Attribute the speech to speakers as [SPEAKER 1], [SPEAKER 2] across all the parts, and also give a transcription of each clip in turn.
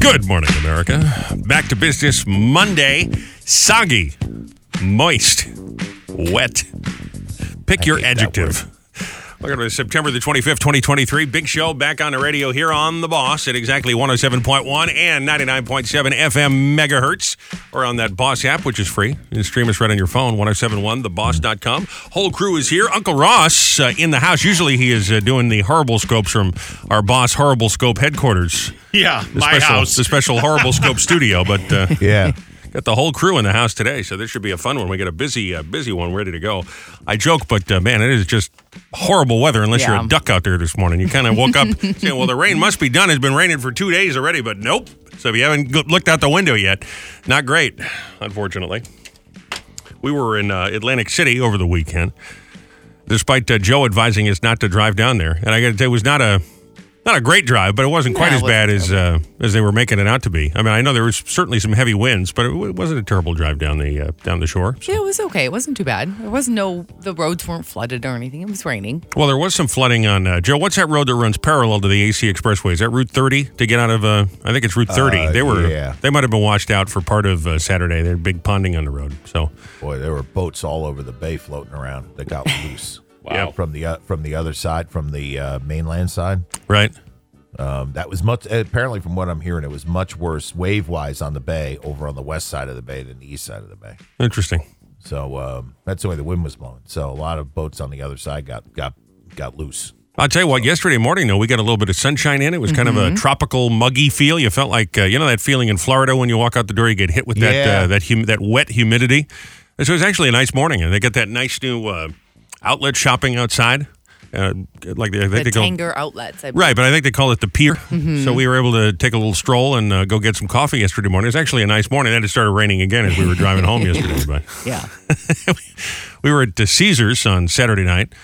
[SPEAKER 1] Good morning, America. Back to business Monday. Soggy, moist, wet. Pick your
[SPEAKER 2] hate that
[SPEAKER 1] adjective. Welcome to September the 25th, 2023. Big show back on the radio here on The Boss at exactly 107.1 and 99.7 FM megahertz or on that Boss app, which is free. You can stream us right on your phone, 1071theboss.com. Whole crew is here. Uncle Ross uh, in the house. Usually he is uh, doing the horrible scopes from our Boss Horrible Scope headquarters.
[SPEAKER 3] Yeah,
[SPEAKER 1] the
[SPEAKER 3] my
[SPEAKER 1] special,
[SPEAKER 3] house.
[SPEAKER 1] The special Horrible Scope studio, but uh,
[SPEAKER 2] Yeah.
[SPEAKER 1] got the whole crew in the house today, so this should be a fun one. We got a busy, uh, busy one ready to go. I joke, but uh, man, it is just horrible weather unless you're a
[SPEAKER 4] Yeah.
[SPEAKER 1] duck out there this morning. You kind of woke up saying, well, the rain must be done. It's been raining for two days already, but nope. So if you haven't go- looked out the window yet, not great, unfortunately. We were in uh, Atlantic City over the weekend, despite uh, Joe advising us not to drive down there. And I got to tell you, it was not a not a great drive, but it wasn't quite
[SPEAKER 4] No, it
[SPEAKER 1] as bad as uh, as they were making it out to be. I mean, I know there was certainly some heavy winds, but it, w- it wasn't a terrible drive down the uh, down the shore.
[SPEAKER 4] Yeah, it was okay. It wasn't too bad. There was no, the roads weren't flooded or anything. It was raining.
[SPEAKER 1] Well, there was some flooding on uh, Joe. What's that road that runs parallel to the AC Expressway? Is that Route 30 to get out of? Uh, I think it's Route 30.
[SPEAKER 2] Uh,
[SPEAKER 1] they were
[SPEAKER 2] yeah.
[SPEAKER 1] they might have been washed out for part of uh, Saturday. They had big ponding on the road, so
[SPEAKER 2] Boy, there were boats all over the bay floating around that got loose.
[SPEAKER 3] Wow.
[SPEAKER 2] From the uh, from the other side, from the uh, mainland side.
[SPEAKER 1] right.
[SPEAKER 2] Um, that was much apparently from what I'm hearing, it was much worse wave wise on the bay over on the west side of the bay than the east side of the bay.
[SPEAKER 1] Interesting.
[SPEAKER 2] So um, that's the way the wind was blowing. So a lot of boats on the other side got got got loose.
[SPEAKER 1] I'll tell you what, yesterday morning, though, we got a little bit of sunshine in. It was kind of a tropical, muggy feel. You felt like, uh, you know, that feeling in Florida when you walk out the door, you get hit with that
[SPEAKER 2] Yeah.
[SPEAKER 1] uh, that hum- that wet humidity. And so it was actually a nice morning. And they got that nice new uh, outlet shopping outside. Uh, like they, I think
[SPEAKER 4] The
[SPEAKER 1] they call-
[SPEAKER 4] Tanger outlets. I
[SPEAKER 1] Right, but I think they call it the pier. So we were able to take a little stroll and uh, go get some coffee yesterday morning. It was actually a nice morning. Then it started raining again as we were driving home yesterday. But
[SPEAKER 4] Yeah.
[SPEAKER 1] we were at uh, Caesars on Saturday night.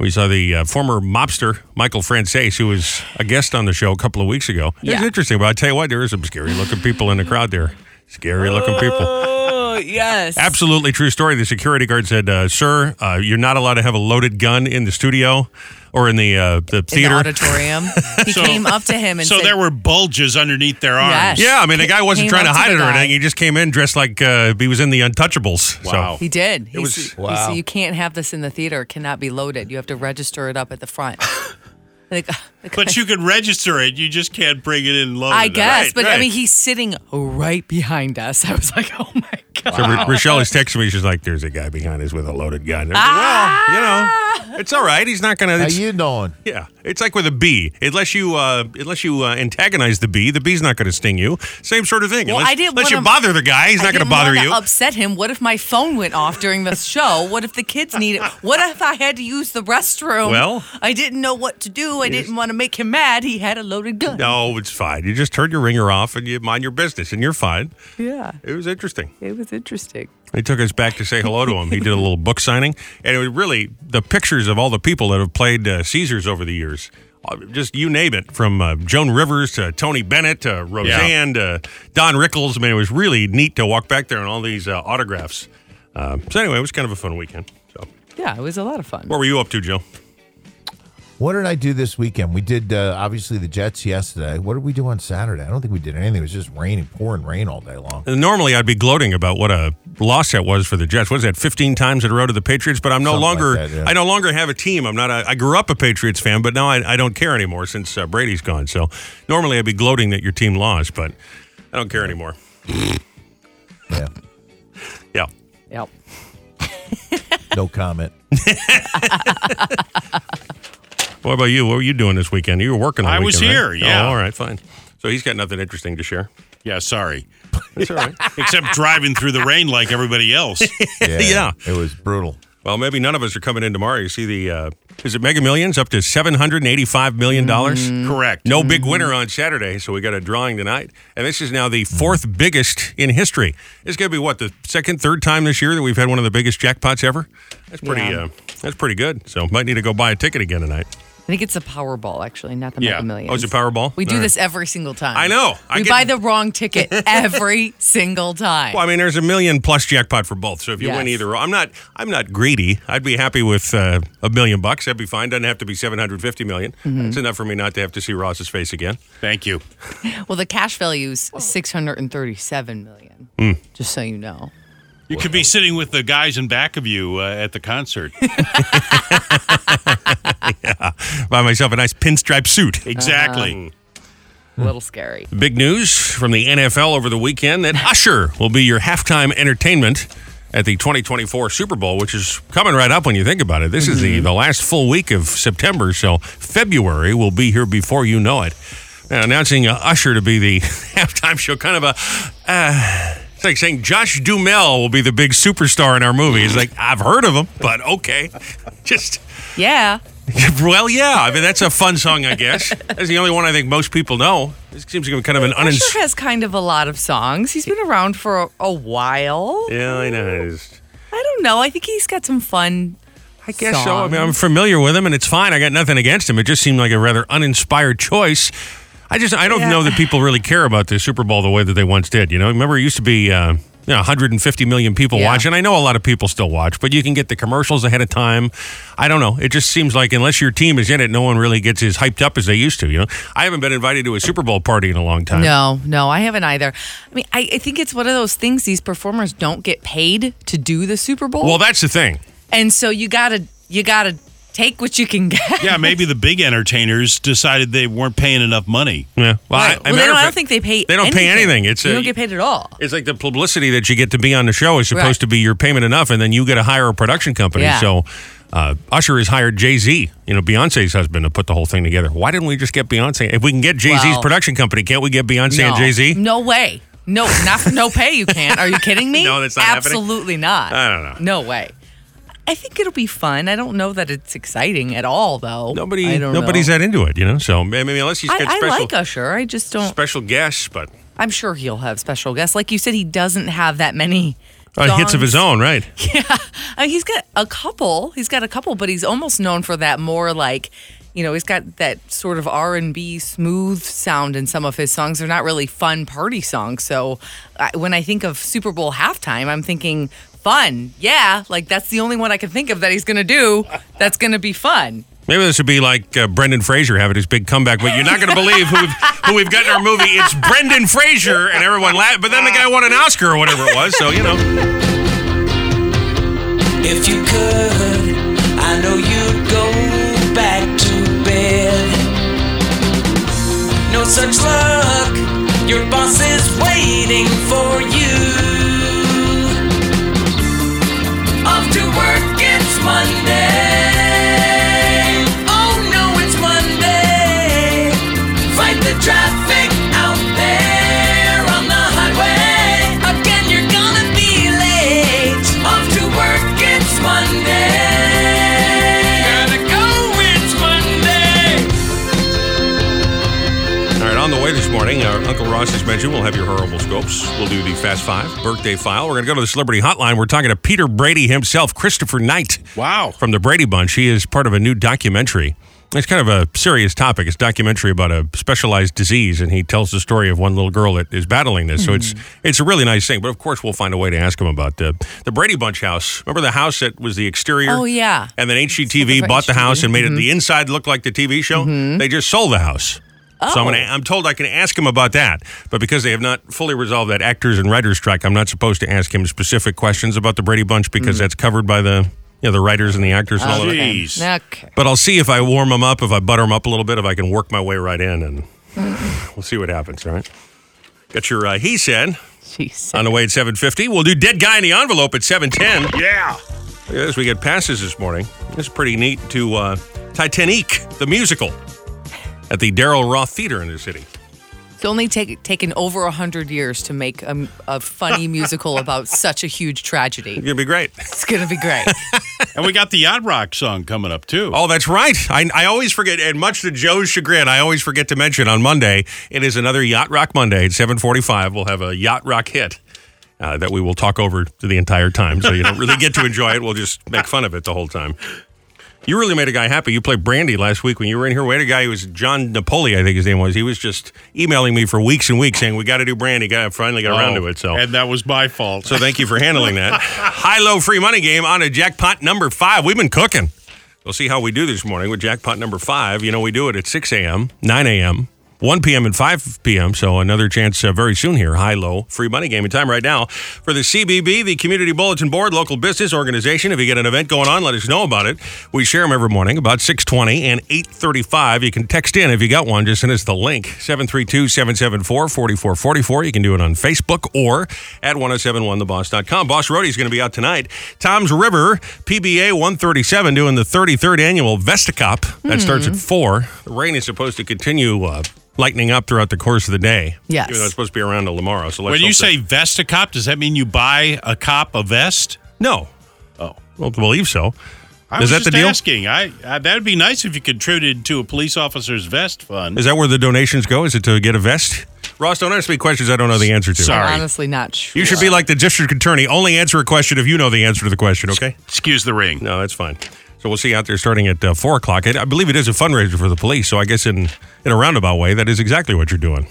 [SPEAKER 1] We saw the uh, former mobster Michael Frances, who was a guest on the show a couple of weeks ago. It was
[SPEAKER 4] Yeah.
[SPEAKER 1] interesting, but I tell you what, there were some scary looking people in the crowd there. Scary looking people.
[SPEAKER 4] Oh, yes.
[SPEAKER 1] Absolutely true story. The security guard said, uh, "Sir, uh, you're not allowed to have a loaded gun in the studio or in the uh, the
[SPEAKER 4] In the
[SPEAKER 1] theater."
[SPEAKER 4] auditorium. He
[SPEAKER 3] So-
[SPEAKER 4] came up to him and
[SPEAKER 3] so
[SPEAKER 4] said,
[SPEAKER 3] there were bulges underneath their
[SPEAKER 4] Yes.
[SPEAKER 3] arms.
[SPEAKER 1] yeah, I mean, the guy wasn't
[SPEAKER 4] Came
[SPEAKER 1] trying to
[SPEAKER 4] up to
[SPEAKER 1] hide
[SPEAKER 4] the
[SPEAKER 1] it or
[SPEAKER 4] guy.
[SPEAKER 1] anything. He just came in dressed like uh, he was in the Untouchables.
[SPEAKER 3] Wow.
[SPEAKER 1] So.
[SPEAKER 4] he did. He
[SPEAKER 1] was-
[SPEAKER 4] s- he
[SPEAKER 2] wow.
[SPEAKER 4] said, you can't have this in the theater. It cannot be loaded. You have to register it up at the front. like, like,
[SPEAKER 3] But you could register it. You just can't bring it
[SPEAKER 1] Oh,
[SPEAKER 3] in loaded.
[SPEAKER 4] I guess,
[SPEAKER 3] Right,
[SPEAKER 4] but
[SPEAKER 3] right.
[SPEAKER 4] I mean, he's sitting right behind us. I was like, oh my God.
[SPEAKER 1] So Ra- Rochelle is texting me. She's like, "There's a guy behind us with a loaded gun." I'm like,
[SPEAKER 4] Ah.
[SPEAKER 1] well, you know, it's all right. He's not gonna.
[SPEAKER 2] How
[SPEAKER 1] it's-
[SPEAKER 2] you doing?
[SPEAKER 1] Yeah, it's like with a bee. Unless you uh, unless you uh, antagonize the bee, the bee's not going to sting you. Same sort of thing.
[SPEAKER 4] Well,
[SPEAKER 1] unless
[SPEAKER 4] I didn't
[SPEAKER 1] unless you
[SPEAKER 4] wanna-
[SPEAKER 1] bother the guy, he's
[SPEAKER 4] I
[SPEAKER 1] not going to
[SPEAKER 4] didn't
[SPEAKER 1] bother
[SPEAKER 4] wanna
[SPEAKER 1] you.
[SPEAKER 4] Upset him. What if my phone went off during the show? What if the kids needed? What if I had to use the restroom?
[SPEAKER 1] Well-
[SPEAKER 4] I didn't know what to do. I didn't want to make him mad. He had a loaded gun.
[SPEAKER 1] No, it's fine. You just turn your ringer off and you mind your business, and you're fine.
[SPEAKER 4] Yeah,
[SPEAKER 1] It was interesting.
[SPEAKER 4] it was interesting.
[SPEAKER 1] They took us back to say hello to him. He did a little book signing, and it was really the pictures of all the people that have played uh, Caesars over the years. Uh, Just you name it, from uh, Joan Rivers to Tony Bennett to Roseanne to Don Rickles. I mean, it was really neat to walk back there and all these uh, autographs. Uh, so anyway, it was kind of a fun weekend. So,
[SPEAKER 4] Yeah, it was a lot of fun.
[SPEAKER 1] what were you up to, Joe?
[SPEAKER 2] What did I do this weekend? We did uh, obviously the Jets yesterday. What did we do on Saturday? I don't think we did anything. It was just raining, pouring rain all day long.
[SPEAKER 1] Uh, Normally, I'd be gloating about what a loss that was for the Jets. What is that, 15 times in a row to the Patriots? But I'm no
[SPEAKER 2] Something like
[SPEAKER 1] longer,
[SPEAKER 2] that, yeah.
[SPEAKER 1] I no longer have a team. I'm not, a, I grew up a Patriots fan, but now I, I don't care anymore since uh, Brady's gone. So normally I'd be gloating that your team lost, but I don't care anymore.
[SPEAKER 2] Yeah,
[SPEAKER 1] Yeah.
[SPEAKER 4] Yep.
[SPEAKER 2] no comment.
[SPEAKER 1] What about you? What were you doing this weekend? You were working all
[SPEAKER 3] I was
[SPEAKER 1] weekend, right?
[SPEAKER 3] here, yeah.
[SPEAKER 1] Oh, all right, fine. So he's got nothing interesting to share.
[SPEAKER 3] yeah, sorry.
[SPEAKER 1] That's all right.
[SPEAKER 3] Except driving through the rain like everybody else.
[SPEAKER 2] Yeah,
[SPEAKER 1] Yeah.
[SPEAKER 2] it was brutal.
[SPEAKER 1] Well, maybe none of us are coming in tomorrow. You see the, uh, is it Mega Millions up to $785 million?
[SPEAKER 2] Mm-hmm.
[SPEAKER 3] Correct.
[SPEAKER 1] No big winner on Saturday, so we got a drawing tonight. And this is now the fourth biggest in history. It's going to be what the second, third time this year that we've had one of the biggest jackpots ever. That's pretty.
[SPEAKER 4] Yeah.
[SPEAKER 1] Uh, that's pretty good. So might need to go buy a ticket again tonight.
[SPEAKER 4] I think it's the Powerball, actually, not the
[SPEAKER 3] Yeah.
[SPEAKER 4] Mega Millions.
[SPEAKER 1] Oh, it's a Powerball?
[SPEAKER 4] We do
[SPEAKER 1] All right.
[SPEAKER 4] this every single time.
[SPEAKER 1] I know. I
[SPEAKER 4] we
[SPEAKER 1] get-
[SPEAKER 4] buy the wrong ticket every single time.
[SPEAKER 1] Well, I mean, there's a million plus jackpot for both. So if you win
[SPEAKER 4] Yes.
[SPEAKER 1] either, I'm not, I'm not greedy. I'd be happy with uh, a million bucks. That'd be fine. Doesn't have to be 750 million. That's enough for me not to have to see Ross's face again.
[SPEAKER 3] Thank you.
[SPEAKER 4] Well, the cash value's six hundred and thirty-seven million.
[SPEAKER 1] Hmm.
[SPEAKER 4] Just so you know.
[SPEAKER 3] You could be sitting with the guys in back of you uh, at the concert.
[SPEAKER 1] Buy myself a nice pinstripe suit.
[SPEAKER 3] Exactly.
[SPEAKER 5] Uh-huh.
[SPEAKER 1] Mm-hmm.
[SPEAKER 4] A little scary.
[SPEAKER 1] Big news from the NFL over the weekend that Usher will be your halftime entertainment at the 2024 Super Bowl, which is coming right up when you think about it. This is
[SPEAKER 4] Mm-hmm.
[SPEAKER 1] the, the last full week of September, so February will be here before you know it. Now, announcing uh, Usher to be the halftime show, kind of a. Uh, it's like saying Josh Dumel will be the big superstar in our movie. It's like, I've heard of him, but okay. Just.
[SPEAKER 4] Yeah.
[SPEAKER 1] Well, yeah. I mean, that's a fun song, I guess. That's the only one I think most people know. This seems to be kind of an uninspired.
[SPEAKER 4] Usher has kind of a lot of songs. He's been around for a, a while.
[SPEAKER 1] Yeah, I know. It's-
[SPEAKER 4] I don't know. I think he's got some fun.
[SPEAKER 1] I guess so. I mean, I'm familiar with him, and it's fine. I got nothing against him. It just seemed like a rather uninspired choice. I just I don't
[SPEAKER 4] Yeah.
[SPEAKER 1] know that people really care about the Super Bowl the way that they once did. You know, remember it used to be. Uh, you know, 150 million people
[SPEAKER 4] Yeah.
[SPEAKER 1] watch, and I know a lot of people still watch, but you can get the commercials ahead of time. I don't know. It just seems like unless your team is in it, no one really gets as hyped up as they used to. You know, I haven't been invited to a Super Bowl party in a long time.
[SPEAKER 4] No, no, I haven't either. I mean, I, I think it's one of those things these performers don't get paid to do the Super Bowl.
[SPEAKER 1] Well, that's the thing.
[SPEAKER 4] and so you gotta you gotta take what you can get.
[SPEAKER 3] Yeah, maybe the big entertainers decided they weren't paying enough money.
[SPEAKER 1] Yeah. Well, I-
[SPEAKER 4] Right.
[SPEAKER 1] I,
[SPEAKER 4] Well, they
[SPEAKER 1] matter
[SPEAKER 4] don't, I
[SPEAKER 1] of
[SPEAKER 4] don't
[SPEAKER 1] fact,
[SPEAKER 4] think they pay.
[SPEAKER 1] They don't pay anything. It's
[SPEAKER 4] you
[SPEAKER 1] a-
[SPEAKER 4] don't get paid at all.
[SPEAKER 1] It's like the publicity that you get to be on the show is supposed
[SPEAKER 4] Right.
[SPEAKER 1] to be your payment enough, and then you got to hire a production company.
[SPEAKER 4] Yeah.
[SPEAKER 1] So uh, Usher has hired Jay Z, you know, Beyonce's husband, to put the whole thing together. Why didn't we just get Beyonce? If we can get Jay Z's
[SPEAKER 4] Well-
[SPEAKER 1] production company, can't we get Beyonce and
[SPEAKER 4] No.
[SPEAKER 1] Jay Z?
[SPEAKER 4] No way. No, not for no pay. You can't. Are you kidding me?
[SPEAKER 1] No, that's not happening. Uh,
[SPEAKER 4] Absolutely not.
[SPEAKER 1] I don't know.
[SPEAKER 4] No way. I think it'll be fun. I don't know that it's exciting at all, though.
[SPEAKER 1] Nobody,
[SPEAKER 4] I don't
[SPEAKER 1] nobody's
[SPEAKER 4] know.
[SPEAKER 1] that into it, you know. So maybe unless he's got
[SPEAKER 4] I, I
[SPEAKER 1] special,
[SPEAKER 4] like Usher. I just don't.
[SPEAKER 1] special guests, but
[SPEAKER 4] I'm sure he'll have special guests. Like you said, he doesn't have that many
[SPEAKER 1] uh, hits of
[SPEAKER 4] songs.
[SPEAKER 1] his own, right?
[SPEAKER 4] I mean, he's got a couple. He's got a couple, but he's almost known for that more like, you know, he's got that sort of R and B smooth sound in some of his songs. They're not really fun party songs. So I, when I think of Super Bowl halftime, I'm thinking fun. Yeah, like that's the only one I can think of that he's gonna do. That's gonna be fun.
[SPEAKER 1] Maybe this would be like uh, Brendan Fraser having his big comeback, but you're not going to believe who we've, who we've got in our movie. It's Brendan Fraser, and everyone laughed. But then the guy won an Oscar or whatever it was, so you know.
[SPEAKER 6] If you could, I know you'd go back to bed. No such luck, your boss is waiting for you. Off to work, it's Monday. Oh no, it's Monday. Fight the traffic out there on the highway. Again, you're gonna be late. Off to work, it's Monday. Gotta go, it's Monday.
[SPEAKER 1] All right, on the way this morning, uh, Uncle Ross has mentioned we'll have your horoscopes. We'll do the Fast Five birthday file. We're going to go to the Celebrity Hotline. We're talking to Peter Brady himself, Christopher Knight.
[SPEAKER 3] Wow.
[SPEAKER 1] From the Brady Bunch. He is part of a new documentary. It's kind of a serious topic. It's a documentary about a specialized disease, and he tells the story of one little girl that is battling this. So it's it's a really nice thing. But of course, we'll find a way to ask him about the the Brady Bunch house. Remember the house that was the exterior?
[SPEAKER 4] Oh, yeah.
[SPEAKER 1] And then HGTV
[SPEAKER 4] for
[SPEAKER 1] bought the house
[SPEAKER 4] HGTV.
[SPEAKER 1] and made it the inside look like the TV show.
[SPEAKER 4] Mm-hmm.
[SPEAKER 1] They just sold the house. So I'm, gonna,
[SPEAKER 4] Oh.
[SPEAKER 1] I'm told I can ask him about that, but because they have not fully resolved that actors and writers strike, I'm not supposed to ask him specific questions about the Brady Bunch because that's covered by the you know the writers and the actors and all of that.
[SPEAKER 3] Jeez.
[SPEAKER 4] Mm. Oh, Okay.
[SPEAKER 1] But I'll see if I warm him up, if I butter him up a little bit, if I can work my way right in, and we'll see what happens. All right. Got your uh, he said
[SPEAKER 4] Jeez.
[SPEAKER 1] on the way at 7:50. We'll do dead guy in the envelope at 7:10.
[SPEAKER 3] Yeah.
[SPEAKER 1] Look at this. We get passes this morning. It's pretty neat to uh, Titanic, the musical, at the Daryl Roth Theater in the city.
[SPEAKER 4] It's only take, taken over a hundred years to make a, a funny musical about such a huge tragedy.
[SPEAKER 1] It's going to be great.
[SPEAKER 4] It's gonna be great.
[SPEAKER 3] And we got the Yacht Rock song coming up, too.
[SPEAKER 1] Oh, that's right. I, I always forget, and much to Joe's chagrin, I always forget to mention on Monday, it is another Yacht Rock Monday at 745. We'll have a Yacht Rock hit. Uh, that we will talk over the entire time, so you don't really get to enjoy it. We'll just make fun of it the whole time. You really made a guy happy. You played Brandy last week when you were in here. We had a guy who was John Napoli, I think his name was. He was just emailing me for weeks and weeks saying, We got to do Brandy. Got finally got around
[SPEAKER 3] Oh,
[SPEAKER 1] to it. So.
[SPEAKER 3] And that was my fault.
[SPEAKER 1] so thank you for handling that. High low free money game on a jackpot number five. We've been cooking. We'll see how we do this morning with jackpot number five. You know, we do it at 6 a.m., 9 a.m., 1 p.m., and 5 p.m. So another chance uh, very soon here. High low free money game in time right now for the CBB, the Community Bulletin Board, local business organization. If you get an event going on, let us know about it. We share them every morning about 620 and 835. You can text in if you got one. Just send us the link, 732-774-4444. You can do it on Facebook or at 1071theboss.com. Boss Roadie's going to be out tonight. Tom's River, PBA 137, doing the 33rd annual Vesta Cup. That starts at 4. The rain is supposed to continue uh, lightening up throughout the course of the day.
[SPEAKER 4] Yes.
[SPEAKER 1] Even though it's supposed to be around till tomorrow. So let's
[SPEAKER 3] when
[SPEAKER 1] hope
[SPEAKER 3] you
[SPEAKER 1] that-
[SPEAKER 3] say vest a cop, does that mean you buy a cop a vest?
[SPEAKER 1] No.
[SPEAKER 3] Oh.
[SPEAKER 1] Well, believe so.
[SPEAKER 3] I
[SPEAKER 1] Is
[SPEAKER 3] was
[SPEAKER 1] that
[SPEAKER 3] just
[SPEAKER 1] the deal?
[SPEAKER 3] asking. I, I that'd be nice if you contributed to a police officer's vest fund.
[SPEAKER 1] Is that where the donations go? Is it to get a vest? Ross, don't ask me questions I don't know the answer to.
[SPEAKER 3] Sorry.
[SPEAKER 4] Honestly, not sure.
[SPEAKER 1] You should be like the district attorney. Only answer a question if you know the answer to the question, okay?
[SPEAKER 3] Excuse the ring.
[SPEAKER 1] No, that's fine. So we'll see you out there starting at uh, 4 o'clock. It, I believe it is a fundraiser for the police. So I guess in, in a roundabout way, that is exactly what you're doing.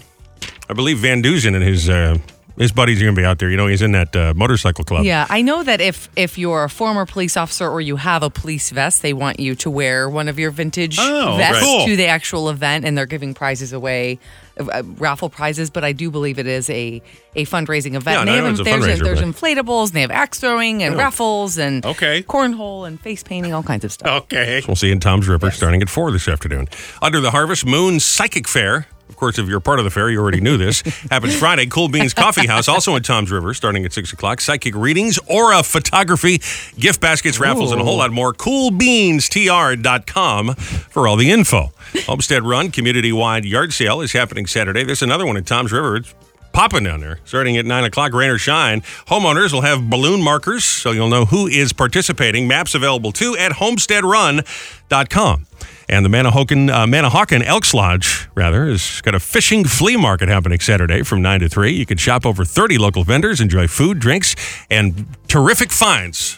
[SPEAKER 1] I believe Van Dusen and his, uh, his buddies are going to be out there. You know, he's in that uh, motorcycle club.
[SPEAKER 4] Yeah, I know that if if you're a former police officer or you have a police vest, they want you to wear one of your vintage
[SPEAKER 3] Oh,
[SPEAKER 4] vests
[SPEAKER 3] right. Cool.
[SPEAKER 4] to the actual event, and they're giving prizes away, uh, uh, raffle prizes. But I do believe it is a a fundraising event.
[SPEAKER 1] Yeah,
[SPEAKER 4] And
[SPEAKER 1] no, I
[SPEAKER 4] they
[SPEAKER 1] know
[SPEAKER 4] have-
[SPEAKER 1] it's a
[SPEAKER 4] there's
[SPEAKER 1] fundraiser,
[SPEAKER 4] there's
[SPEAKER 1] but- Oh.
[SPEAKER 4] inflatables, and they have axe throwing and raffles and
[SPEAKER 3] Okay.
[SPEAKER 4] cornhole and face painting, all kinds of
[SPEAKER 1] Oh,
[SPEAKER 4] stuff.
[SPEAKER 3] Okay.
[SPEAKER 1] We'll see you in Tom's River starting at 4 this afternoon. Under the Harvest Moon Psychic Fair. Of course, if you're part of the fair, you already knew this. Happens Friday. Cool Beans Coffee House, also in Tom's River, starting at 6 o'clock. Psychic readings, aura photography, gift baskets, raffles, and a whole lot more. CoolBeansTR.com for all the info. Homestead Run Community Wide Yard Sale is happening Saturday. There's another one in Tom's River. It's popping down there starting at 9 o'clock rain or shine homeowners will have balloon markers so you'll know who is participating maps available too at homesteadrun.com and the manahawkin uh, manahawkin elks lodge rather has got a fishing flea market happening saturday from 9 to 3 you can shop over 30 local vendors enjoy food drinks and terrific finds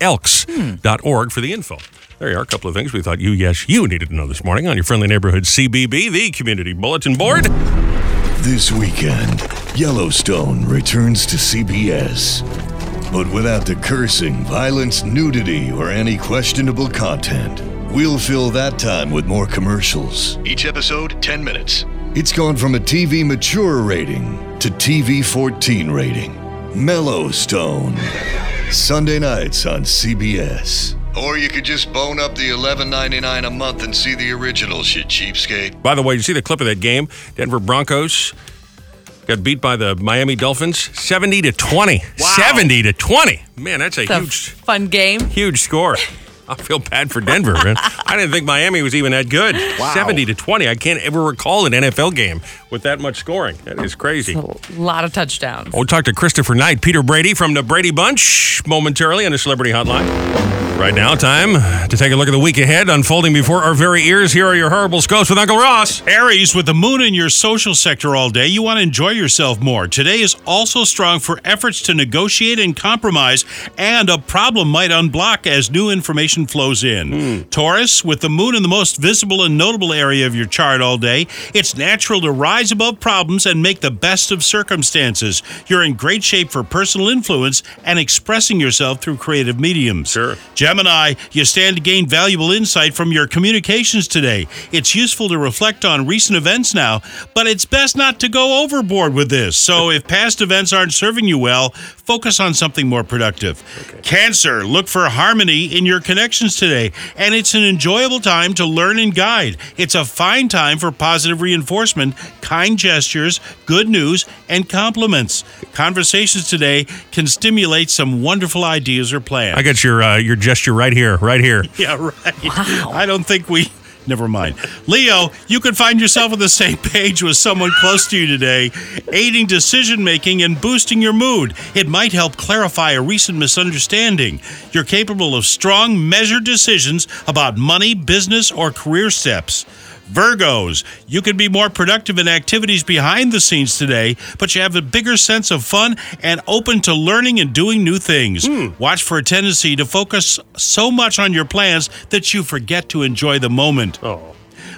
[SPEAKER 1] manahawkinelks.org for the info. There are a couple of things we thought you, yes, you needed to know this morning on your friendly neighborhood CBB, the Community Bulletin Board.
[SPEAKER 7] This weekend, Yellowstone returns to CBS. But without the cursing, violence, nudity, or any questionable content, we'll fill that time with more commercials. Each episode, 10 minutes. It's gone from a TV mature rating to TV 14 rating. Mellowstone. Sunday nights on CBS. Or you could just bone up the $11.99 a month and see the originals, you cheapskate.
[SPEAKER 1] By the way, you see the clip of that game? Denver Broncos got beat by the Miami Dolphins 70 to 20. 70 to 20. Man, that's a
[SPEAKER 4] It's a
[SPEAKER 1] huge
[SPEAKER 4] fun game.
[SPEAKER 1] huge score. I feel bad for Denver. man. I didn't think Miami was even that good. 70 to 20. I can't ever recall an NFL game with that much scoring. That is crazy.
[SPEAKER 4] A lot of touchdowns.
[SPEAKER 1] We'll talk to Christopher Knight, Peter Brady from the Brady Bunch momentarily on the Celebrity Hotline. Right now, time to take a look at the week ahead unfolding before our very ears. Here are your horrible scopes with Uncle Ross.
[SPEAKER 3] Aries, with the moon in your social sector all day, you want to enjoy yourself more. Today is also strong for efforts to negotiate and compromise, and a problem might unblock as new information flows in. Taurus, with the moon in the most visible and notable area of your chart all day, it's natural to rise above problems and make the best of circumstances. You're in great shape for personal influence and expressing yourself through creative mediums.
[SPEAKER 1] Sure.
[SPEAKER 3] Gemini, you stand to gain valuable insight from your communications today. It's useful to reflect on recent events now, but it's best not to go overboard with this. So if past events aren't serving you well, focus on something more productive. Cancer, look for harmony in your connections today, and it's an enjoyable time to learn and guide. It's a fine time for positive reinforcement, kind gestures, good news, and compliments. Conversations today can stimulate some wonderful ideas or plans.
[SPEAKER 1] I got your uh, your gesture right here, right here.
[SPEAKER 3] Yeah, right. I don't think we. Never mind. Leo, you could find yourself on the same page with someone close to you today, aiding decision making and boosting your mood. It might help clarify a recent misunderstanding. You're capable of strong, measured decisions about money, business, or career steps. Virgos, you can be more productive in activities behind the scenes today, but you have a bigger sense of fun and open to learning and doing new things. Watch for a tendency to focus so much on your plans that you forget to enjoy the moment.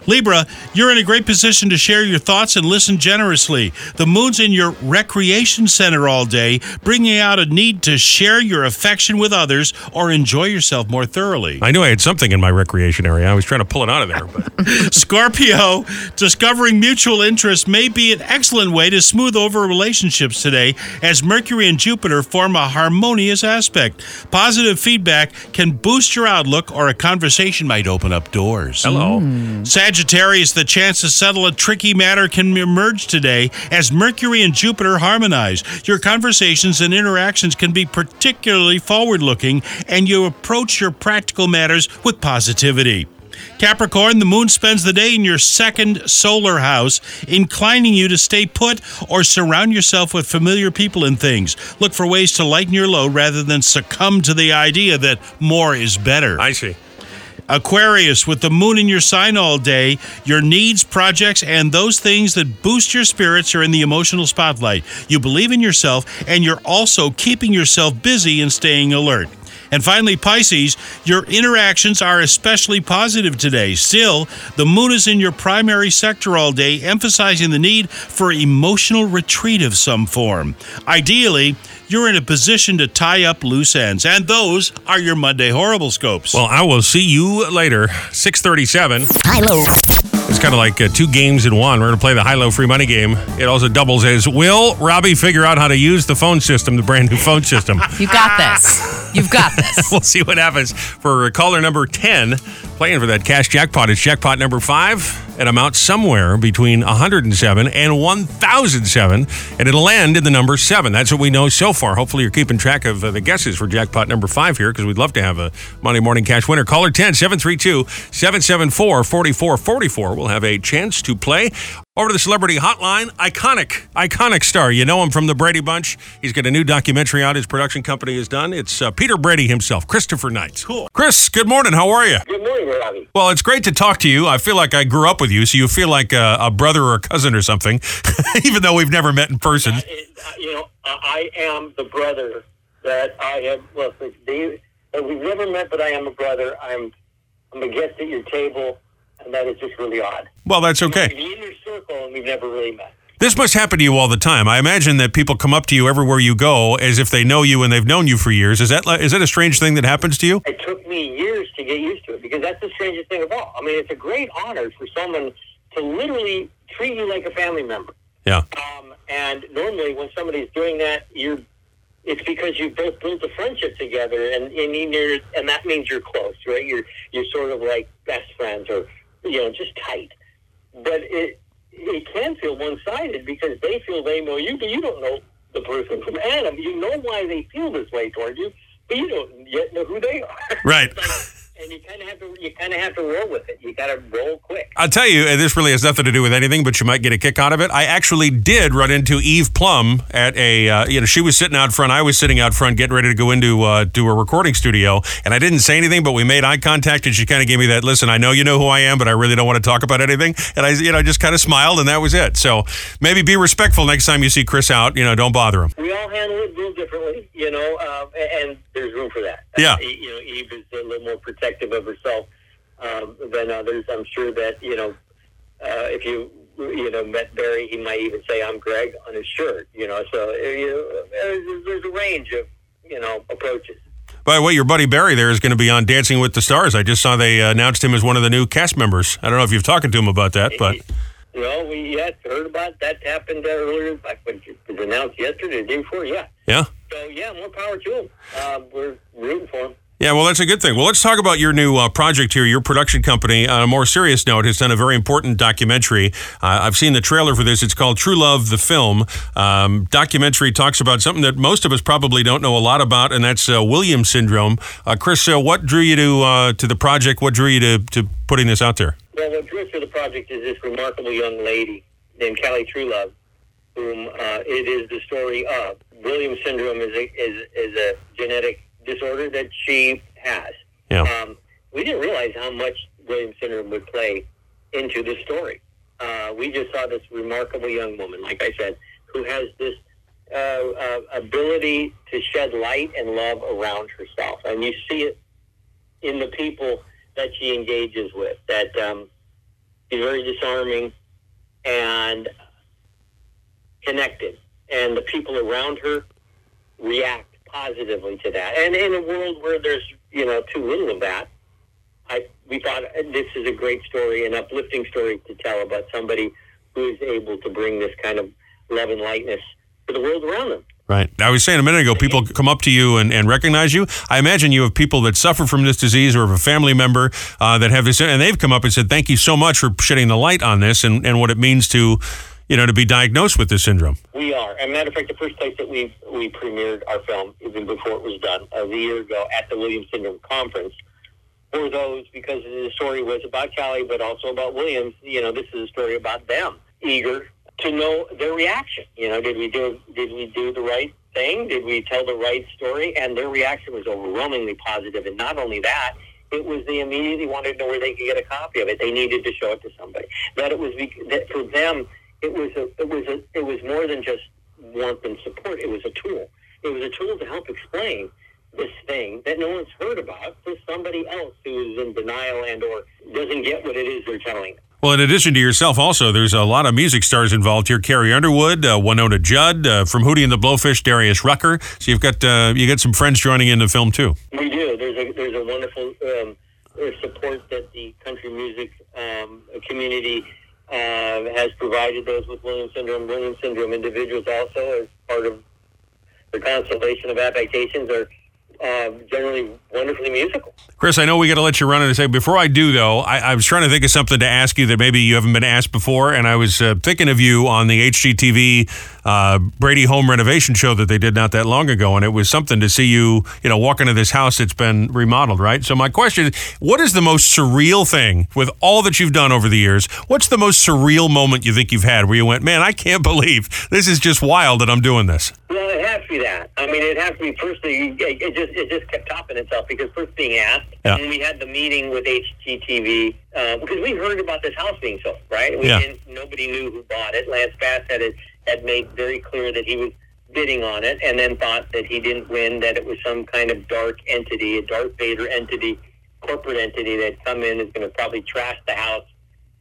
[SPEAKER 3] Libra, you're in a great position to share your thoughts and listen generously. The moon's in your recreation center all day, bringing out a need to share your affection with others or enjoy yourself more thoroughly.
[SPEAKER 1] I knew I had something in my recreation area. I was trying to pull it out of there, but
[SPEAKER 3] Scorpio, discovering mutual interest may be an excellent way to smooth over relationships today as Mercury and Jupiter form a harmonious aspect. Positive feedback can boost your outlook or a conversation might open up doors.
[SPEAKER 1] hello.
[SPEAKER 3] Sagittarius, the chance to settle a tricky matter can emerge today as Mercury and Jupiter harmonize. Your conversations and interactions can be particularly forward looking, and you approach your practical matters with positivity. Capricorn, the moon spends the day in your second solar house, inclining you to stay put or surround yourself with familiar people and things. Look for ways to lighten your load rather than succumb to the idea that more is better.
[SPEAKER 1] I see.
[SPEAKER 3] Aquarius, with the moon in your sign all day, your needs, projects, and those things that boost your spirits are in the emotional spotlight. You believe in yourself, and you're also keeping yourself busy and staying alert. And finally, Pisces, your interactions are especially positive today. Still, the moon is in your primary sector all day, emphasizing the need for emotional retreat of some form. Ideally, you're in a position to tie up loose ends, and those are your Monday horrible scopes.
[SPEAKER 1] Well, I will see you later. 637. High low. It's kind of like uh, two games in one. We're going to play the high low free money game. It also doubles as will Robbie figure out how to use the phone system, the brand new phone system?
[SPEAKER 4] You
[SPEAKER 1] Ah.
[SPEAKER 4] got this. You've got this.
[SPEAKER 1] we'll see what happens for caller number 10 playing for that cash jackpot. It's jackpot number five, an amount somewhere between 107 and 1007, and it'll end in the number seven. That's what we know so far. Hopefully, you're keeping track of uh, the guesses for jackpot number five here because we'd love to have a Monday morning cash winner. Caller 10 732 774 4444. We'll have a chance to play. Over to the celebrity hotline, iconic, iconic star. You know him from the Brady Bunch. He's got a new documentary out. His production company has done. It's uh, Peter Brady himself, Christopher Knight. Cool. Chris, good morning. How are you?
[SPEAKER 8] Good morning, Robbie.
[SPEAKER 1] Well, it's great to talk to you. I feel like I grew up with you, so you feel like a, a brother or a cousin or something, even though we've never met in person.
[SPEAKER 8] It, you know, I I am the brother that I have. Well, since Dave, that we've never met, but I am a brother. I'm I'm a guest at your table, and that is just really odd.
[SPEAKER 1] Well, that's
[SPEAKER 8] We're
[SPEAKER 1] okay.
[SPEAKER 8] in your circle, and we've never really met.
[SPEAKER 1] This must happen to you all the time. I imagine that people come up to you everywhere you go as if they know you and they've known you for years. Is that li- is that a strange thing that happens to you?
[SPEAKER 8] It took me years to get used to it because that's the strangest thing of all. I mean, it's a great honor for someone to literally treat you like a family member.
[SPEAKER 1] Yeah.
[SPEAKER 8] Um, and normally, when somebody's doing that, you it's because you both built a friendship together, and and you- you're, and that means you're close, right? You're you're sort of like best friends, or you know, just tight. But it it can feel one sided because they feel they know you, but you don't know the person from Adam. You know why they feel this way toward you, but you don't yet know who they are.
[SPEAKER 1] Right.
[SPEAKER 8] and you kind of have to you kind of have to roll with it. You got to roll quick.
[SPEAKER 1] I'll tell you, and this really has nothing to do with anything, but you might get a kick out of it. I actually did run into Eve Plum at a, uh, you know, she was sitting out front. I was sitting out front getting ready to go into uh, to a recording studio. And I didn't say anything, but we made eye contact and she kind of gave me that, listen, I know you know who I am, but I really don't want to talk about anything. And I, you know, just kind of smiled and that was it. So maybe be respectful next time you see Chris out. You know, don't bother him.
[SPEAKER 8] we all handle it a little differently, you know, uh, and, and there's room for that.
[SPEAKER 1] Yeah.
[SPEAKER 8] Uh, you know, Eve is a little more protective of herself um, than others. I'm sure that, you know, uh, if you, you know, met Barry, he might even say, I'm Greg on his shirt, you know, so uh, you know, there's, there's a range of, you know, approaches.
[SPEAKER 1] By the way, your buddy Barry there is going to be on Dancing with the Stars. I just saw they uh, announced him as one of the new cast members. I don't know if you've talked to him about that, but.
[SPEAKER 8] Well, we, yes, heard about that happened uh, earlier, like when it was announced yesterday, the day before, yeah.
[SPEAKER 1] Yeah.
[SPEAKER 8] So, yeah, more power to him. Uh, we're rooting for him.
[SPEAKER 1] Yeah, well, that's a good thing. Well, let's talk about your new uh, project here. Your production company, on a more serious note, has done a very important documentary. Uh, I've seen the trailer for this. It's called True Love, the film. Um, documentary talks about something that most of us probably don't know a lot about, and that's uh, Williams syndrome. Uh, Chris, uh, what drew you to uh, to the project? What drew you to, to putting this out there?
[SPEAKER 8] Well, what drew us to the project is this remarkable young lady named Callie Trulove, whom uh, it is the story of. Williams syndrome is a, is, is a genetic disorder that she has.
[SPEAKER 1] Yeah.
[SPEAKER 8] Um, we didn't realize how much Williams syndrome would play into this story. Uh, we just saw this remarkable young woman, like I said, who has this uh, uh, ability to shed light and love around herself, and you see it in the people that she engages with. That um, she's very disarming and connected, and the people around her react positively to that. And in a world where there's you know too little of that, I we thought uh, this is a great story, an uplifting story to tell about somebody who is able to bring this kind of love and lightness to the world around them.
[SPEAKER 1] Right. I was saying a minute ago, people come up to you and, and recognize you. I imagine you have people that suffer from this disease or have a family member uh, that have this, and they've come up and said, "Thank you so much for shedding the light on this and, and what it means to, you know, to be diagnosed with this syndrome."
[SPEAKER 8] We are. As a matter of fact, the first place that we we premiered our film, even before it was done, a year ago at the Williams Syndrome Conference, were those because the story was about Callie, but also about Williams. You know, this is a story about them, eager to know their reaction. You know, did we do did we do the right thing? Did we tell the right story? And their reaction was overwhelmingly positive. And not only that, it was they immediately wanted to know where they could get a copy of it. They needed to show it to somebody. That it was bec- that for them, it was a, it was a, it was more than just warmth and support. It was a tool. It was a tool to help explain this thing that no one's heard about to somebody else who is in denial and or doesn't get what it is they're telling. them.
[SPEAKER 1] Well, in addition to yourself, also there's a lot of music stars involved here: Carrie Underwood, uh, Winona Judd uh, from Hootie and the Blowfish, Darius Rucker. So you've got uh, you got some friends joining in the film too.
[SPEAKER 8] We do. There's a there's a wonderful um, uh, support that the country music um, community uh, has provided those with Williams syndrome. Williams syndrome individuals also, as part of the constellation of affectations, are uh, generally wonderfully musical.
[SPEAKER 1] Chris, I know we got to let you run and say before I do though, I, I was trying to think of something to ask you that maybe you haven't been asked before, and I was uh, thinking of you on the HGTV uh, Brady Home renovation show that they did not that long ago, and it was something to see you, you know, walk into this house that's been remodeled, right? So my question is, what is the most surreal thing with all that you've done over the years? What's the most surreal moment you think you've had where you went, man, I can't believe this is just wild that I'm doing this?
[SPEAKER 8] Well, it has to be that. I mean, it has to be firstly. It it just it just kept topping itself because first being asked,
[SPEAKER 1] Yeah.
[SPEAKER 8] and we had the meeting with HGTV uh, because we heard about this house being sold, right? We
[SPEAKER 1] Yeah.
[SPEAKER 8] didn't, nobody knew who bought it. Lance Bass had it, had made very clear that he was bidding on it, and then thought that he didn't win. That it was some kind of dark entity, a Darth Vader entity, corporate entity that come in is going to probably trash the house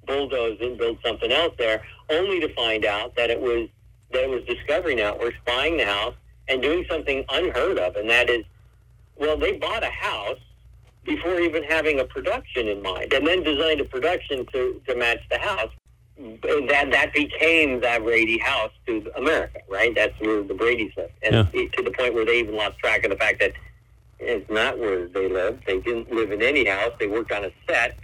[SPEAKER 8] bulldoze and build something else there, only to find out that it was that it was Discovery Network buying the house and doing something unheard of, and that is, well, they bought a house before even having a production in mind, and then designed a production to, to match the house. And that that became that Brady house to America, right? That's where the Brady's lived, and to the point where they even lost track of the fact that it's not where they lived. They didn't live in any house. They worked on a set,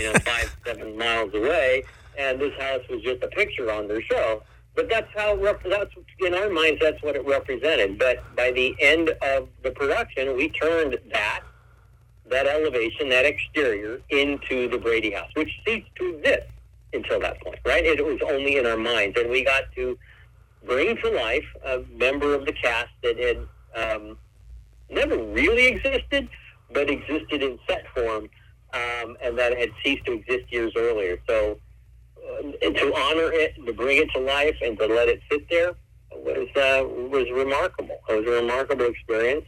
[SPEAKER 8] you know, five, seven miles away, and this house was just a picture on their show. But that's how, it rep- that's in our minds, that's what it represented. But by the end of the production, we turned that, that elevation, that exterior, into the Brady house, which ceased to exist until that point, right? It was only in our minds. And we got to bring to life a member of the cast that had, um, never really existed, but existed in set form, um, and that had ceased to exist years earlier. So, uh, and to honor it, to bring it to life, and to let it sit there was uh, was remarkable. It was a remarkable experience.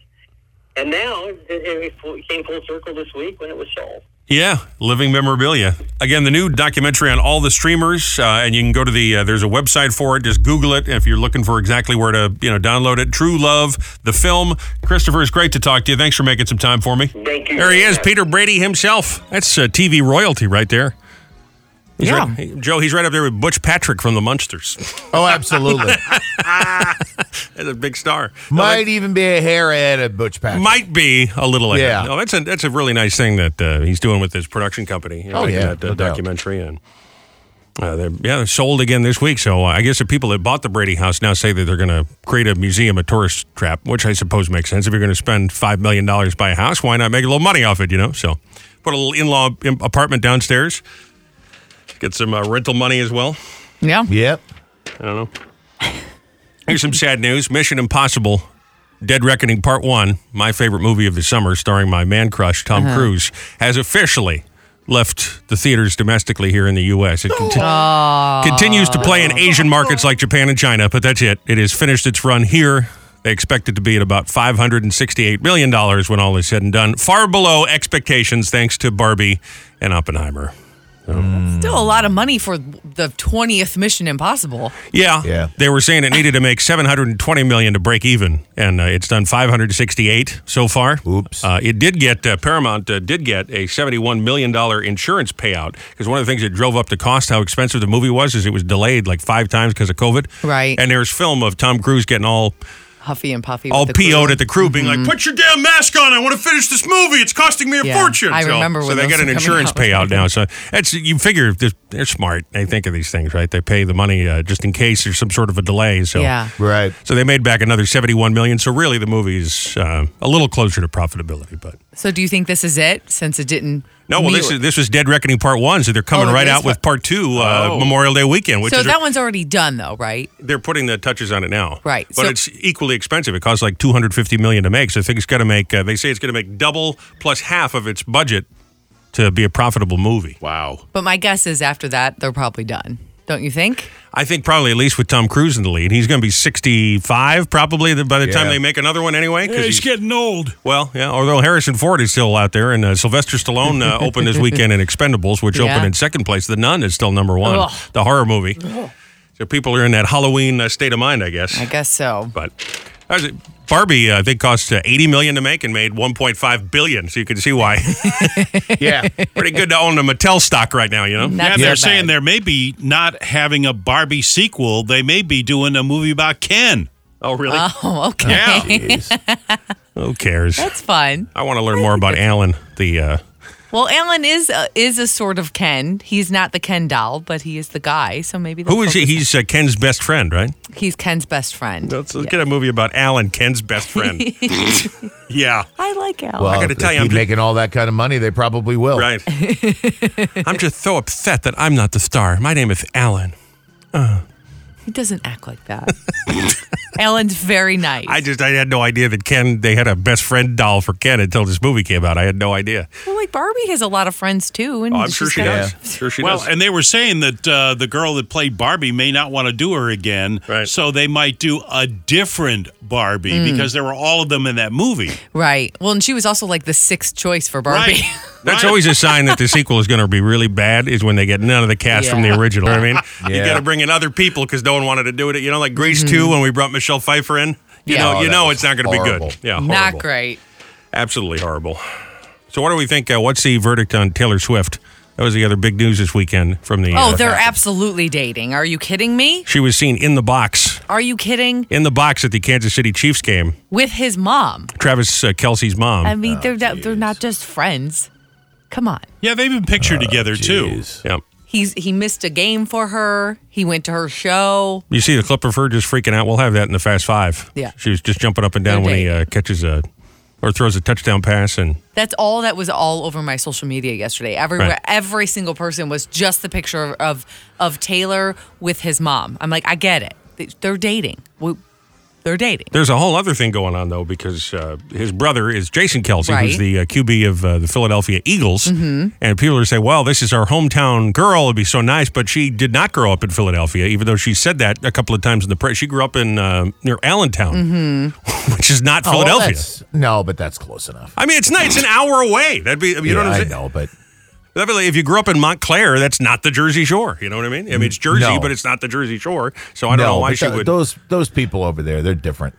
[SPEAKER 8] And now it, it it came full circle this week when it was sold.
[SPEAKER 1] Yeah, living memorabilia. Again, the new documentary on all the streamers, uh, and you can go to the. Uh, there's a website for it. Just Google it if you're looking for exactly where to you know download it. True Love, the film. Christopher, it's great to talk to you. Thanks for making some time for me.
[SPEAKER 8] Thank you.
[SPEAKER 1] There he
[SPEAKER 8] very
[SPEAKER 1] is,
[SPEAKER 8] much.
[SPEAKER 1] Peter Brady himself. That's uh, TV royalty right there. He's
[SPEAKER 4] Yeah.
[SPEAKER 1] right- hey, Joe, he's right up there with Butch Patrick from the Munsters.
[SPEAKER 2] Oh, absolutely.
[SPEAKER 1] That's a big star. No,
[SPEAKER 2] Might even be a hair ahead of Butch
[SPEAKER 1] that
[SPEAKER 2] Patrick.
[SPEAKER 1] might be a little ahead.
[SPEAKER 2] Yeah.
[SPEAKER 1] No, that's a that's a really nice thing that uh, he's doing with his production company. You know,
[SPEAKER 2] Oh,
[SPEAKER 1] making
[SPEAKER 2] yeah,
[SPEAKER 1] that uh,
[SPEAKER 2] no doubt.
[SPEAKER 1] documentary and. Uh, they're, yeah, they're sold again this week. So uh, I guess the people that bought the Brady House now say that they're going to create a museum, a tourist trap, which I suppose makes sense. If you're going to spend five million dollars buy a house, why not make a little money off it? You know, so put a little in-law im- apartment downstairs, get some uh, rental money as well.
[SPEAKER 4] Yeah.
[SPEAKER 2] Yep.
[SPEAKER 1] I don't know. Here's some sad news Mission Impossible Dead Reckoning Part 1, my favorite movie of the summer, starring my man crush, Tom Cruise, has officially left the theaters domestically here in the U.S. It conti- continues
[SPEAKER 4] Ah.
[SPEAKER 1] to play in Asian markets like Japan and China, but that's it. It has finished its run here. They expect it to be at about $568 million when all is said and done, far below expectations thanks to Barbie and Oppenheimer.
[SPEAKER 4] Still a lot of money for the 20th Mission Impossible.
[SPEAKER 1] Yeah.
[SPEAKER 2] Yeah.
[SPEAKER 1] They were saying it needed to make 720 million to break even and uh, it's done 568 so far.
[SPEAKER 2] Oops.
[SPEAKER 1] Uh, it did get uh, Paramount uh, did get a 71 million dollar insurance payout because one of the things that drove up the cost how expensive the movie was is it was delayed like 5 times because of COVID.
[SPEAKER 4] Right.
[SPEAKER 1] And there's film of Tom Cruise getting all
[SPEAKER 4] Huffy and Puffy. with
[SPEAKER 1] all
[SPEAKER 4] the
[SPEAKER 1] PO'd
[SPEAKER 4] crew. Mm-hmm.
[SPEAKER 1] at the crew being like, "Put your damn mask on! I want to finish this movie. It's costing me a
[SPEAKER 4] Yeah,
[SPEAKER 1] fortune."
[SPEAKER 4] I
[SPEAKER 1] So-
[SPEAKER 4] remember
[SPEAKER 1] So,
[SPEAKER 4] when
[SPEAKER 1] they
[SPEAKER 4] those
[SPEAKER 1] got an
[SPEAKER 4] were coming
[SPEAKER 1] insurance
[SPEAKER 4] out.
[SPEAKER 1] payout now. So that's you figure they're, they're smart. They think of these things, right? They pay the money uh, just in case there's some sort of a delay. So
[SPEAKER 4] Yeah.
[SPEAKER 2] Right.
[SPEAKER 1] So they made back another seventy-one million. So really, the movie's uh, a little closer to profitability, but.
[SPEAKER 4] So do you think this is it since it didn't?
[SPEAKER 1] No, well,
[SPEAKER 4] meet
[SPEAKER 1] this
[SPEAKER 4] with-
[SPEAKER 1] is this was Dead Reckoning Part One, so they're coming
[SPEAKER 4] Oh,
[SPEAKER 1] right
[SPEAKER 4] it is
[SPEAKER 1] out with Part Two, uh, Memorial Day weekend, which
[SPEAKER 4] So
[SPEAKER 1] is
[SPEAKER 4] that one's already done, though, right?
[SPEAKER 1] they're putting the touches on it now.
[SPEAKER 4] Right,
[SPEAKER 1] But
[SPEAKER 4] so-
[SPEAKER 1] it's equally expensive. It costs like 250 million to make. So I think it's going to make uh, they say it's going to make double plus half of its budget to be a profitable movie.
[SPEAKER 3] Wow.
[SPEAKER 4] But my guess is after that, they're probably done. Don't you think?
[SPEAKER 1] I think probably at least with Tom Cruise in the lead, he's going to be 65 probably by the time
[SPEAKER 2] Yeah.
[SPEAKER 1] they make another one anyway
[SPEAKER 3] He's,
[SPEAKER 1] he's-
[SPEAKER 3] getting old.
[SPEAKER 1] Well, yeah. Although Harrison Ford is still out there, and uh, Sylvester Stallone uh, opened this weekend in Expendables, which
[SPEAKER 4] Yeah.
[SPEAKER 1] opened in second place. The Nun is still number one,
[SPEAKER 4] Ugh.
[SPEAKER 1] the horror movie. So people are in that Halloween uh, state of mind, I guess.
[SPEAKER 4] I guess so.
[SPEAKER 1] But that was it. Barbie, uh, I think, cost uh, 80 million to make and made 1.5 billion. So you can see why.
[SPEAKER 2] Yeah.
[SPEAKER 1] Pretty good to own a Mattel stock right now, you know.
[SPEAKER 4] Not
[SPEAKER 3] yeah,
[SPEAKER 4] so
[SPEAKER 3] they're
[SPEAKER 4] bad.
[SPEAKER 3] saying they're maybe not having a Barbie sequel. They may be doing a movie about Ken.
[SPEAKER 1] Oh, really?
[SPEAKER 4] Oh, okay.
[SPEAKER 3] Yeah.
[SPEAKER 1] Who cares?
[SPEAKER 4] That's fun.
[SPEAKER 1] I want to learn more about Alan, the uh,
[SPEAKER 4] Well, Alan is a, is a sort of Ken. He's not the Ken doll, but he is the guy. So maybe they'll
[SPEAKER 1] who is he?
[SPEAKER 4] focus-
[SPEAKER 1] He's uh, Ken's best friend, right?
[SPEAKER 4] He's Ken's best friend.
[SPEAKER 1] Let's, let's get a movie about Alan, Ken's best friend. yeah.
[SPEAKER 4] I like Alan.
[SPEAKER 2] Well,
[SPEAKER 1] gotta
[SPEAKER 2] if
[SPEAKER 1] tell you,
[SPEAKER 2] they
[SPEAKER 1] I'm
[SPEAKER 2] keep
[SPEAKER 1] ju-
[SPEAKER 2] making all that kind of money, they probably will.
[SPEAKER 1] Right. I'm just so upset that I'm not the star. My name is Alan.
[SPEAKER 4] he doesn't act like that. Alan's very nice.
[SPEAKER 1] I just I had no idea that Ken they had a best friend doll for Ken until this movie came out. I had no idea.
[SPEAKER 4] well, like Barbie has a lot of friends too, and
[SPEAKER 1] Oh, I'm
[SPEAKER 4] she's
[SPEAKER 1] sure she
[SPEAKER 4] got-
[SPEAKER 1] does. Sure she
[SPEAKER 3] Well,
[SPEAKER 1] does.
[SPEAKER 3] and they were saying that uh, the girl that played Barbie may not want to do her again.
[SPEAKER 1] Right.
[SPEAKER 3] So they might do a different Barbie because there were all of them in that movie.
[SPEAKER 4] Right. Well, and she was also like the sixth choice for Barbie.
[SPEAKER 3] Right.
[SPEAKER 1] That's always a sign that the sequel is going to be really bad is when they get none of the cast from the
[SPEAKER 4] Yeah.
[SPEAKER 1] original. You know what I mean, you
[SPEAKER 2] Yeah.
[SPEAKER 1] got to bring in other people because no one wanted to do it. You know, like Grease Two when we brought Michelle Pfeiffer in. You
[SPEAKER 4] Yeah.
[SPEAKER 1] know,
[SPEAKER 2] Oh,
[SPEAKER 1] you
[SPEAKER 2] that
[SPEAKER 1] know
[SPEAKER 2] was
[SPEAKER 1] it's not going to be
[SPEAKER 2] horrible.
[SPEAKER 1] good. Yeah, horrible.
[SPEAKER 4] Not great.
[SPEAKER 1] Absolutely horrible. So what do we think? Uh, what's the verdict on Taylor Swift? That was the other big news this weekend from the.
[SPEAKER 4] Oh,
[SPEAKER 1] uh,
[SPEAKER 4] they're absolutely dating. Are you kidding me?
[SPEAKER 1] She was seen in the box,
[SPEAKER 4] Are you kidding?
[SPEAKER 1] in the box at the Kansas City Chiefs game.
[SPEAKER 4] With his mom.
[SPEAKER 1] Travis uh, Kelsey's mom.
[SPEAKER 4] I mean, they're not, they're not just friends. Come on.
[SPEAKER 3] Yeah, they've been pictured
[SPEAKER 1] Oh,
[SPEAKER 3] together too.
[SPEAKER 1] yeah.
[SPEAKER 4] He's he missed a game for her. He went to her show.
[SPEAKER 1] You see the clip of her just freaking out. We'll have that in the Fast Five.
[SPEAKER 4] Yeah.
[SPEAKER 1] She was just jumping up and down
[SPEAKER 4] They're
[SPEAKER 1] when he uh, catches a or throws a touchdown pass. And
[SPEAKER 4] That's all that was all over my social media yesterday. Everywhere,
[SPEAKER 1] Right.
[SPEAKER 4] every single person was just the picture of, of of Taylor with his mom. I'm like, I get it. They- They're dating. We- They're dating.
[SPEAKER 1] there's a whole other thing going on, though, because uh, his brother is Jason Kelsey, who's
[SPEAKER 4] Right.
[SPEAKER 1] the uh, QB of uh, the Philadelphia
[SPEAKER 2] Mm-hmm.
[SPEAKER 1] Eagles.
[SPEAKER 4] Mm-hmm.
[SPEAKER 1] And people are saying, well, this is our hometown girl. It'd be so nice. But she did not grow up in Philadelphia, even though she said that a couple of times in the press. She grew up in uh, near Allentown, which is not
[SPEAKER 2] Oh, well,
[SPEAKER 1] Philadelphia.
[SPEAKER 2] that's- no, but that's close enough.
[SPEAKER 1] I mean, it's not. It's an hour away. That'd be. You know what
[SPEAKER 2] yeah,
[SPEAKER 1] I'm
[SPEAKER 2] I
[SPEAKER 1] saying?
[SPEAKER 2] know, but
[SPEAKER 1] That'd be like if you grew up in Montclair, that's not the Jersey Shore. You know what I mean? I mean, it's Jersey,
[SPEAKER 2] No.
[SPEAKER 1] but it's not the Jersey Shore. So I don't
[SPEAKER 2] no,
[SPEAKER 1] know why
[SPEAKER 2] but
[SPEAKER 1] she
[SPEAKER 2] th-
[SPEAKER 1] would.
[SPEAKER 2] Those those people over there, they're different.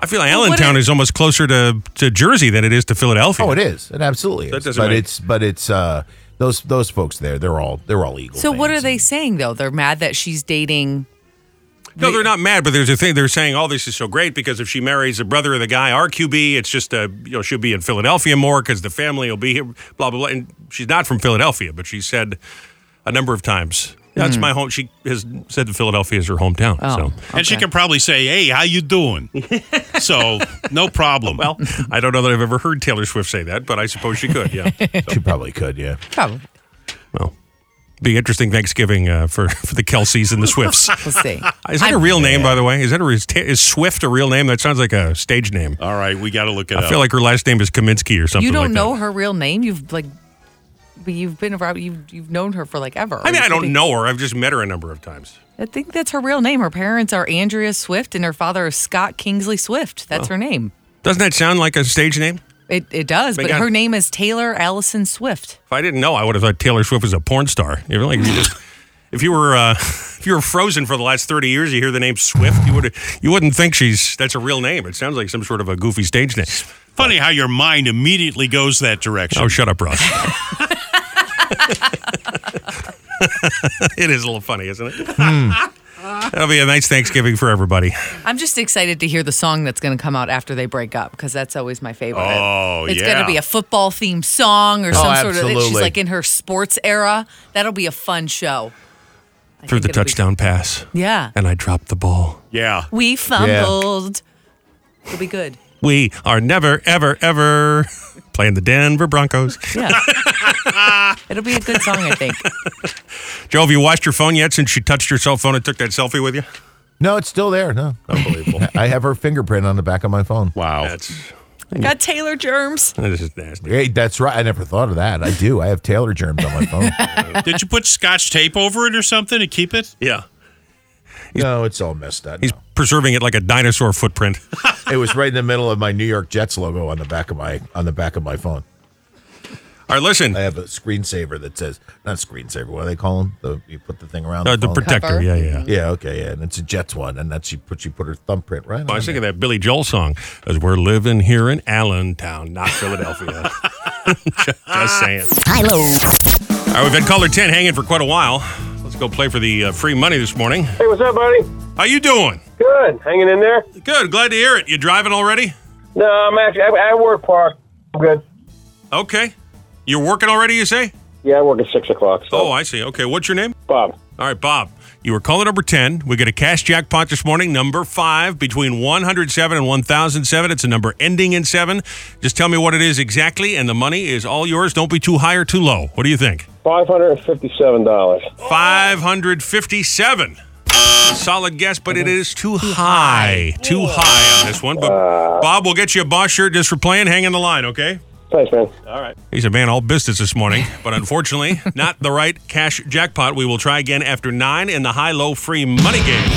[SPEAKER 1] I feel like
[SPEAKER 4] Well, what
[SPEAKER 1] Allentown
[SPEAKER 4] it-
[SPEAKER 1] is almost closer to, to Jersey than it is to Philadelphia.
[SPEAKER 2] Oh, it is. It absolutely is.
[SPEAKER 1] That doesn't
[SPEAKER 2] but
[SPEAKER 1] make-
[SPEAKER 2] it's but it's uh those those folks there, they're all they're all Eagle.
[SPEAKER 4] So what are
[SPEAKER 2] fans.
[SPEAKER 4] they saying though? They're mad that she's dating.
[SPEAKER 1] No, they're not mad, but there's a thing. They're saying, "Oh, this is so great because if she marries the brother of the guy, our QB, it's just a you know she'll be in Philadelphia more because the family will be here." Blah blah blah. And she's not from Philadelphia, but she said a number of times, "That's
[SPEAKER 3] Hmm.
[SPEAKER 1] my home." She has said that Philadelphia is her hometown. So
[SPEAKER 3] Oh, And she could probably say, "Hey, how you doing?" so no problem. Well,
[SPEAKER 1] I don't know that I've ever heard Taylor Swift say that, but I suppose she could. Yeah.
[SPEAKER 2] She probably could, yeah.
[SPEAKER 4] Probably.
[SPEAKER 1] Well, be interesting Thanksgiving uh, for for the Kelseys and the Swifts.
[SPEAKER 4] We'll see.
[SPEAKER 1] Is that a real name, by the way? Is that a, is, Ta- is Swift a real name? That sounds like a stage name.
[SPEAKER 3] all right, we got to look it up.
[SPEAKER 1] I feel like her last name is Kaminsky or something.
[SPEAKER 4] you don't
[SPEAKER 1] like
[SPEAKER 4] know
[SPEAKER 1] That.
[SPEAKER 4] her real name. You've like but you've been around. You've you've known her for like ever.
[SPEAKER 1] I mean,
[SPEAKER 4] Are you
[SPEAKER 1] I don't
[SPEAKER 4] kidding?
[SPEAKER 1] know her. I've just met her a number of times.
[SPEAKER 4] I think that's her real name. Her parents are Andrea Swift and her father is Scott Kingsley Swift. That's her name.
[SPEAKER 1] Doesn't that sound like a stage name?
[SPEAKER 4] It it does,
[SPEAKER 1] They
[SPEAKER 4] but
[SPEAKER 1] got-
[SPEAKER 4] her name is Taylor Allison Swift.
[SPEAKER 1] If I didn't know, I would have thought Taylor Swift was a porn star. You're like, you just, if you were uh, if you were frozen for the last thirty years, you hear the name Swift, you would you wouldn't think she's that's a real name. It sounds like some sort of a goofy stage name.
[SPEAKER 3] Funny how your mind immediately goes that direction.
[SPEAKER 1] Oh, shut up, Ross. it is a little funny, isn't it? Hmm. That'll be a nice Thanksgiving for everybody.
[SPEAKER 4] I'm just excited to hear the song that's going to come out after they break up because that's always my favorite.
[SPEAKER 3] Oh,
[SPEAKER 4] it's
[SPEAKER 3] yeah. Oh,
[SPEAKER 4] going to be a football themed song or some sort of. She's
[SPEAKER 2] absolutely.
[SPEAKER 4] like in her sports era. That'll be a fun show. I
[SPEAKER 1] Through
[SPEAKER 4] think it'll
[SPEAKER 1] the
[SPEAKER 4] be-
[SPEAKER 1] touchdown pass,
[SPEAKER 4] yeah,
[SPEAKER 1] and I dropped the ball.
[SPEAKER 3] yeah.
[SPEAKER 4] we fumbled. It'll be good.
[SPEAKER 1] We are never, ever, ever playing the Denver Broncos.
[SPEAKER 4] Yeah, it'll be a good song. I think.
[SPEAKER 1] Joe, have you watched your phone yet since she touched your cell phone and took that selfie with you?
[SPEAKER 2] No, it's still there. No,
[SPEAKER 1] Unbelievable.
[SPEAKER 2] I have her fingerprint on the back of my phone.
[SPEAKER 3] Wow.
[SPEAKER 1] That's
[SPEAKER 4] Got Taylor germs.
[SPEAKER 1] this is nasty.
[SPEAKER 2] Hey, that's right. I never thought of that. I do. I have Taylor germs on my phone.
[SPEAKER 3] Did you put scotch tape over it or something to keep it?
[SPEAKER 1] Yeah.
[SPEAKER 2] no, it's all messed up.
[SPEAKER 1] He's
[SPEAKER 2] now.
[SPEAKER 1] preserving it like a dinosaur footprint.
[SPEAKER 2] It was right in the middle of my New York Jets logo on the back of my on the back of my phone.
[SPEAKER 1] All right, listen.
[SPEAKER 2] I have a screensaver that says not screensaver. What do they call them? The, you put the thing around
[SPEAKER 1] Uh, the
[SPEAKER 2] phone?
[SPEAKER 1] protector.
[SPEAKER 4] Cover.
[SPEAKER 1] Yeah, yeah.
[SPEAKER 2] Yeah, okay, yeah, and it's a Jets one, and that's she put she put her thumbprint right.
[SPEAKER 1] Well, I
[SPEAKER 2] on
[SPEAKER 1] was
[SPEAKER 2] there.
[SPEAKER 1] thinking of that Billy Joel song, as we're living here in Allentown, not Philadelphia. just, just saying. All right, we've had caller 10 hanging for quite a while. Let's go play for the uh, free money this morning.
[SPEAKER 9] Hey, what's up, buddy?
[SPEAKER 1] How you doing?
[SPEAKER 9] Good. Hanging in there?
[SPEAKER 1] Good. Glad to hear it. You driving already?
[SPEAKER 9] No, I'm actually, I, I work park. I'm good.
[SPEAKER 1] Okay. You're working already, you say?
[SPEAKER 9] Yeah, I work at 6 o'clock. So,
[SPEAKER 1] Oh, I see. Okay. What's your name?
[SPEAKER 9] Bob.
[SPEAKER 1] All right, Bob. You were caller number 10. We get a cash jackpot this morning, number five, between 107 and 1007. It's a number ending in seven. Just tell me what it is exactly, and the money is all yours. Don't be too high or too low. What do you think?
[SPEAKER 9] $557.
[SPEAKER 10] Oh.
[SPEAKER 1] 557. Solid guess, but it is too high. Too high on this one. But Bob, we'll get you a boss shirt just for playing. Hang in the line, okay?
[SPEAKER 9] Thanks, man.
[SPEAKER 1] He's a man all business this morning, but unfortunately, not the right cash jackpot. We will try again after nine in the high low free money game.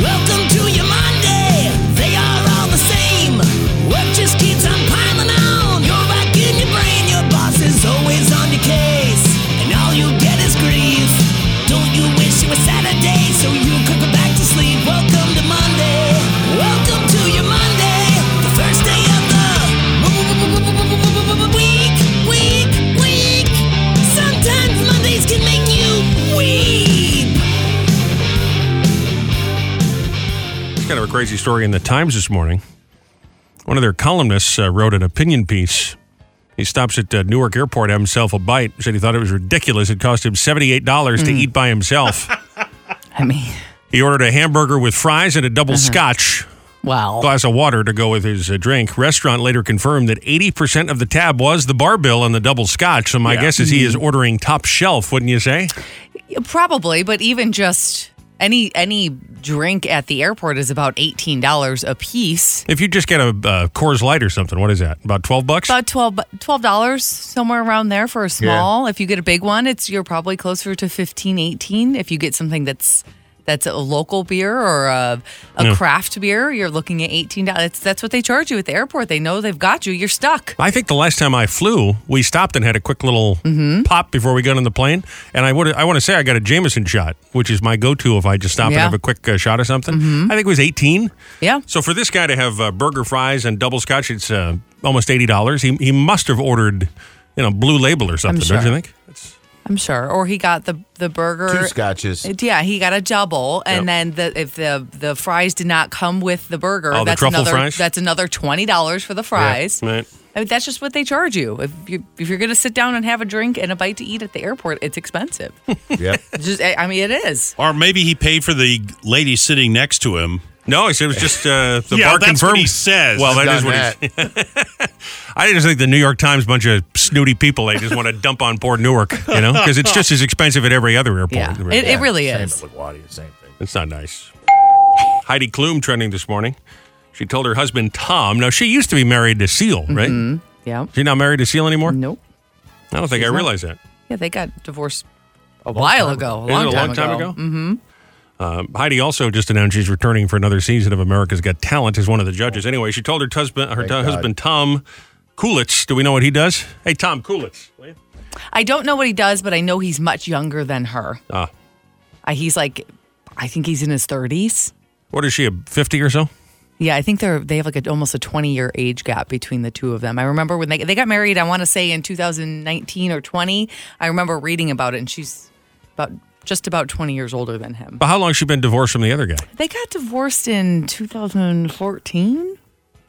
[SPEAKER 6] Welcome to your Monday. They are all the same. Work just keeps on piling on. You're back in your brain. Your boss is always on your case. And all you get is grief. Don't you wish it was Saturday so you could go back to sleep? Welcome to Monday. Welcome to your Monday. The first day of the week, week, week. Sometimes Mondays can make you weep.
[SPEAKER 1] It's kind of a crazy story in the Times this morning. One of their columnists uh, wrote an opinion piece. He stops at uh, Newark Airport, had himself a bite. Said he thought it was ridiculous. It cost him seventy-eight dollars to eat by himself.
[SPEAKER 4] Hmm. I mean, Uh-huh.
[SPEAKER 1] he ordered a hamburger with fries and a double scotch,
[SPEAKER 4] wow.
[SPEAKER 1] glass of water to go with his uh, drink. Restaurant later confirmed that eighty percent of the tab was the bar bill and the double scotch. So my guess is he
[SPEAKER 4] Hmm.
[SPEAKER 1] is ordering top shelf, wouldn't you say?
[SPEAKER 4] Probably, but even just any any drink at the airport is about eighteen dollars a piece.
[SPEAKER 1] If you just get a uh, Coors Light or something, what is that? About twelve bucks.
[SPEAKER 4] About twelve dollars somewhere around there for a small. If you get a big one, it's you're probably closer to 15 18 If you get something that's that's a local beer or a, a craft beer, you're looking at eighteen dollars. That's, that's what they charge you at the airport. They know they've got you. You're stuck.
[SPEAKER 1] I think the last time I flew, we stopped and had a quick little
[SPEAKER 4] Mm-hmm.
[SPEAKER 1] pop before we got on the plane. And I would I want to say I got a Jameson shot, which is my go-to if I just stop and
[SPEAKER 4] Yeah. Mm-hmm.
[SPEAKER 1] have a quick uh, shot of something. I think it was 18.
[SPEAKER 4] Yeah.
[SPEAKER 1] So for this guy to have uh, burger fries and double scotch, it's uh, almost $80. He he must have ordered, you know, Blue Label or something, don't you
[SPEAKER 4] sure.
[SPEAKER 1] think? That's-
[SPEAKER 4] I'm sure. Or he got the the burger.
[SPEAKER 2] two scotches.
[SPEAKER 4] It- Yeah, he got a double, and
[SPEAKER 1] Yep.
[SPEAKER 4] then the, if the the fries did not come with the burger,
[SPEAKER 1] Oh, the
[SPEAKER 4] that's
[SPEAKER 1] truffle
[SPEAKER 4] another
[SPEAKER 1] fries?
[SPEAKER 4] that's another twenty dollars for the fries.
[SPEAKER 1] right.
[SPEAKER 4] I mean, that's just what they charge you. If you if you're gonna sit down and have a drink and a bite to eat at the airport, it's expensive.
[SPEAKER 2] Yep.
[SPEAKER 4] It's just I I mean, it is.
[SPEAKER 3] Or maybe he paid for the lady sitting next to him.
[SPEAKER 1] No, he said it was just uh, the
[SPEAKER 3] Yeah,
[SPEAKER 1] bar
[SPEAKER 3] that's
[SPEAKER 1] confirmed.
[SPEAKER 3] what he says.
[SPEAKER 1] Well, that
[SPEAKER 2] Done
[SPEAKER 1] is what
[SPEAKER 2] that.
[SPEAKER 1] he. I just think the New York Times bunch of snooty people. They just want to dump on poor Newark, you know, because it's just as expensive at every other airport.
[SPEAKER 4] Yeah, it, it really
[SPEAKER 2] Same
[SPEAKER 4] is.
[SPEAKER 2] at LaGuardia, same thing.
[SPEAKER 1] It's not nice. Heidi Klum trending this morning. She told her husband Tom. Now she used to be married to Seal, right?
[SPEAKER 4] Yeah.
[SPEAKER 1] She's not married to Seal anymore.
[SPEAKER 4] Nope.
[SPEAKER 1] I don't think I realized that.
[SPEAKER 4] Yeah, they got divorced a while ago. A
[SPEAKER 1] Isn't
[SPEAKER 4] long,
[SPEAKER 1] it a long time ago?
[SPEAKER 4] Mm-hmm.
[SPEAKER 1] Um, Heidi also just announced she's returning for another season of America's Got Talent as one of the judges. Anyway, she told her husband, her t- husband Tom Coolitz. Do we know what he does? Hey, Tom Coolitz. will you?
[SPEAKER 4] I don't know what he does, but I know he's much younger than her.
[SPEAKER 1] Ah.
[SPEAKER 4] Uh, he's like, I think he's in his 30s.
[SPEAKER 1] What is she? A fifty or so?
[SPEAKER 4] Yeah, I think they're they have like a, almost a 20 year age gap between the two of them. I remember when they they got married. I want to say in 2019 or 20. I remember reading about it, and she's about just about 20 years older than him.
[SPEAKER 1] But how long has she been divorced from the other guy?
[SPEAKER 4] They got divorced in 2014.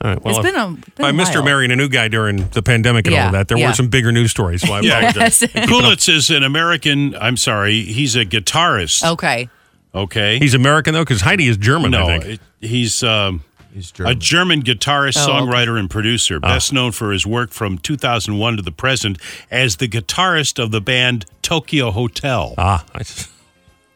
[SPEAKER 1] All right. Well,
[SPEAKER 4] It's
[SPEAKER 1] if-
[SPEAKER 4] been a- been
[SPEAKER 1] if I
[SPEAKER 4] a
[SPEAKER 1] missed her
[SPEAKER 4] while.
[SPEAKER 1] marrying a new guy during the pandemic and all
[SPEAKER 4] Yeah,
[SPEAKER 1] of that. There
[SPEAKER 4] yeah.
[SPEAKER 1] were some bigger news stories, so I apologize.
[SPEAKER 3] Kulitz is an American. I'm sorry, he's a guitarist.
[SPEAKER 4] Okay.
[SPEAKER 3] Okay,
[SPEAKER 1] He's American though, because Heidi is German.
[SPEAKER 3] no,
[SPEAKER 1] I think.
[SPEAKER 3] it- he's um,
[SPEAKER 2] He's
[SPEAKER 3] a
[SPEAKER 2] German.
[SPEAKER 3] German guitarist,
[SPEAKER 4] Oh, okay.
[SPEAKER 3] songwriter, and producer,
[SPEAKER 1] Ah.
[SPEAKER 3] best known for his work from 2001 to the present as the guitarist of the band Tokyo Hotel.
[SPEAKER 1] Ah, I s-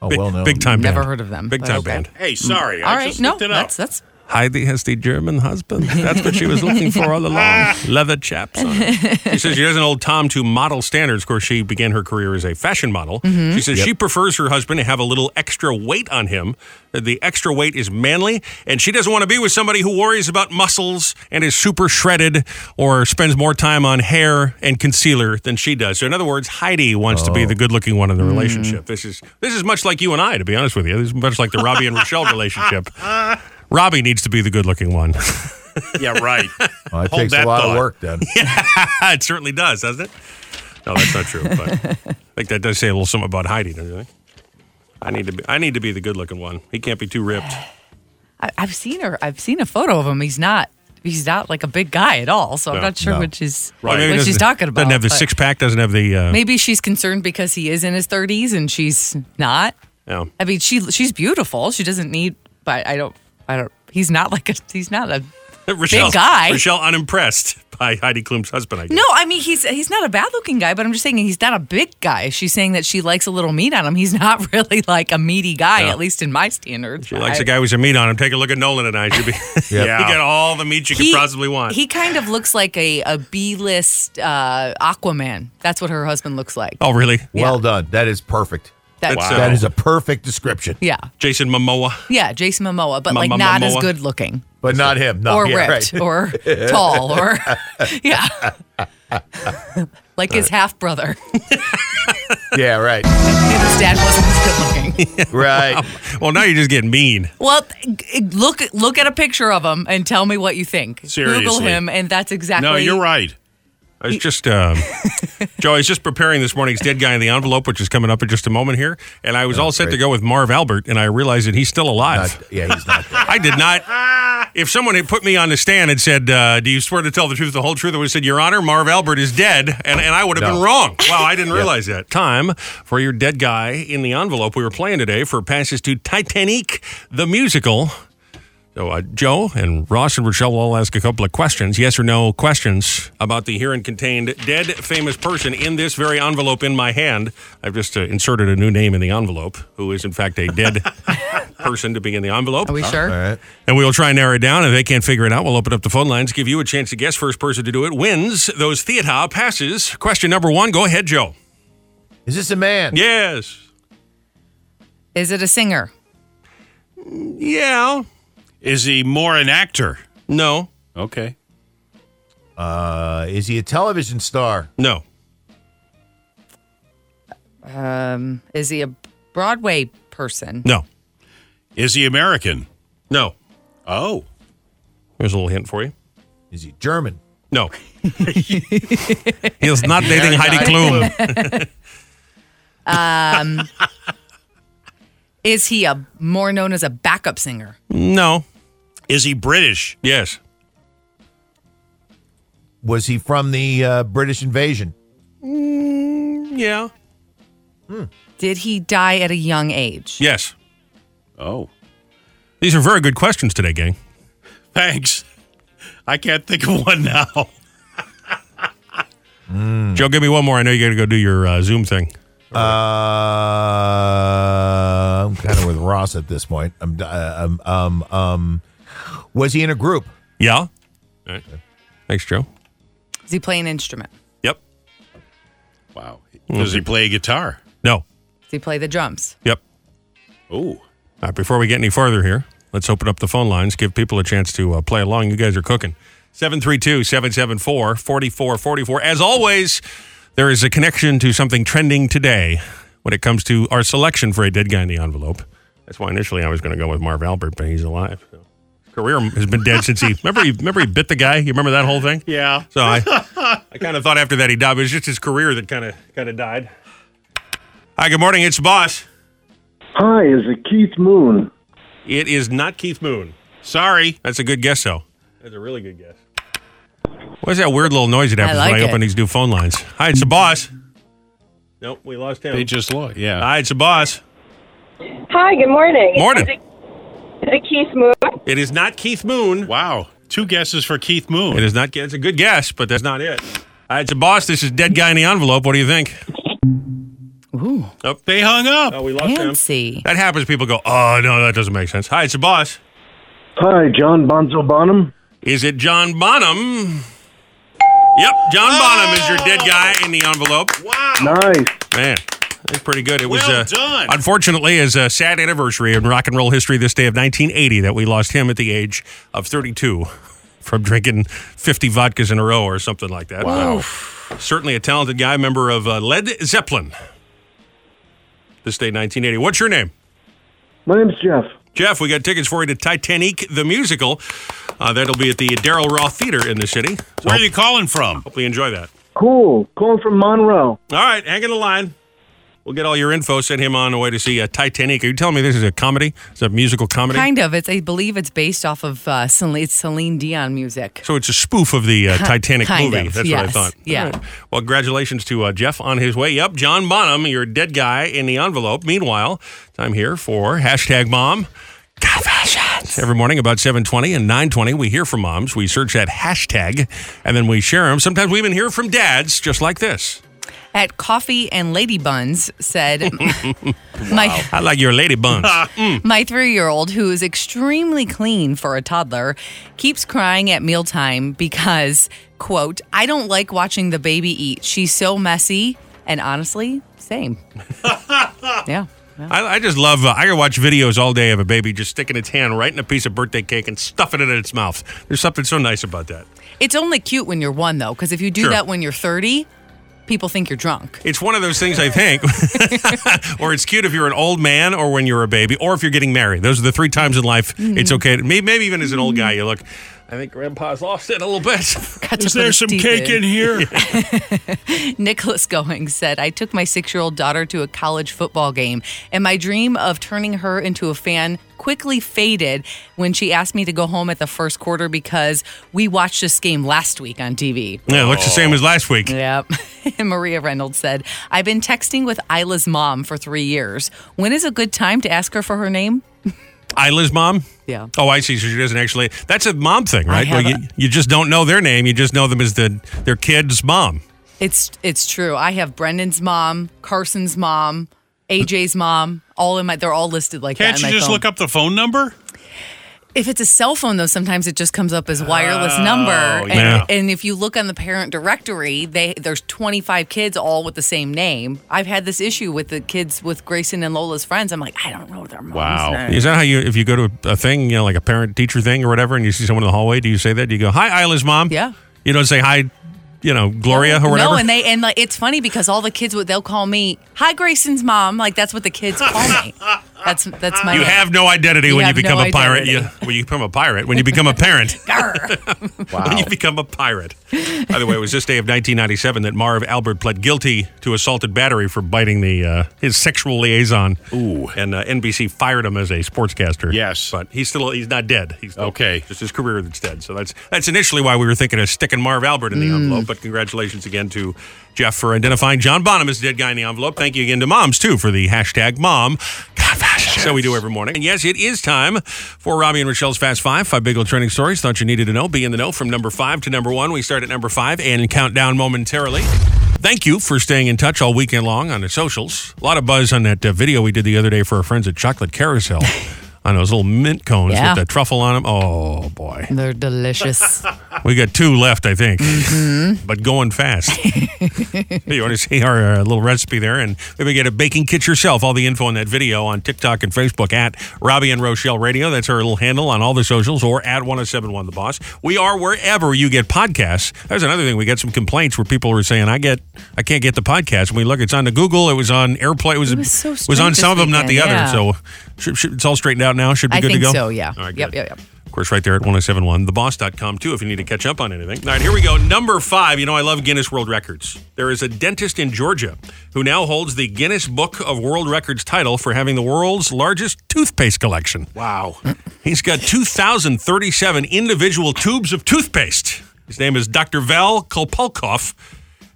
[SPEAKER 2] oh,
[SPEAKER 1] big,
[SPEAKER 2] well known.
[SPEAKER 1] big time.
[SPEAKER 4] Never
[SPEAKER 1] band.
[SPEAKER 4] heard of them,
[SPEAKER 1] Big
[SPEAKER 4] but
[SPEAKER 1] time
[SPEAKER 4] okay.
[SPEAKER 1] band.
[SPEAKER 3] hey, sorry,
[SPEAKER 4] All
[SPEAKER 3] I
[SPEAKER 4] right.
[SPEAKER 3] just
[SPEAKER 4] No,
[SPEAKER 3] looked it up.
[SPEAKER 4] that's that's
[SPEAKER 1] Heidi has the German husband. That's what she was looking for all along. Leather chaps on. her. She says she doesn't hold Tom to model standards. Of course, she began her career as a fashion model. She says she prefers her husband to have a little extra weight on him. that The extra weight is manly, and she doesn't want to be with somebody who worries about muscles and is super shredded or spends more time on hair and concealer than she does. So, in other words, Heidi wants to be
[SPEAKER 3] Oh.
[SPEAKER 1] the good-looking one
[SPEAKER 4] Mm.
[SPEAKER 1] in the relationship. This is this is much like you and I, to be honest with you. This is much like the Robbie and Rochelle relationship. Robbie needs to be the good looking one.
[SPEAKER 3] yeah, right.
[SPEAKER 2] Well, it
[SPEAKER 3] Hold
[SPEAKER 2] takes
[SPEAKER 3] that
[SPEAKER 2] a lot
[SPEAKER 3] thought.
[SPEAKER 2] of work then.
[SPEAKER 1] it certainly does, doesn't it? No, that's not true. But I think that does say a little something about Heidi, don't you think? I need to be I need to be the good looking one. He can't be too ripped.
[SPEAKER 4] I, I've seen her. I've seen a photo of him. He's not. He's not like a big guy at all. So
[SPEAKER 1] No,
[SPEAKER 4] I'm not sure
[SPEAKER 2] no.
[SPEAKER 4] what she's
[SPEAKER 1] Or maybe
[SPEAKER 4] what she's
[SPEAKER 1] doesn't-
[SPEAKER 4] talking about.
[SPEAKER 1] Doesn't have the
[SPEAKER 4] but
[SPEAKER 1] six pack, doesn't have the uh,
[SPEAKER 4] Maybe she's concerned because he is in his 30s and she's not.
[SPEAKER 1] no.
[SPEAKER 4] I mean, she she's beautiful. She doesn't need. But I don't. I don't. He's not like a. He's not a.
[SPEAKER 1] Rochelle,
[SPEAKER 4] guy.
[SPEAKER 1] Rochelle unimpressed by Heidi Klum's husband, I guess.
[SPEAKER 4] No, I mean he's he's not a bad looking guy, but I'm just saying he's not a big guy. She's saying that she likes a little meat on him. He's not really like a meaty guy,
[SPEAKER 1] Yeah.
[SPEAKER 4] at least in my standards.
[SPEAKER 1] She likes
[SPEAKER 4] I-
[SPEAKER 1] a guy who's a meat on him. Take a look at Nolan and I. She'll be
[SPEAKER 2] Yeah.
[SPEAKER 1] you get all the meat you could possibly want.
[SPEAKER 4] He kind of looks like a, a B list uh, Aquaman. That's what her husband looks like.
[SPEAKER 1] oh really?
[SPEAKER 2] Well done. That is perfect.
[SPEAKER 4] That-
[SPEAKER 1] That's, uh,
[SPEAKER 2] That is a perfect description.
[SPEAKER 4] Yeah.
[SPEAKER 1] Jason Momoa.
[SPEAKER 4] Yeah. Jason Momoa, but like
[SPEAKER 1] Momoa.
[SPEAKER 4] not as good looking
[SPEAKER 2] But not him. No,
[SPEAKER 4] or
[SPEAKER 2] yeah,
[SPEAKER 4] ripped
[SPEAKER 2] right.
[SPEAKER 4] or tall or, yeah. like his half brother.
[SPEAKER 2] Yeah, right.
[SPEAKER 4] his dad wasn't as good looking.
[SPEAKER 2] Right.
[SPEAKER 1] Well now you just get mean.
[SPEAKER 4] Well, g- look look at a picture of him and tell me what you think. Google
[SPEAKER 3] Seriously.
[SPEAKER 4] him, and that's exactly.
[SPEAKER 3] No, you're right.
[SPEAKER 1] I was just, um, Joe, I was just preparing this morning's Dead Guy in the Envelope, which is coming up in just a moment here. And I was all set to
[SPEAKER 2] Oh, great.
[SPEAKER 1] go with Marv Albert, and I realized that he's still alive.
[SPEAKER 2] Not- yeah, he's not there.
[SPEAKER 1] I did not. If someone had put me on the stand and said, uh, Do you swear to tell the truth, the whole truth? I would have said, Your Honor, Marv Albert is dead. And, and I would have
[SPEAKER 2] No.
[SPEAKER 1] been wrong. Wow, I didn't realize that. Time for your Dead Guy in the Envelope. We were playing today for passes to Titanic, the musical. So, uh, Joe and Ross and Rochelle will all ask a couple of questions, yes or no questions, about the herein contained dead famous person in this very envelope in my hand. I've just uh, inserted a new name in the envelope, who is in fact a dead person to be in the envelope.
[SPEAKER 4] Are we sure?
[SPEAKER 2] All right.
[SPEAKER 1] And we will try and narrow it down. If they can't figure it out, we'll open up the phone lines, give you a chance to guess. First person to do it wins those theater passes. Question number one. Go ahead, Joe.
[SPEAKER 2] Is this a man?
[SPEAKER 1] Yes.
[SPEAKER 4] Is it a singer?
[SPEAKER 1] Yeah.
[SPEAKER 3] Is he more an actor?
[SPEAKER 1] No.
[SPEAKER 3] Okay.
[SPEAKER 2] Uh, is he a television star?
[SPEAKER 1] No.
[SPEAKER 4] Um, is he a Broadway person?
[SPEAKER 1] No.
[SPEAKER 3] Is he American?
[SPEAKER 1] No.
[SPEAKER 3] Oh.
[SPEAKER 1] Here's a little hint for you.
[SPEAKER 2] Is he German?
[SPEAKER 1] No. he is not dating Heidi Klum.
[SPEAKER 4] Um, Is he a more known as a backup singer?
[SPEAKER 1] No.
[SPEAKER 3] Is he British?
[SPEAKER 1] Yes.
[SPEAKER 2] Was he from the uh, British invasion?
[SPEAKER 1] Mm, Yeah.
[SPEAKER 4] Did he die at a young age?
[SPEAKER 1] Yes.
[SPEAKER 3] Oh.
[SPEAKER 1] These are very good questions today, gang.
[SPEAKER 3] Thanks. I can't think of one now.
[SPEAKER 1] Mm. Joe, give me one more. I know you got to go do your uh, Zoom thing.
[SPEAKER 2] Uh, Uh, I'm kind of with Ross at this point. I'm, uh, um, um, um, was he in a group?
[SPEAKER 1] Yeah. All right. Thanks, Joe.
[SPEAKER 4] Does he play an instrument?
[SPEAKER 1] Yep.
[SPEAKER 3] Wow. Does he play guitar?
[SPEAKER 1] No.
[SPEAKER 4] Does he play the drums?
[SPEAKER 1] Yep.
[SPEAKER 3] Oh.
[SPEAKER 1] All right, before we get any farther here, let's open up the phone lines, give people a chance to uh, play along. You guys are cooking. 732 774 4444. As always, there is a connection to something trending today when it comes to our selection for a dead guy in the envelope. That's why initially I was going to go with Marv Albert, but he's alive. So. His career has been dead since he. Remember he, remember he bit the guy? You remember that whole thing?
[SPEAKER 3] Yeah.
[SPEAKER 1] So I, I kind of thought after that he died, but it was just his career that kind of kind of died. Hi, good morning. It's Boss.
[SPEAKER 9] Hi, is it Keith Moon?
[SPEAKER 1] It is not Keith Moon.
[SPEAKER 3] Sorry.
[SPEAKER 1] That's a good guess, though. That's a really good guess. What's that weird little noise that happens
[SPEAKER 4] like
[SPEAKER 1] when I
[SPEAKER 4] it.
[SPEAKER 1] open these new phone lines? Hi, it's the boss. Nope, we lost
[SPEAKER 3] They
[SPEAKER 1] him.
[SPEAKER 3] just look. Yeah.
[SPEAKER 1] Hi, it's the boss.
[SPEAKER 11] Hi, good morning.
[SPEAKER 1] Morning.
[SPEAKER 11] Is it, is it Keith Moon?
[SPEAKER 1] It is not Keith Moon.
[SPEAKER 3] Wow. Two guesses for Keith
[SPEAKER 1] It
[SPEAKER 3] Moon.
[SPEAKER 1] is not. It's a good guess, but that's not it. Hi, it's the boss. This is dead guy in the envelope. What do you think?
[SPEAKER 4] Ooh,
[SPEAKER 3] They hung up.
[SPEAKER 1] Oh, we lost him.
[SPEAKER 4] fancy.
[SPEAKER 1] That happens. People go, oh no, that doesn't make sense. Hi, it's the boss.
[SPEAKER 9] Hi, John Bonzo Bonham.
[SPEAKER 1] Is it John Bonham? Yep, John Bonham is your dead guy in the envelope.
[SPEAKER 3] Wow.
[SPEAKER 9] Nice.
[SPEAKER 1] Man, that's pretty good. It was
[SPEAKER 3] Well
[SPEAKER 1] uh,
[SPEAKER 3] done.
[SPEAKER 1] Unfortunately, is a sad anniversary in rock and roll history. This day of 1980, that we lost him at the age of 32 from drinking 50 vodkas in a row or something like that. Wow. uh, Certainly a talented guy, member of uh, Led Zeppelin. This day 1980. What's your name?
[SPEAKER 9] My name's Jeff.
[SPEAKER 1] Jeff, we got tickets for you to Titanic the musical. Uh, that'll be at the Daryl Roth Theater in the city. So
[SPEAKER 3] Where are you calling from?
[SPEAKER 1] hopefully you enjoy that.
[SPEAKER 9] Cool. Calling from Monroe.
[SPEAKER 1] All right, hang in the line. We'll get all your info. Send him on the way to see uh, Titanic. Are you telling me this is a comedy? It's a musical comedy.
[SPEAKER 4] Kind of. It's. I believe it's based off of uh, Celine, it's Celine Dion music.
[SPEAKER 1] so it's a spoof of the uh, Titanic
[SPEAKER 4] kind
[SPEAKER 1] movie.
[SPEAKER 4] of,
[SPEAKER 1] That's what I
[SPEAKER 4] yes,
[SPEAKER 1] thought.
[SPEAKER 4] yeah.
[SPEAKER 1] All right. Well, congratulations to uh, Jeff on his way. Yep, John Bonham, your dead guy in the envelope. Meanwhile, time here for hashtag mom. Confessions. Every morning about 720 and 920, we hear from moms. We search that hashtag and then we share them. Sometimes we even hear from dads just like this.
[SPEAKER 4] At Coffee and Lady Buns said, my
[SPEAKER 1] I like your lady Mm. buns.
[SPEAKER 4] my three year old who is extremely clean for a toddler keeps crying at mealtime because quote I don't like watching the baby eat. She's so messy and honestly same. yeah.
[SPEAKER 1] I, I just love. Uh, I can watch videos all day of a baby just sticking its hand right in a piece of birthday cake and stuffing it in its mouth. There's something so nice about that.
[SPEAKER 4] It's only cute when you're one though, because if you do
[SPEAKER 1] Sure.
[SPEAKER 4] that when you're 30, people think you're drunk.
[SPEAKER 1] It's one of those things I think, or it's cute if you're an old man, or when you're a baby, or if you're getting married. Those are the three times in life
[SPEAKER 4] Mm-hmm.
[SPEAKER 1] it's okay. To, maybe, maybe even as an old guy, you look. I think Grandpa's lost it a little bit.
[SPEAKER 4] Got to put
[SPEAKER 3] Is there
[SPEAKER 4] his
[SPEAKER 3] some
[SPEAKER 4] teeth
[SPEAKER 3] cake in here?
[SPEAKER 4] Nicholas Going said, I took my six year old daughter to a college football game, and my dream of turning her into a fan quickly faded when she asked me to go home at the first quarter because we watched this game last week on TV.
[SPEAKER 1] yeah, it looks the same as last week.
[SPEAKER 4] Yep. And Maria Reynolds said, I've been texting with Isla's mom for three years. When is a good time to ask her for her name?
[SPEAKER 1] Isla's mom.
[SPEAKER 4] Yeah.
[SPEAKER 1] Oh, I see. So she doesn't actually. That's a mom thing, right?
[SPEAKER 4] have
[SPEAKER 1] Like,
[SPEAKER 4] a-
[SPEAKER 1] you, you just don't know their name. You just know them as the their kid's mom.
[SPEAKER 4] It's it's true. I have Brendan's mom, Carson's mom, AJ's mom, all in my they're all listed like
[SPEAKER 3] Can't
[SPEAKER 4] that. in
[SPEAKER 3] you
[SPEAKER 4] my
[SPEAKER 3] just
[SPEAKER 4] phone.
[SPEAKER 3] look up the phone number?
[SPEAKER 4] If it's a cell phone, though, sometimes it just comes up as wireless number. And,
[SPEAKER 1] Oh, yeah.
[SPEAKER 4] and if you look on the parent directory, they there's 25 kids all with the same name. I've had this issue with the kids with Grayson and Lola's friends. I'm like, I don't know their mom's
[SPEAKER 3] Wow.
[SPEAKER 4] name.
[SPEAKER 1] Is that how you, if you go to a thing, you know, like a parent teacher thing or whatever, and you see someone in the hallway, do you say that? Do you go, hi, Isla's mom?
[SPEAKER 4] Yeah.
[SPEAKER 1] You don't say, hi, you know, Gloria or whatever?
[SPEAKER 4] No, and they and like it's funny because all the kids would they'll call me hi Grayson's mom. Like that's what the kids call me. That's that's my
[SPEAKER 1] you
[SPEAKER 4] name.
[SPEAKER 1] have no identity
[SPEAKER 4] You
[SPEAKER 1] when you
[SPEAKER 4] have
[SPEAKER 1] become
[SPEAKER 4] no
[SPEAKER 1] a pirate.
[SPEAKER 4] identity.
[SPEAKER 1] You, when you become a pirate, when you become a parent.
[SPEAKER 4] Grr.
[SPEAKER 1] When you become a pirate. By the way, it was this day of 1997 that Marv Albert pled guilty to assaulted battery for biting the uh, his sexual liaison. Ooh. And uh, NBC fired him as a sportscaster.
[SPEAKER 3] Yes.
[SPEAKER 1] but he's still he's not dead. He's still-
[SPEAKER 3] Okay.
[SPEAKER 1] just his career that's dead. So that's that's initially why we were thinking of sticking Marv Albert
[SPEAKER 4] Mm.
[SPEAKER 1] in the envelope. But congratulations again to Jeff for identifying John Bonham as the dead guy in the envelope. Thank you again to moms too for the hashtag mom confessions. So we do every morning. And yes, it is time for Robbie and Rochelle's Fast Five, five big old trending stories. Thought you needed to know. Be in the know from number five to number one. We start at number five and count down momentarily. Thank you for staying in touch all weekend long on the socials. A lot of buzz on that uh, video we did the other day for our friends at Chocolate Carousel on those little mint cones
[SPEAKER 4] Yeah.
[SPEAKER 1] with the truffle on them. Oh, boy.
[SPEAKER 4] They're delicious. Mm-hmm.
[SPEAKER 1] We got two left, I think, but going fast. you want to see our uh, little recipe there and maybe get a baking kit yourself. All the info on that video on TikTok and Facebook at Robbie and Rochelle Radio. That's our little handle on all the socials or at 1071 The Boss. We are wherever you get podcasts. That's another thing. We got some complaints where people were saying, I get, I can't get the podcast. And we look, it's on the Google. It was on AirPlay. It was,
[SPEAKER 4] was so
[SPEAKER 1] was
[SPEAKER 4] strange
[SPEAKER 1] on some
[SPEAKER 4] this
[SPEAKER 1] of them, not the
[SPEAKER 4] weekend, yeah.
[SPEAKER 1] other. So should, should, it's all straightened out now. Should be
[SPEAKER 4] I
[SPEAKER 1] good
[SPEAKER 4] think
[SPEAKER 1] to go.
[SPEAKER 4] so, yeah.
[SPEAKER 1] All right,
[SPEAKER 4] yep,
[SPEAKER 1] good.
[SPEAKER 4] yep, yep.
[SPEAKER 1] Of course, right there at 1071, theboss.com, too, if you need to catch up on anything. All right, here we go. Number five. You know, I love Guinness World Records. There is a dentist in Georgia who now holds the Guinness Book of World Records title for having the world's largest toothpaste collection. Wow. He's got 2,037 individual tubes of toothpaste. His name is Dr. Val Kolpulkov.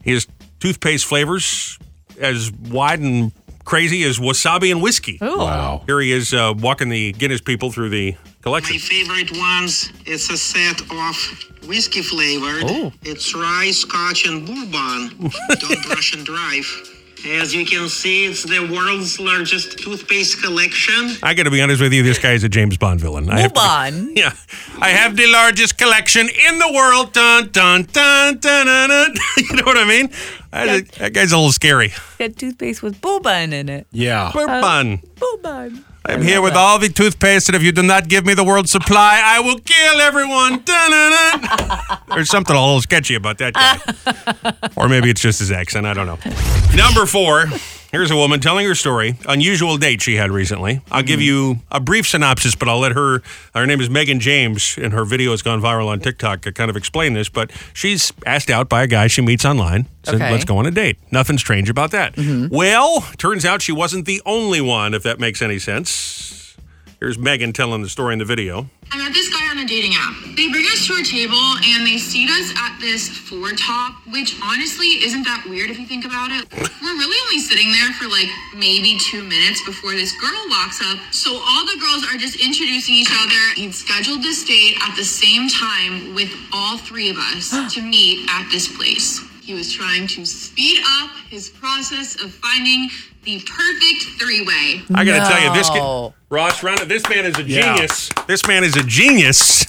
[SPEAKER 1] He has toothpaste flavors as wide and crazy as wasabi and whiskey.
[SPEAKER 2] Wow.
[SPEAKER 1] Here he is uh, walking the Guinness people through the collection.
[SPEAKER 12] My favorite ones is a set of whiskey flavored.
[SPEAKER 1] Oh.
[SPEAKER 12] It's rye, scotch, and bourbon. Don't brush and drive. As you can see, it's the world's largest toothpaste collection.
[SPEAKER 1] I got to be honest with you, this guy is a James Bond villain. I have
[SPEAKER 4] Move
[SPEAKER 1] to-
[SPEAKER 4] on.
[SPEAKER 1] yeah, I have the largest collection in the world. Dun dun dun dun dun. dun. you know what I mean? I-
[SPEAKER 4] Yeah.
[SPEAKER 1] that guy's a little scary.
[SPEAKER 4] That toothpaste with bourbon in it.
[SPEAKER 3] Yeah.
[SPEAKER 4] Uh,
[SPEAKER 1] Bourbon.
[SPEAKER 4] Bourbon.
[SPEAKER 1] I'm here with all the toothpaste, and if you do not give me the world supply, I will kill everyone. Dun, dun, dun. There's something a little sketchy about that guy. or maybe it's just his accent. I don't know. Number four. Here's a woman telling her story. Unusual date she had recently. I'll give you a brief synopsis, but I'll let her. Her name is Megan James, and her video has gone viral on TikTok. to kind of explain this, but she's asked out by a guy she meets online. Said,
[SPEAKER 4] Okay. Mm-hmm.
[SPEAKER 1] "Let's go on a date." Nothing strange about that. Well, turns out she wasn't the only one. If that makes any sense. Here's Megan telling the story in the video.
[SPEAKER 13] I met this guy on a dating app. They bring us to a table and they seat us at this four top, which honestly isn't that weird if you think about it. We're really only sitting there for like maybe two minutes before this girl walks up. So all the girls are just introducing each other. He'd scheduled this date at the same time with all three of us to meet at this place. He was trying to speed up his process of finding the perfect three way.
[SPEAKER 1] I got to tell you, this kid,
[SPEAKER 4] No.
[SPEAKER 1] Ross Ronda, this man is a genius. This man is a genius.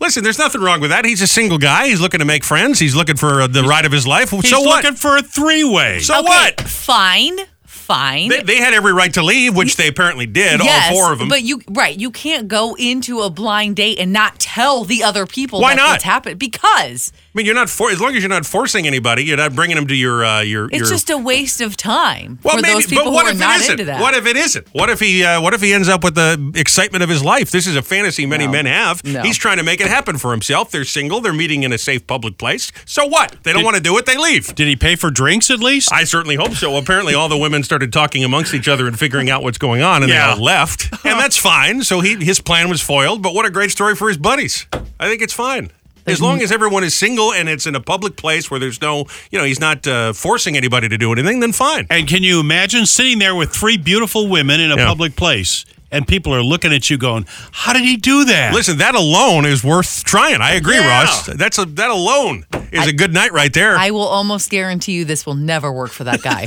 [SPEAKER 1] Listen, there's nothing wrong with that. He's a single guy. He's looking to make friends. He's looking for uh, the ride of his life.
[SPEAKER 3] He's
[SPEAKER 1] so what?
[SPEAKER 3] looking for a three way.
[SPEAKER 1] so what?
[SPEAKER 4] Fine. Fine.
[SPEAKER 1] They, they had every right to leave, which they apparently did.
[SPEAKER 4] yes,
[SPEAKER 1] all four of them.
[SPEAKER 4] But you right, you can't go into a blind date and not tell the other people
[SPEAKER 1] Why
[SPEAKER 4] that
[SPEAKER 1] not?
[SPEAKER 4] it's happened because
[SPEAKER 1] I mean, you're not for as long as you're not forcing anybody. You're not bringing them to your uh, your.
[SPEAKER 4] it's
[SPEAKER 1] your,
[SPEAKER 4] just a waste of time for those people
[SPEAKER 1] but what
[SPEAKER 4] who are
[SPEAKER 1] if
[SPEAKER 4] not
[SPEAKER 1] it
[SPEAKER 4] into
[SPEAKER 1] isn't?
[SPEAKER 4] that.
[SPEAKER 1] What if it isn't? What if he? Uh, what if he ends up with the excitement of his life? This is a fantasy many men have.
[SPEAKER 4] No.
[SPEAKER 1] He's trying to make it happen for himself. They're single. They're meeting in a safe public place. So what? They don't want to do it. They leave.
[SPEAKER 3] Did he pay for drinks at least?
[SPEAKER 1] I certainly hope so. Apparently, all the women started talking amongst each other and figuring out what's going on, and
[SPEAKER 3] Yeah.
[SPEAKER 1] they all left. And that's fine. So he his plan was foiled. But what a great story for his buddies. I think it's fine. As long as everyone is single and it's in a public place where there's no, you know, he's not uh, forcing anybody to do anything, then fine.
[SPEAKER 3] and can you imagine sitting there with three beautiful women in a
[SPEAKER 1] Yeah.
[SPEAKER 3] public place and people are looking at you going, How did he do that?
[SPEAKER 1] Listen, that alone is worth trying. I agree,
[SPEAKER 3] Yeah.
[SPEAKER 1] Ross. That's a that alone is a good night right there.
[SPEAKER 4] I will almost guarantee you this will never work for that guy.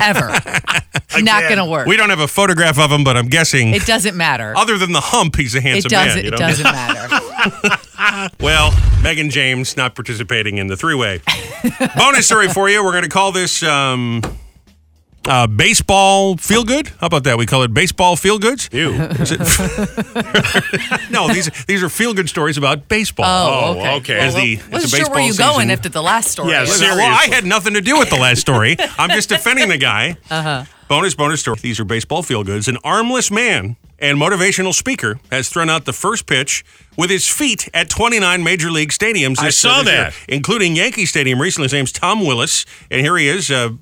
[SPEAKER 4] Ever. Not going to work.
[SPEAKER 1] we don't have a photograph of him, but I'm guessing
[SPEAKER 4] it doesn't matter.
[SPEAKER 1] other than the hump, he's a
[SPEAKER 4] It
[SPEAKER 1] handsome
[SPEAKER 4] doesn't
[SPEAKER 1] man. You know?
[SPEAKER 4] it doesn't matter.
[SPEAKER 1] Well, Megan James not participating in the three way. Bonus story for you. We're going to call this um, uh, baseball feel good. How about that? We call it baseball feel goods. Ew. no, these these are feel good stories about baseball.
[SPEAKER 4] Oh, okay.
[SPEAKER 1] As
[SPEAKER 4] Well,
[SPEAKER 1] the,
[SPEAKER 4] well, wasn't sure
[SPEAKER 1] as the baseball
[SPEAKER 4] where you going
[SPEAKER 1] season-
[SPEAKER 4] after the last story.
[SPEAKER 3] Yes.
[SPEAKER 4] is.
[SPEAKER 1] Well, I had nothing to do with the last story. I'm just defending the guy. Uh-huh. Bonus, bonus story. These are baseball feel goods. An armless man and motivational speaker has thrown out the first pitch with his feet at 29 major league stadiums. This,
[SPEAKER 3] I saw
[SPEAKER 1] this year,
[SPEAKER 3] that.
[SPEAKER 1] including Yankee Stadium recently. His name's Tom Willis, and here he is. Uh,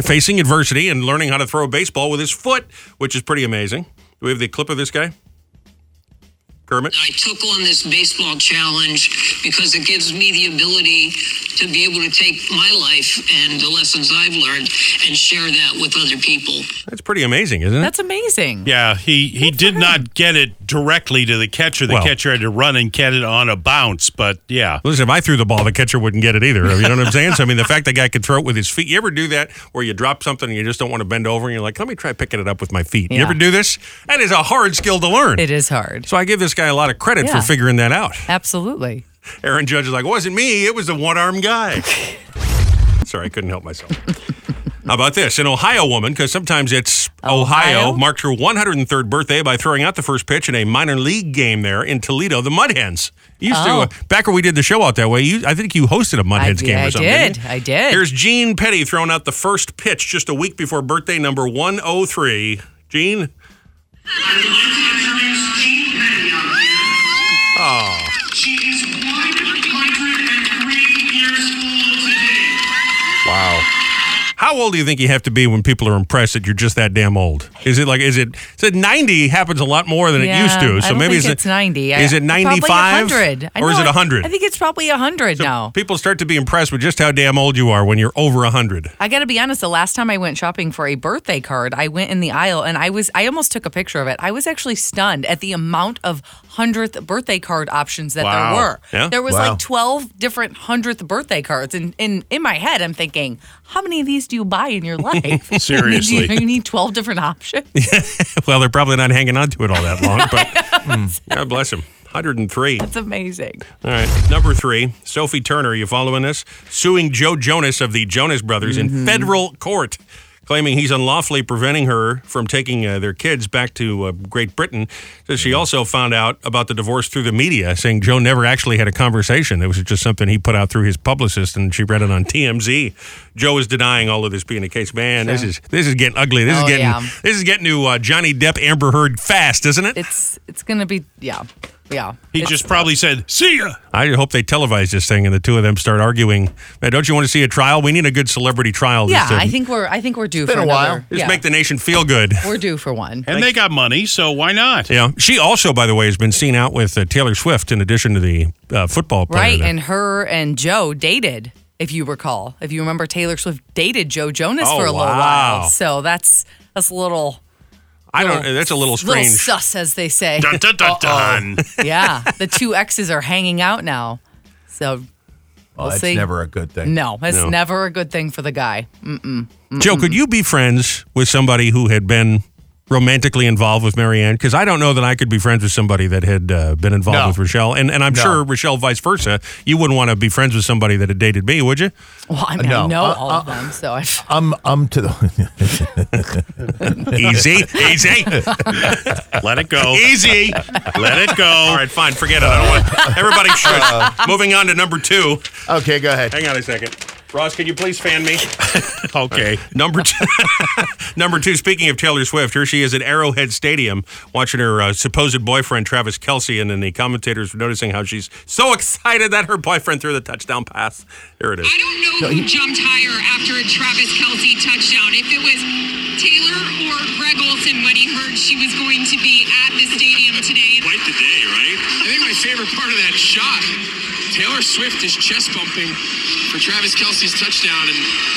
[SPEAKER 1] Facing adversity and learning how to throw a baseball with his foot, which is pretty amazing. Do we have the clip of this guy? Kermit?
[SPEAKER 12] I took on this baseball challenge because it gives me the ability to be able to take my life and the lessons I've learned and share that with other people.
[SPEAKER 1] That's pretty amazing, isn't it?
[SPEAKER 4] That's amazing.
[SPEAKER 3] Yeah, he, he did not get it directly to the catcher. The
[SPEAKER 1] Well-
[SPEAKER 3] catcher had to run and get it on a bounce, but yeah.
[SPEAKER 1] Listen, if I threw the ball, the catcher wouldn't get it either. You know what I'm saying? So, I mean, the fact that guy could throw it with his feet. You ever do that where you drop something and you just don't want to bend over and you're like, let me try picking it up with my feet? You
[SPEAKER 4] Yeah.
[SPEAKER 1] ever do this? That is a hard skill to learn.
[SPEAKER 4] It is hard.
[SPEAKER 1] So I give this guy a lot of credit for
[SPEAKER 4] Yeah.
[SPEAKER 1] figuring that out.
[SPEAKER 4] Absolutely.
[SPEAKER 1] Aaron Judge is like, wasn't me. It was the one armed guy. Sorry, I couldn't help myself. How about this? An Ohio woman, because sometimes it's Ohio,
[SPEAKER 4] Ohio?
[SPEAKER 1] marked her 103rd birthday by throwing out the first pitch in a minor league game there in Toledo, the Mud Hens. You used
[SPEAKER 4] Oh.
[SPEAKER 1] to, uh, back when we did the show out that way, you, I think you hosted a Mud
[SPEAKER 4] I
[SPEAKER 1] Hens
[SPEAKER 4] did-
[SPEAKER 1] game
[SPEAKER 4] I
[SPEAKER 1] or something. didn't
[SPEAKER 4] did.
[SPEAKER 1] you?
[SPEAKER 4] I did.
[SPEAKER 1] Here's Gene Petty throwing out the first pitch just a week before birthday number 103. Gene? Oh.
[SPEAKER 12] She is 103 years old today.
[SPEAKER 1] Wow. How old do you think you have to be when people are impressed that you're just that damn old? Is it like is it said 90 happens a lot more than it used
[SPEAKER 4] Yeah,
[SPEAKER 1] to.
[SPEAKER 4] I
[SPEAKER 1] So
[SPEAKER 4] don't
[SPEAKER 1] maybe
[SPEAKER 4] think
[SPEAKER 1] is
[SPEAKER 4] it's
[SPEAKER 1] it
[SPEAKER 4] 90. I-
[SPEAKER 1] Is it
[SPEAKER 4] probably
[SPEAKER 1] 95
[SPEAKER 4] 100. I
[SPEAKER 1] or is
[SPEAKER 4] know,
[SPEAKER 1] it 100?
[SPEAKER 4] I think it's probably 100 now.
[SPEAKER 1] People start to be impressed with just how damn old you are when you're over 100.
[SPEAKER 4] I got to be honest, the last time I went shopping for a birthday card, I went in the aisle and I was I almost took a picture of it. I was actually stunned at the amount of 100th birthday card options that
[SPEAKER 3] Wow.
[SPEAKER 4] there were.
[SPEAKER 1] Yeah?
[SPEAKER 4] There was
[SPEAKER 2] Wow.
[SPEAKER 4] like 12 different 100th birthday cards and in in my head I'm thinking, how many of these do you buy in your life?
[SPEAKER 3] Seriously.
[SPEAKER 4] you, you need 12 different options.
[SPEAKER 1] well, they're probably not hanging on to it all that long, but Mm. God bless them. 103.
[SPEAKER 4] It's amazing.
[SPEAKER 1] All right. Number three, Sophie Turner, you following this? Suing Joe Jonas of the Jonas Brothers
[SPEAKER 4] Mm-hmm.
[SPEAKER 1] in federal court, claiming he's unlawfully preventing her from taking uh, their kids back to uh, Great Britain. Says she also found out about the divorce through the media, saying Joe never actually had a conversation. It was just something he put out through his publicist, and she read it on TMZ. Joe is denying all of this being the case. Man, this is this is getting ugly. This is
[SPEAKER 4] Oh,
[SPEAKER 1] getting
[SPEAKER 4] yeah.
[SPEAKER 1] this is getting to uh, Johnny Depp, Amber Heard fast, isn't it?
[SPEAKER 4] It's it's going to be yeah. Yeah.
[SPEAKER 3] He
[SPEAKER 4] It's-
[SPEAKER 3] just probably said, see ya.
[SPEAKER 1] I hope they televise this thing and the two of them start arguing. Man, don't you want to see a trial? We need a good celebrity trial.
[SPEAKER 4] Yeah,
[SPEAKER 1] just to-
[SPEAKER 4] I think we're I think we're due
[SPEAKER 2] been
[SPEAKER 4] for
[SPEAKER 2] a while.
[SPEAKER 4] another.
[SPEAKER 1] just
[SPEAKER 4] yeah.
[SPEAKER 1] make the nation feel good.
[SPEAKER 4] we're due for one.
[SPEAKER 3] And they got money, so why not?
[SPEAKER 1] Yeah. She also, by the way, has been seen out with uh, Taylor Swift in addition to the uh, football player.
[SPEAKER 4] Right,
[SPEAKER 1] there.
[SPEAKER 4] and her and Joe dated, if you recall. If you remember, Taylor Swift dated Joe Jonas
[SPEAKER 1] Oh,
[SPEAKER 4] for a little
[SPEAKER 1] wow.
[SPEAKER 4] while. So that's that's a little
[SPEAKER 1] I don't. That's a little
[SPEAKER 4] little
[SPEAKER 1] strange.
[SPEAKER 4] sus, as they say. Oh,
[SPEAKER 3] Dun, dun, dun, dun.
[SPEAKER 4] yeah, the two exes are hanging out now. So
[SPEAKER 2] Well, that's
[SPEAKER 4] see.
[SPEAKER 2] never a good thing.
[SPEAKER 4] no, that's
[SPEAKER 1] No.
[SPEAKER 4] never a good thing for the guy.
[SPEAKER 1] Joe, could you be friends with somebody who had been romantically involved with Marianne? Because I don't know that I could be friends with somebody that had uh, been involved
[SPEAKER 2] No.
[SPEAKER 1] with Rochelle, and and I'm
[SPEAKER 2] No.
[SPEAKER 1] sure Rochelle, vice versa. You wouldn't want to be friends with somebody that had dated me, would you?
[SPEAKER 4] Well, I mean,
[SPEAKER 2] No,
[SPEAKER 4] I know
[SPEAKER 2] uh,
[SPEAKER 4] all of them, so I.
[SPEAKER 2] I'm I'm to the
[SPEAKER 1] Easy, easy.
[SPEAKER 3] Let it go.
[SPEAKER 1] Easy.
[SPEAKER 3] Let it go.
[SPEAKER 1] All right, fine. Forget it. I don't want. Everybody should. Moving on to number two.
[SPEAKER 2] Uh, Okay, go ahead.
[SPEAKER 1] Hang on a second. Ross, can you please fan me?
[SPEAKER 3] Okay.
[SPEAKER 1] Number two. number two. Speaking of Taylor Swift, here she is at Arrowhead Stadium watching her uh, supposed boyfriend Travis Kelsey, and then the commentators were noticing how she's so excited that her boyfriend threw the touchdown pass. Here it is.
[SPEAKER 13] I don't know who jumped higher after a Travis Kelsey touchdown. If it was Taylor or Greg Olson when he heard she was going to be at the stadium today.
[SPEAKER 12] Quite the day, right? I think my favorite part of that shot, Taylor Swift is chest bumping for Travis Kelsey's touchdown, and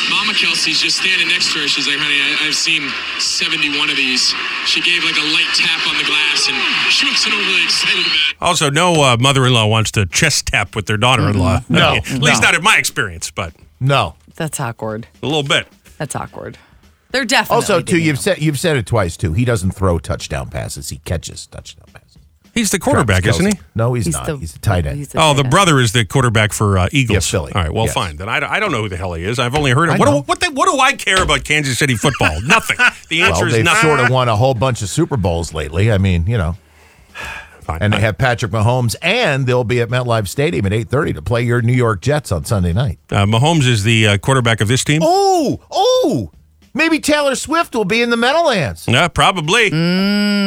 [SPEAKER 12] Mama Kelsey's just standing next to her. She's like, honey, I, I've seen 71 of these. She gave like a light tap on the glass, and she wasn't overly excited about it.
[SPEAKER 1] Also, no uh, mother-in-law wants to chest tap with their daughter-in-law.
[SPEAKER 2] Mm-hmm. No,
[SPEAKER 1] at least
[SPEAKER 2] no.
[SPEAKER 1] not in my experience, but
[SPEAKER 2] No.
[SPEAKER 4] That's awkward.
[SPEAKER 1] a little bit.
[SPEAKER 4] That's awkward. They're definitely
[SPEAKER 2] Also, too,
[SPEAKER 4] dating
[SPEAKER 2] you've
[SPEAKER 4] now.
[SPEAKER 2] said you've said it twice too. He doesn't throw touchdown passes; he catches touchdown passes.
[SPEAKER 1] He's the quarterback,
[SPEAKER 2] Travis
[SPEAKER 1] isn't he?
[SPEAKER 2] Kelce. No, he's, not. he's a tight end.
[SPEAKER 4] he's
[SPEAKER 1] Oh, the
[SPEAKER 4] tight end.
[SPEAKER 1] brother is the quarterback for uh, Eagles.
[SPEAKER 2] Yeah, Philly.
[SPEAKER 1] All right, well,
[SPEAKER 2] Yes.
[SPEAKER 1] fine. Then I, I don't know who the hell he is. I've only heard
[SPEAKER 2] I
[SPEAKER 1] him. What do,
[SPEAKER 2] know.
[SPEAKER 1] what, the, what do I care about Kansas City football? nothing. The answer
[SPEAKER 2] well,
[SPEAKER 1] is
[SPEAKER 2] they've
[SPEAKER 1] nothing.
[SPEAKER 2] sort of won a whole bunch of Super Bowls lately. I mean, you know,
[SPEAKER 1] Fine.
[SPEAKER 2] and they have Patrick Mahomes, and they'll be at MetLife Stadium at eight thirty to play your New York Jets on Sunday night.
[SPEAKER 1] uh, Mahomes is the uh, quarterback of this team.
[SPEAKER 2] Oh, oh, maybe Taylor Swift will be in the Meadowlands.
[SPEAKER 1] Yeah, probably.
[SPEAKER 2] Mm.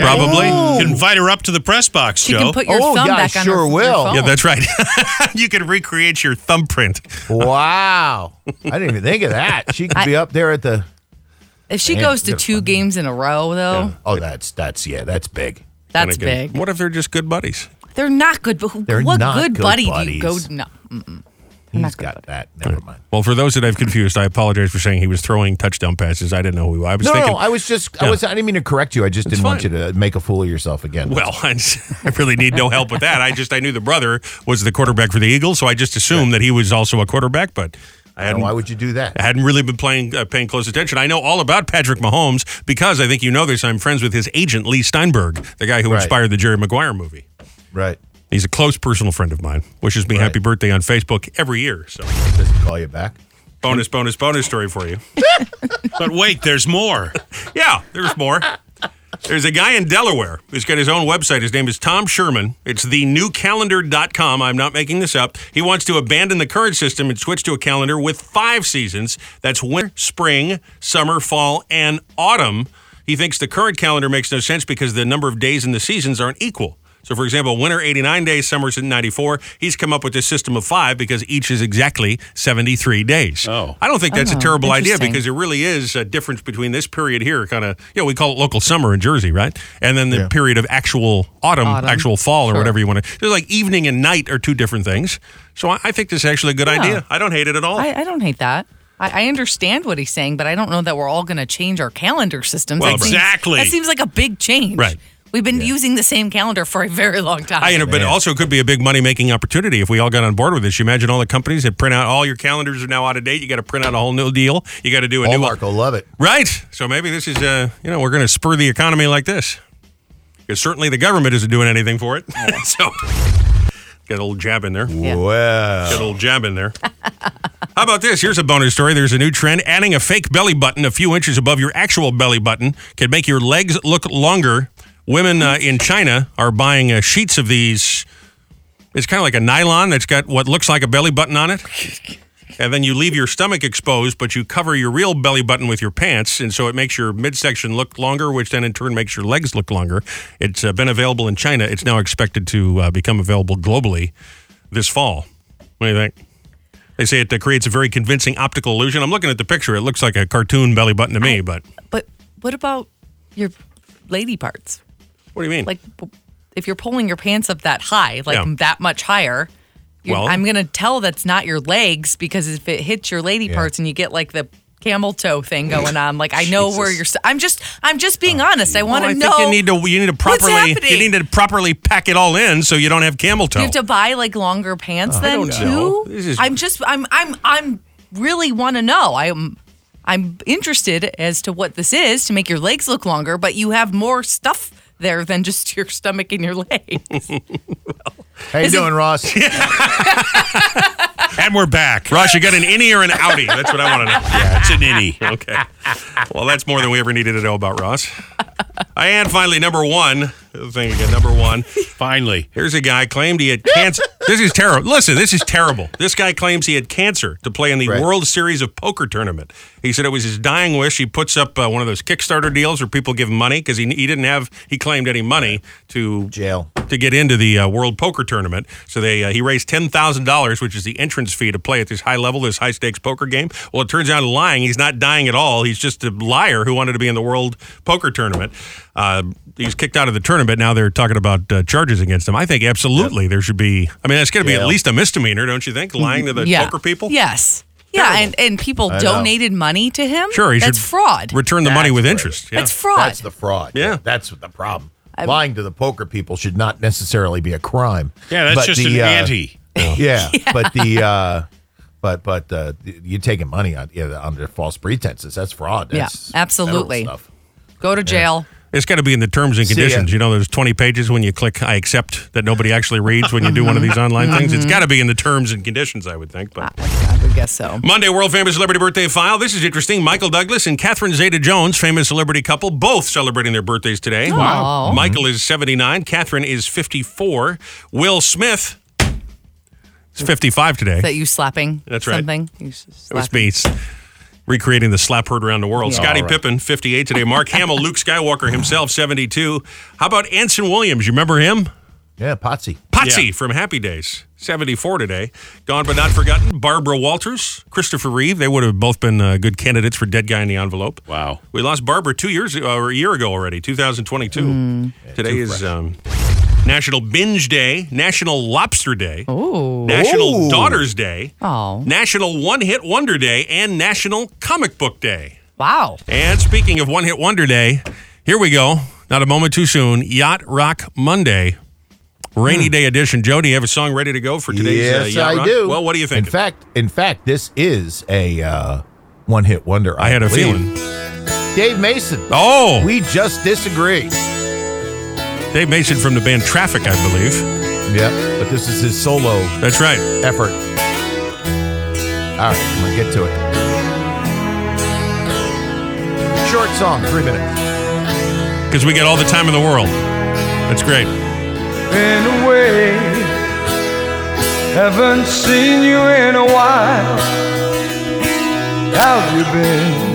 [SPEAKER 1] Probably.
[SPEAKER 3] You can invite her up to the press
[SPEAKER 4] Mm.
[SPEAKER 3] box,
[SPEAKER 4] Oh. She
[SPEAKER 3] Joe.
[SPEAKER 4] can put your
[SPEAKER 2] Oh,
[SPEAKER 4] thumb
[SPEAKER 2] yeah, I
[SPEAKER 4] back on her-
[SPEAKER 2] sure
[SPEAKER 4] your
[SPEAKER 2] will.
[SPEAKER 4] phone.
[SPEAKER 1] Yeah, that's right. you can recreate your thumbprint.
[SPEAKER 2] Wow, I didn't even think of that. She could be up there at the.
[SPEAKER 4] If she
[SPEAKER 2] Man,
[SPEAKER 4] goes to
[SPEAKER 2] they're
[SPEAKER 4] two games in a row, though,
[SPEAKER 2] Oh, that's that's oh, yeah, that's big.
[SPEAKER 4] That's
[SPEAKER 1] And again,
[SPEAKER 4] big.
[SPEAKER 1] What if they're just good buddies?
[SPEAKER 4] They're not good. But who-
[SPEAKER 2] They're
[SPEAKER 4] what
[SPEAKER 2] not
[SPEAKER 4] good
[SPEAKER 2] good
[SPEAKER 4] buddy do you go?
[SPEAKER 2] buddies.
[SPEAKER 4] No. Mm-mm.
[SPEAKER 2] He's got that. Never mind.
[SPEAKER 1] Well, for those that I've confused, I apologize for saying he was throwing touchdown passes. I didn't know who he was. I was
[SPEAKER 2] No, no,
[SPEAKER 1] thinking.
[SPEAKER 2] no, I was just,
[SPEAKER 1] Yeah.
[SPEAKER 2] I was, I didn't mean to correct you. I just didn't want you to make a fool of yourself again.
[SPEAKER 1] well, I I really need no help with that. I just I knew the brother was the quarterback for the Eagles, so I just assumed that he was also a quarterback. But I
[SPEAKER 2] And
[SPEAKER 1] hadn't,
[SPEAKER 2] why would you do that?
[SPEAKER 1] I hadn't really been playing uh, paying close attention. I know all about Patrick Mahomes because I think you know this. I'm friends with his agent Lee Steinberg, the guy who
[SPEAKER 2] Right.
[SPEAKER 1] inspired the Jerry Maguire movie.
[SPEAKER 2] Right.
[SPEAKER 1] He's a close personal friend of mine. Wishes me
[SPEAKER 2] Right.
[SPEAKER 1] happy birthday on Facebook every year. So
[SPEAKER 2] Does he call you back?
[SPEAKER 1] bonus, bonus, bonus story for you.
[SPEAKER 3] But wait, there's more.
[SPEAKER 1] Yeah, there's more. There's a guy in Delaware who's got his own website. His name is Tom Sherman. It's thenewcalendar.com. I'm not making this up. He wants to abandon the current system and switch to a calendar with five seasons. That's winter, spring, summer, fall, and autumn. He thinks the current calendar makes no sense because the number of days in the seasons aren't equal. So, for example, winter 89 days, summer's at 94. He's come up with this system of five because each is exactly 73 days.
[SPEAKER 3] Oh.
[SPEAKER 1] I don't think that's a
[SPEAKER 4] Oh,
[SPEAKER 1] terrible idea
[SPEAKER 4] interesting.
[SPEAKER 1] because there really is a difference between this period here, kind of, you know, we call it local summer in Jersey, right? And then the period of actual autumn,
[SPEAKER 4] Autumn.
[SPEAKER 1] actual fall, or whatever you want to. There's like evening and night are two different things. So I, I think this is actually a good idea. I don't hate it at all.
[SPEAKER 4] I, I don't hate that. I, I understand what he's saying, but I don't know that we're all going to change our calendar systems.
[SPEAKER 1] Well,
[SPEAKER 4] That seems-
[SPEAKER 3] exactly.
[SPEAKER 4] that seems like a big change.
[SPEAKER 1] Right.
[SPEAKER 4] We've been using the same calendar for a very long time.
[SPEAKER 1] I, but also it could be a big money making opportunity if we all got on board with this. You imagine all the companies that print out all your calendars are now out of date. You got to print out a whole new deal. You got to do a new
[SPEAKER 2] Hallmark will love it.
[SPEAKER 1] Right. So maybe this is, uh, you know, we're going to spur the economy like this. Because certainly the government isn't doing anything for it. so, got a little jab in there.
[SPEAKER 4] Yeah.
[SPEAKER 2] Well,
[SPEAKER 1] Got a little jab in there. How about this? Here's a bonus story. There's a new trend. Adding a fake belly button a few inches above your actual belly button can make your legs look longer. Women uh, in China are buying uh, sheets of these. It's kind of like a nylon that's got what looks like a belly button on it. And then you leave your stomach exposed, but you cover your real belly button with your pants. And so it makes your midsection look longer, which then in turn makes your legs look longer. It's uh, been available in China. It's now expected to uh, become available globally this fall. What do you think? They say it uh, creates a very convincing optical illusion. I'm looking at the picture. It looks like a cartoon belly button to me, but
[SPEAKER 4] But what about your lady parts?
[SPEAKER 1] what do you mean?
[SPEAKER 4] Like, p- if you're pulling your pants up that high, like
[SPEAKER 1] Yeah.
[SPEAKER 4] that much higher, you're-
[SPEAKER 1] Well-
[SPEAKER 4] I'm going to tell that's not your legs because if it hits your lady parts and you get like the camel toe thing going on, like I know where you're. St- I'm just, I'm just being honest. I want
[SPEAKER 1] Oh, Well, I
[SPEAKER 4] to
[SPEAKER 1] think
[SPEAKER 4] know.
[SPEAKER 1] you need to you need to
[SPEAKER 4] what's
[SPEAKER 1] properly you
[SPEAKER 4] happening.
[SPEAKER 1] need to properly pack it all in so you don't have camel toe.
[SPEAKER 4] You have to buy like longer pants then
[SPEAKER 1] don't know.
[SPEAKER 4] too.
[SPEAKER 1] This is-
[SPEAKER 4] I'm just I'm I'm I'm really want to know. I'm I'm interested as to what this is to make your legs look longer, but you have more stuff there than just your stomach and your legs.
[SPEAKER 2] how you doing, Ross?
[SPEAKER 3] And we're back.
[SPEAKER 1] Ross, you got an innie or an outie? That's what I want to know.
[SPEAKER 3] That's an innie.
[SPEAKER 1] Okay. Well, that's more than we ever needed to know about Ross. And finally, number one the thing again. Number one.
[SPEAKER 3] Finally.
[SPEAKER 1] Here's a guy claimed he had cancer. this is terrible. Listen, this is terrible. This guy claims he had cancer to play in the
[SPEAKER 2] Right.
[SPEAKER 1] World Series of Poker tournament. He said it was his dying wish. He puts up uh, one of those Kickstarter deals where people give him money because he, he didn't have. He claimed any money to
[SPEAKER 2] Jail.
[SPEAKER 1] to get into the uh, World Poker Tournament. So they uh, he raised ten thousand dollars, which is the entrance fee to play at this high level, this high stakes poker game. Well, it turns out lying. He's not dying at all. He's just a liar who wanted to be in the World Poker Tournament. Uh, he's kicked out of the tournament. Now they're talking about uh, charges against him. I think absolutely there should be. I mean, that's going to be at
[SPEAKER 2] Yeah.
[SPEAKER 1] least a misdemeanor, don't you think? Lying to the poker people.
[SPEAKER 4] Yes. Yeah,
[SPEAKER 1] Terrible.
[SPEAKER 4] and, and people
[SPEAKER 2] I know.
[SPEAKER 4] donated money to him.
[SPEAKER 1] Sure, he
[SPEAKER 4] that's
[SPEAKER 1] should
[SPEAKER 4] fraud.
[SPEAKER 1] Return the money
[SPEAKER 2] That's
[SPEAKER 1] with
[SPEAKER 2] right.
[SPEAKER 1] interest. Yeah.
[SPEAKER 4] That's fraud.
[SPEAKER 2] That's the fraud.
[SPEAKER 1] Yeah.
[SPEAKER 2] That's the problem. Lying to the poker people should not necessarily be a crime.
[SPEAKER 3] Yeah, that's
[SPEAKER 2] But
[SPEAKER 3] just
[SPEAKER 2] the,
[SPEAKER 3] an
[SPEAKER 2] uh,
[SPEAKER 3] ante.
[SPEAKER 2] Yeah, but the uh, but but uh, you taking money on yeah, under false pretenses. That's fraud.
[SPEAKER 4] Yeah,
[SPEAKER 2] That's
[SPEAKER 4] absolutely.
[SPEAKER 2] federal stuff.
[SPEAKER 4] Go to jail.
[SPEAKER 1] It's got to be in the terms and
[SPEAKER 2] See ya.
[SPEAKER 1] conditions. You know, there's 20 pages when you click I accept that nobody actually reads when you do one of these online things. It's got to be in the terms and conditions, I would think. But
[SPEAKER 4] Ah, I would guess so.
[SPEAKER 1] Monday, world famous celebrity birthday file. This is interesting. Michael Douglas and Catherine Zeta Jones, famous celebrity couple, both celebrating their birthdays today.
[SPEAKER 4] Wow.
[SPEAKER 1] Michael is 79, Catherine is 54. Will Smith is 55 today.
[SPEAKER 4] That you slapping
[SPEAKER 1] That's right.
[SPEAKER 4] something? You s-
[SPEAKER 1] It was
[SPEAKER 4] slapping.
[SPEAKER 1] me recreating the slap heard around the world.
[SPEAKER 4] Yeah.
[SPEAKER 1] Scotty Pippen, 58 today. Mark Hamill, Luke Skywalker himself, 72. How about Anson Williams? You remember him?
[SPEAKER 2] Yeah, Potsy.
[SPEAKER 1] Potsy from Happy Days, 74 today. Gone but not forgotten. Barbara Walters, Christopher Reeve. They would have both been uh, good candidates for Dead Guy in the Envelope.
[SPEAKER 3] Wow.
[SPEAKER 1] We lost Barbara two years uh, or a year ago already, 2022.
[SPEAKER 4] Hmm.
[SPEAKER 1] Today is um, National Binge Day, National Lobster Day,
[SPEAKER 4] Oh.
[SPEAKER 1] National Daughters Day,
[SPEAKER 4] Oh.
[SPEAKER 1] National One Hit Wonder Day, and National Comic Book Day.
[SPEAKER 4] Wow.
[SPEAKER 1] And speaking of One Hit Wonder Day, here we go. Not a moment too soon. Yacht Rock Monday, rainy day edition. Joe, do you have a song ready to go for today's uh,
[SPEAKER 2] Hmm. yes,
[SPEAKER 1] Yacht
[SPEAKER 2] I
[SPEAKER 1] Rock?
[SPEAKER 2] do.
[SPEAKER 1] Well, what do you
[SPEAKER 2] In
[SPEAKER 1] think?
[SPEAKER 2] fact, in fact, this is a uh, one-hit wonder.
[SPEAKER 1] I had a
[SPEAKER 2] believe.
[SPEAKER 1] feeling.
[SPEAKER 2] Dave Mason.
[SPEAKER 1] Oh,
[SPEAKER 2] We just disagree.
[SPEAKER 1] Dave Mason from the band Traffic, I believe.
[SPEAKER 2] Yeah, but this is his solo
[SPEAKER 1] That's right.
[SPEAKER 2] effort. All right, I'm gonna get to it. Short song, three minutes.
[SPEAKER 1] Because we got all the time in the world. That's great.
[SPEAKER 14] been away. Haven't seen you in a while. Have you been?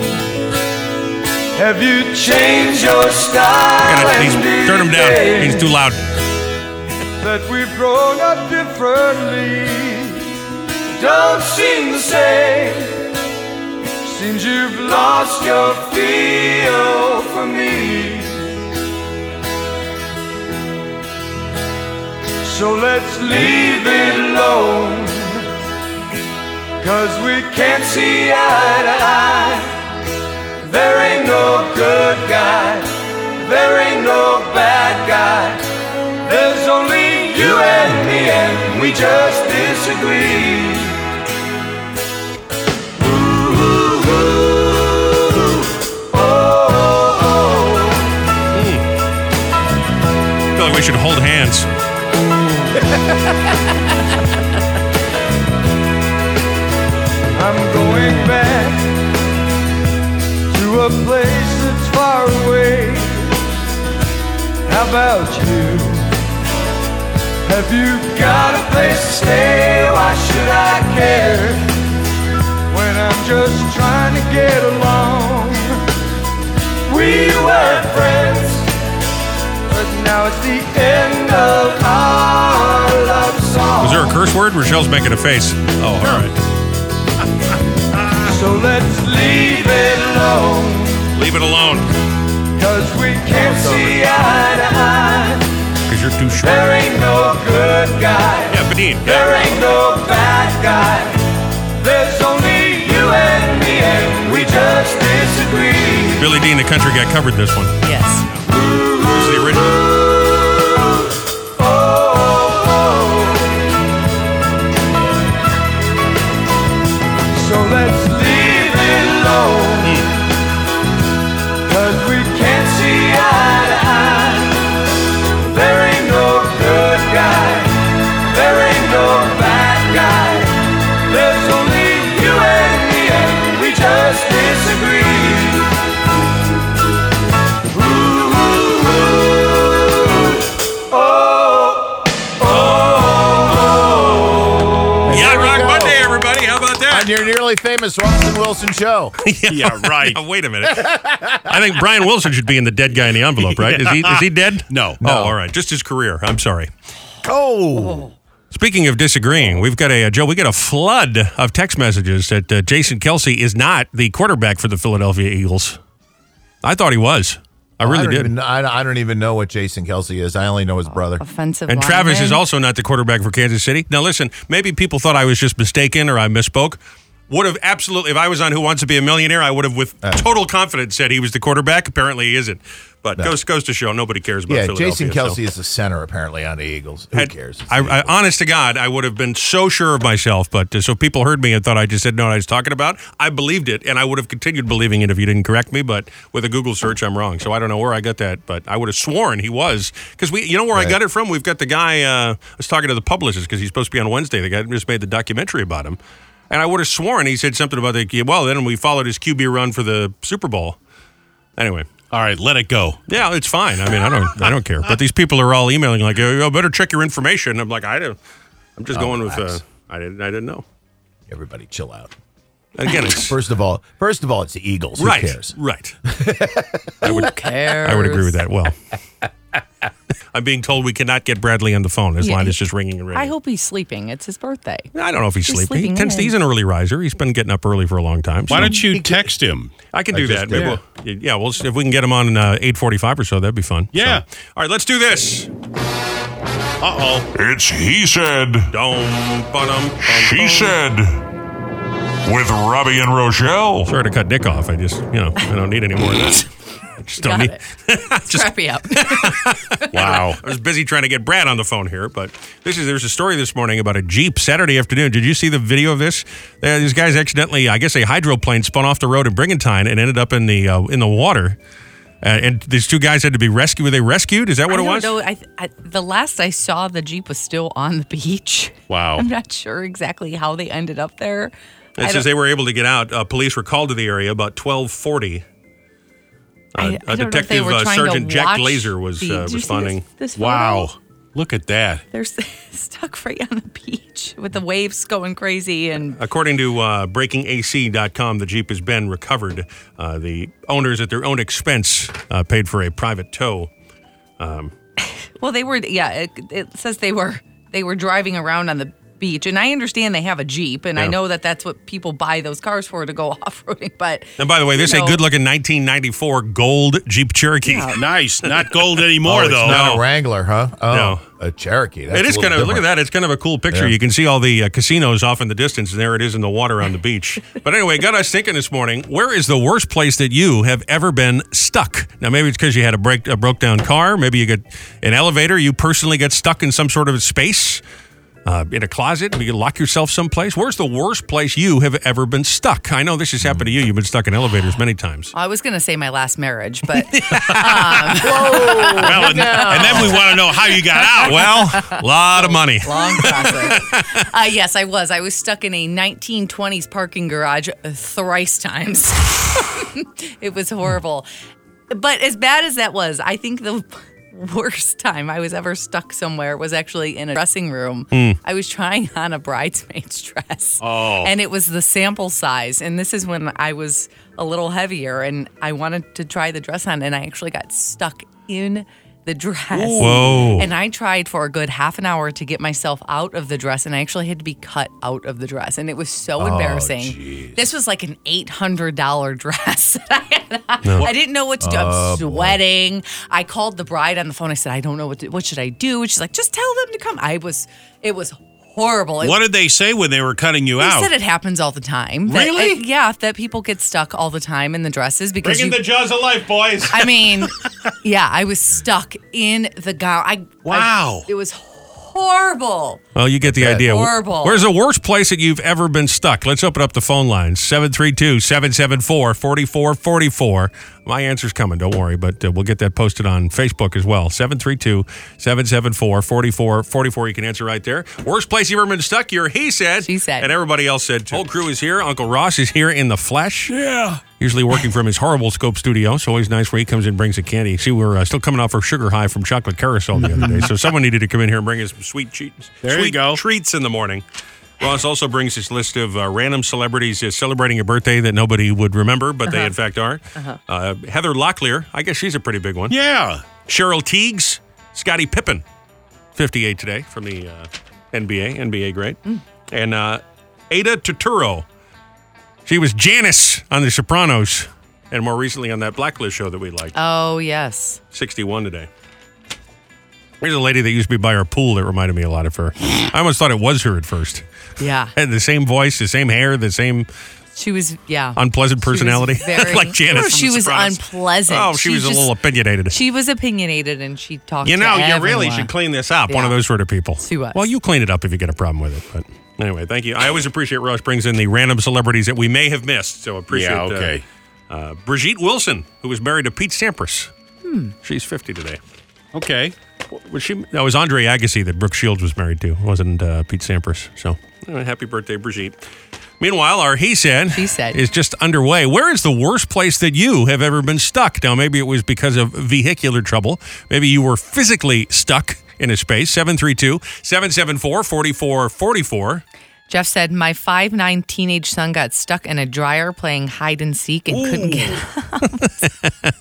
[SPEAKER 14] Have you changed your
[SPEAKER 1] I
[SPEAKER 14] style?
[SPEAKER 1] gotta- he's-
[SPEAKER 14] and
[SPEAKER 1] turn him down.
[SPEAKER 14] did
[SPEAKER 1] He's too loud.
[SPEAKER 14] That we've grown up differently. Don't seem the same. Seems you've lost your feel for me. So let's leave it alone. Cause we can't see eye to eye. There ain't no good guy. There ain't no bad guy. There's only you and me, and we just disagree. Ooh, ooh, ooh. Oh, oh, oh.
[SPEAKER 1] I Hmm. feel like we should hold hands.
[SPEAKER 14] I'm going back to a place that's far away. How about you? Have you got a place to stay? Why should I care? When I'm just trying to get along. We were friends, but now it's the end of our love song.
[SPEAKER 1] Was there a curse word? Rochelle's making a face. Oh, all right.
[SPEAKER 14] So let's leave it alone.
[SPEAKER 1] Leave it alone.
[SPEAKER 14] Cause we can't see eye to eye.
[SPEAKER 1] Because you're too short.
[SPEAKER 14] There ain't no good guy.
[SPEAKER 1] Yeah, Benine.
[SPEAKER 14] There ain't no bad guy. There's only you and me, and we just disagree.
[SPEAKER 1] Billy Dean, the country guy, covered this one.
[SPEAKER 4] Yes.
[SPEAKER 1] This is the original.
[SPEAKER 14] Oh, oh, oh. So let's leave it alone. Cause we can't see eye to eye. There ain't no good guy. There ain't no bad guy. There's only you and me, and we just disagree. Ooh, ooh, ooh. Oh, oh, oh.
[SPEAKER 1] Yacht Rock
[SPEAKER 2] go.
[SPEAKER 1] Monday, everybody. How about
[SPEAKER 2] On
[SPEAKER 1] that?
[SPEAKER 2] your nearly famous Robinson Wilson show.
[SPEAKER 3] Yeah, right.
[SPEAKER 1] Oh, wait a minute. I think Brian Wilson should be in the dead guy in the envelope, right? Is he is he dead?
[SPEAKER 3] No.
[SPEAKER 1] Oh, all right. Just his career. I'm sorry.
[SPEAKER 2] Oh,
[SPEAKER 1] Speaking of disagreeing, we've got a uh, Joe. We got a flood of text messages that uh, Jason Kelsey is not the quarterback for the Philadelphia Eagles. I thought he was. I
[SPEAKER 2] I
[SPEAKER 1] really
[SPEAKER 2] don't
[SPEAKER 1] did.
[SPEAKER 2] Even, I, I don't even know what Jason Kelsey is. I only know his brother.
[SPEAKER 4] Offensive.
[SPEAKER 1] And Travis
[SPEAKER 4] lineman.
[SPEAKER 1] is also not the quarterback for Kansas City. Now, listen, maybe people thought I was just mistaken or I misspoke. Would have absolutely, if I was on Who Wants to Be a Millionaire, I would have with
[SPEAKER 2] Uh.
[SPEAKER 1] total confidence said he was the quarterback. Apparently, he isn't. But goes goes to show nobody cares about
[SPEAKER 2] Yeah,
[SPEAKER 1] Philadelphia.
[SPEAKER 2] Jason
[SPEAKER 1] so-
[SPEAKER 2] Kelsey is the center apparently on the Eagles. Who
[SPEAKER 1] I-
[SPEAKER 2] cares? It's
[SPEAKER 1] I,
[SPEAKER 2] the
[SPEAKER 1] I,
[SPEAKER 2] Eagles.
[SPEAKER 1] honest to God, I would have been so sure of myself, but uh, so people heard me and thought I just said know what I was talking about. I believed it, and I would have continued believing it if you didn't correct me. But with a Google search, I'm wrong. So I don't know where I got that, but I would have sworn he was because we, you know, where I got it from. We've got the guy. Uh, I was talking to the publicist because he's supposed to be on Wednesday. The guy that just made the documentary about him, and I would have sworn he said something about the well. Then we followed his QB run for the Super Bowl. Anyway.
[SPEAKER 3] All right, let it go.
[SPEAKER 1] Yeah, it's fine. I mean, I don't, I don't care. But these people are all emailing like, "Oh, you better check your information." I'm like, I don't. I'm just going with. Uh,
[SPEAKER 2] relax.
[SPEAKER 1] I didn't. I didn't know.
[SPEAKER 2] Oh, Everybody, chill out.
[SPEAKER 1] Again, it's
[SPEAKER 2] First of all, first of all, it's the Eagles. Who
[SPEAKER 1] right.
[SPEAKER 2] cares?
[SPEAKER 1] Right.
[SPEAKER 4] Who cares?
[SPEAKER 1] I would agree with that. Well, I'm being told we cannot get Bradley on the phone. His
[SPEAKER 4] Yeah,
[SPEAKER 1] line
[SPEAKER 4] he-
[SPEAKER 1] is just ringing and ringing.
[SPEAKER 4] I hope he's sleeping. It's his birthday.
[SPEAKER 1] I don't know if he's,
[SPEAKER 4] He's
[SPEAKER 1] sleeping.
[SPEAKER 4] sleeping
[SPEAKER 1] He tends to-
[SPEAKER 4] in.
[SPEAKER 1] he's an early riser. He's been getting up early for a long time.
[SPEAKER 3] Why
[SPEAKER 1] so-
[SPEAKER 3] don't you text him?
[SPEAKER 1] I can
[SPEAKER 3] I
[SPEAKER 1] do
[SPEAKER 3] just
[SPEAKER 1] that.
[SPEAKER 3] did.
[SPEAKER 1] Maybe We'll, yeah, well, if we can get him on uh, 8:45 or so, that'd be fun.
[SPEAKER 3] Yeah.
[SPEAKER 1] So, all right, let's do this. Uh oh.
[SPEAKER 15] It's He Said. She Said. With Robbie and Rochelle.
[SPEAKER 1] Sorry to cut Dick off. I just, you know, I don't need any more of this. I just don't
[SPEAKER 4] Got
[SPEAKER 1] need.
[SPEAKER 4] it. Scrap me up.
[SPEAKER 1] Wow. I was busy trying to get Brad on the phone here, but this is there's a story this morning about a Jeep Saturday afternoon. Did you see the video of this? Uh, these guys accidentally, I guess, a hydroplane spun off the road in Brigantine and ended up in the uh, in the water. Uh, and these two guys had to be rescued. Were they rescued? Is that what
[SPEAKER 4] I
[SPEAKER 1] it
[SPEAKER 4] don't
[SPEAKER 1] was?
[SPEAKER 4] know. I, I, the last I saw, the Jeep was still on the beach.
[SPEAKER 1] Wow.
[SPEAKER 4] I'm not sure exactly how they ended up there. I
[SPEAKER 1] It
[SPEAKER 4] don't-
[SPEAKER 1] says they were able to get out. Uh, police were called to the area about 1240. Uh,
[SPEAKER 4] I- I
[SPEAKER 1] uh,
[SPEAKER 4] don't know if they
[SPEAKER 1] Detective
[SPEAKER 4] were
[SPEAKER 1] uh,
[SPEAKER 4] trying to
[SPEAKER 1] Sergeant Jack
[SPEAKER 4] watch
[SPEAKER 1] Glazer was
[SPEAKER 4] the- did
[SPEAKER 1] uh,
[SPEAKER 4] you see
[SPEAKER 1] responding.
[SPEAKER 4] this- this
[SPEAKER 3] wow. Look at that.
[SPEAKER 4] They're s- stuck right on the beach with the waves going crazy and
[SPEAKER 1] According to uh, BreakingAC.com, the Jeep has been recovered. Uh, the owners, at their own expense, uh, paid for a private tow. Um,
[SPEAKER 4] well they were yeah it, it says they were they were driving around on the beach and I understand they have a Jeep and I
[SPEAKER 1] Yeah.
[SPEAKER 4] know that that's what people buy those cars for to go off-roading but
[SPEAKER 1] and by the way,
[SPEAKER 4] you
[SPEAKER 1] this is a
[SPEAKER 4] know,
[SPEAKER 1] good-looking 1994 gold Jeep Cherokee.
[SPEAKER 4] Yeah.
[SPEAKER 3] Nice. Not gold anymore,
[SPEAKER 1] Oh, it's
[SPEAKER 3] though.
[SPEAKER 1] not
[SPEAKER 2] A Wrangler, huh? Oh,
[SPEAKER 1] No.
[SPEAKER 2] a Cherokee. That's
[SPEAKER 1] it is
[SPEAKER 2] a little
[SPEAKER 1] kind of look at
[SPEAKER 2] different.
[SPEAKER 1] that. It's kind of a cool picture.
[SPEAKER 2] Yeah.
[SPEAKER 1] You can see all the uh, casinos off in the distance, and there it is in the water on the beach. but anyway, it got us thinking this morning. Where is the worst place that you have ever been stuck? Now, maybe it's because you had a break a broke down car. Maybe you got an elevator. You personally got stuck in some sort of space. Uh, in a closet, you can lock yourself someplace. Where's the worst place you have ever been stuck? I know this has happened to you. You've been stuck in elevators many times.
[SPEAKER 4] I was gonna say my last marriage but um,
[SPEAKER 3] Well, and, and then we want to know how you got out.
[SPEAKER 1] Well, a lot of money.
[SPEAKER 4] Long process. uh, yes, I was. I was stuck in a 1920s parking garage thrice times. it was horrible. But as bad as that was, I think the worst time I was ever stuck somewhere was actually in a dressing room.
[SPEAKER 6] Hmm.
[SPEAKER 4] I was trying on a bridesmaid's dress.
[SPEAKER 6] Oh.
[SPEAKER 4] And it was the sample size. And this is when I was a little heavier and I wanted to try the dress on and I actually got stuck in the dress.
[SPEAKER 6] Whoa.
[SPEAKER 4] And I tried for a good half an hour to get myself out of the dress and I actually had to be cut out of the dress and it was so
[SPEAKER 6] Oh,
[SPEAKER 4] embarrassing. This was like an $800 dress. that I, had on.
[SPEAKER 6] No.
[SPEAKER 4] I didn't know what to do. I'm
[SPEAKER 6] Oh, boy.
[SPEAKER 4] sweating. I called the bride on the phone. I said, "I don't know what to, what should I do?" And she's like, "Just tell them to come." I was it was horrible. It
[SPEAKER 3] What did they say when they were cutting you
[SPEAKER 4] they
[SPEAKER 3] out?
[SPEAKER 4] said it happens all the time. That-
[SPEAKER 3] Really?
[SPEAKER 4] uh, yeah, that people get stuck all the time in the dresses because you,
[SPEAKER 3] jaws of life, boys.
[SPEAKER 4] I mean, yeah, I was stuck in the gown. I
[SPEAKER 1] Wow.
[SPEAKER 4] I- it was horrible.
[SPEAKER 1] Well, you get the
[SPEAKER 4] That's
[SPEAKER 1] idea.
[SPEAKER 4] horrible.
[SPEAKER 1] Where's the worst place that you've ever been stuck? Let's open up the phone lines 732 774 4444. My answer's coming, don't worry, but uh, we'll get that posted on Facebook as well. 732 774 4444. You can answer right there. Worst place you've ever been stuck? You're he said. She said. And everybody else said too. Whole crew is here. Uncle Ross is here in the flesh.
[SPEAKER 3] Yeah.
[SPEAKER 1] Usually working from his horrible scope studio. It's always nice where he comes in and brings a candy. See, we're uh, still coming off our sugar high from chocolate carousel the other day. So someone needed to come in here and bring us some sweet treats.
[SPEAKER 3] There
[SPEAKER 1] sweet
[SPEAKER 3] you go.
[SPEAKER 1] Treats in the morning. Ross also brings his list of uh, random celebrities uh, celebrating a birthday that nobody would remember, but they
[SPEAKER 3] Uh-huh.
[SPEAKER 1] in fact are.
[SPEAKER 3] Uh-huh.
[SPEAKER 1] Uh, Heather Locklear, I guess she's a pretty big one.
[SPEAKER 3] Yeah.
[SPEAKER 1] Cheryl Teagues, Scottie Pippen, 58 today from the uh, NBA, NBA great.
[SPEAKER 4] Mm.
[SPEAKER 1] And uh, Ada Turturro, she was Janice on The Sopranos, and more recently on that Blacklist show that we liked.
[SPEAKER 4] Oh yes.
[SPEAKER 1] 61 today. Here's a lady that used to be by our pool that reminded me a lot of her. I almost thought it was her at first.
[SPEAKER 4] Yeah.
[SPEAKER 1] Had the same voice, the same hair, the same
[SPEAKER 4] She was yeah.
[SPEAKER 1] unpleasant
[SPEAKER 4] She was
[SPEAKER 1] personality.
[SPEAKER 4] very-
[SPEAKER 1] like Janice.
[SPEAKER 4] Oh,
[SPEAKER 1] from
[SPEAKER 4] she
[SPEAKER 1] The
[SPEAKER 4] was
[SPEAKER 1] Sopranos.
[SPEAKER 4] unpleasant.
[SPEAKER 1] Oh, she,
[SPEAKER 4] She
[SPEAKER 1] was a
[SPEAKER 4] just-
[SPEAKER 1] little opinionated.
[SPEAKER 4] She was opinionated and she talked
[SPEAKER 1] You
[SPEAKER 4] to
[SPEAKER 1] know, you really
[SPEAKER 4] everyone.
[SPEAKER 1] should clean this up. One
[SPEAKER 4] Yeah.
[SPEAKER 1] of those sort of people.
[SPEAKER 4] She was.
[SPEAKER 1] Well, you clean it up if you get a problem with it. But anyway, thank you. I always appreciate Ross brings in the random celebrities that we may have missed. So appreciate.
[SPEAKER 3] Yeah,
[SPEAKER 1] uh,
[SPEAKER 3] okay.
[SPEAKER 1] Uh, Brigitte Wilson, who was married to Pete Sampras.
[SPEAKER 3] Hmm.
[SPEAKER 1] She's fifty today.
[SPEAKER 3] Okay.
[SPEAKER 1] Was she? That was Andre Agassi that Brooke Shields was married to. It wasn't uh, Pete Sampras. So anyway, happy birthday, Brigitte. Meanwhile, our he said, he said is just underway. Where is the worst place that you have ever been stuck? Now, maybe it was because of vehicular trouble. Maybe you were physically stuck in a space. 732 774 4444.
[SPEAKER 4] Jeff said, My 5'9 teenage son got stuck in a dryer playing hide and seek and couldn't get out.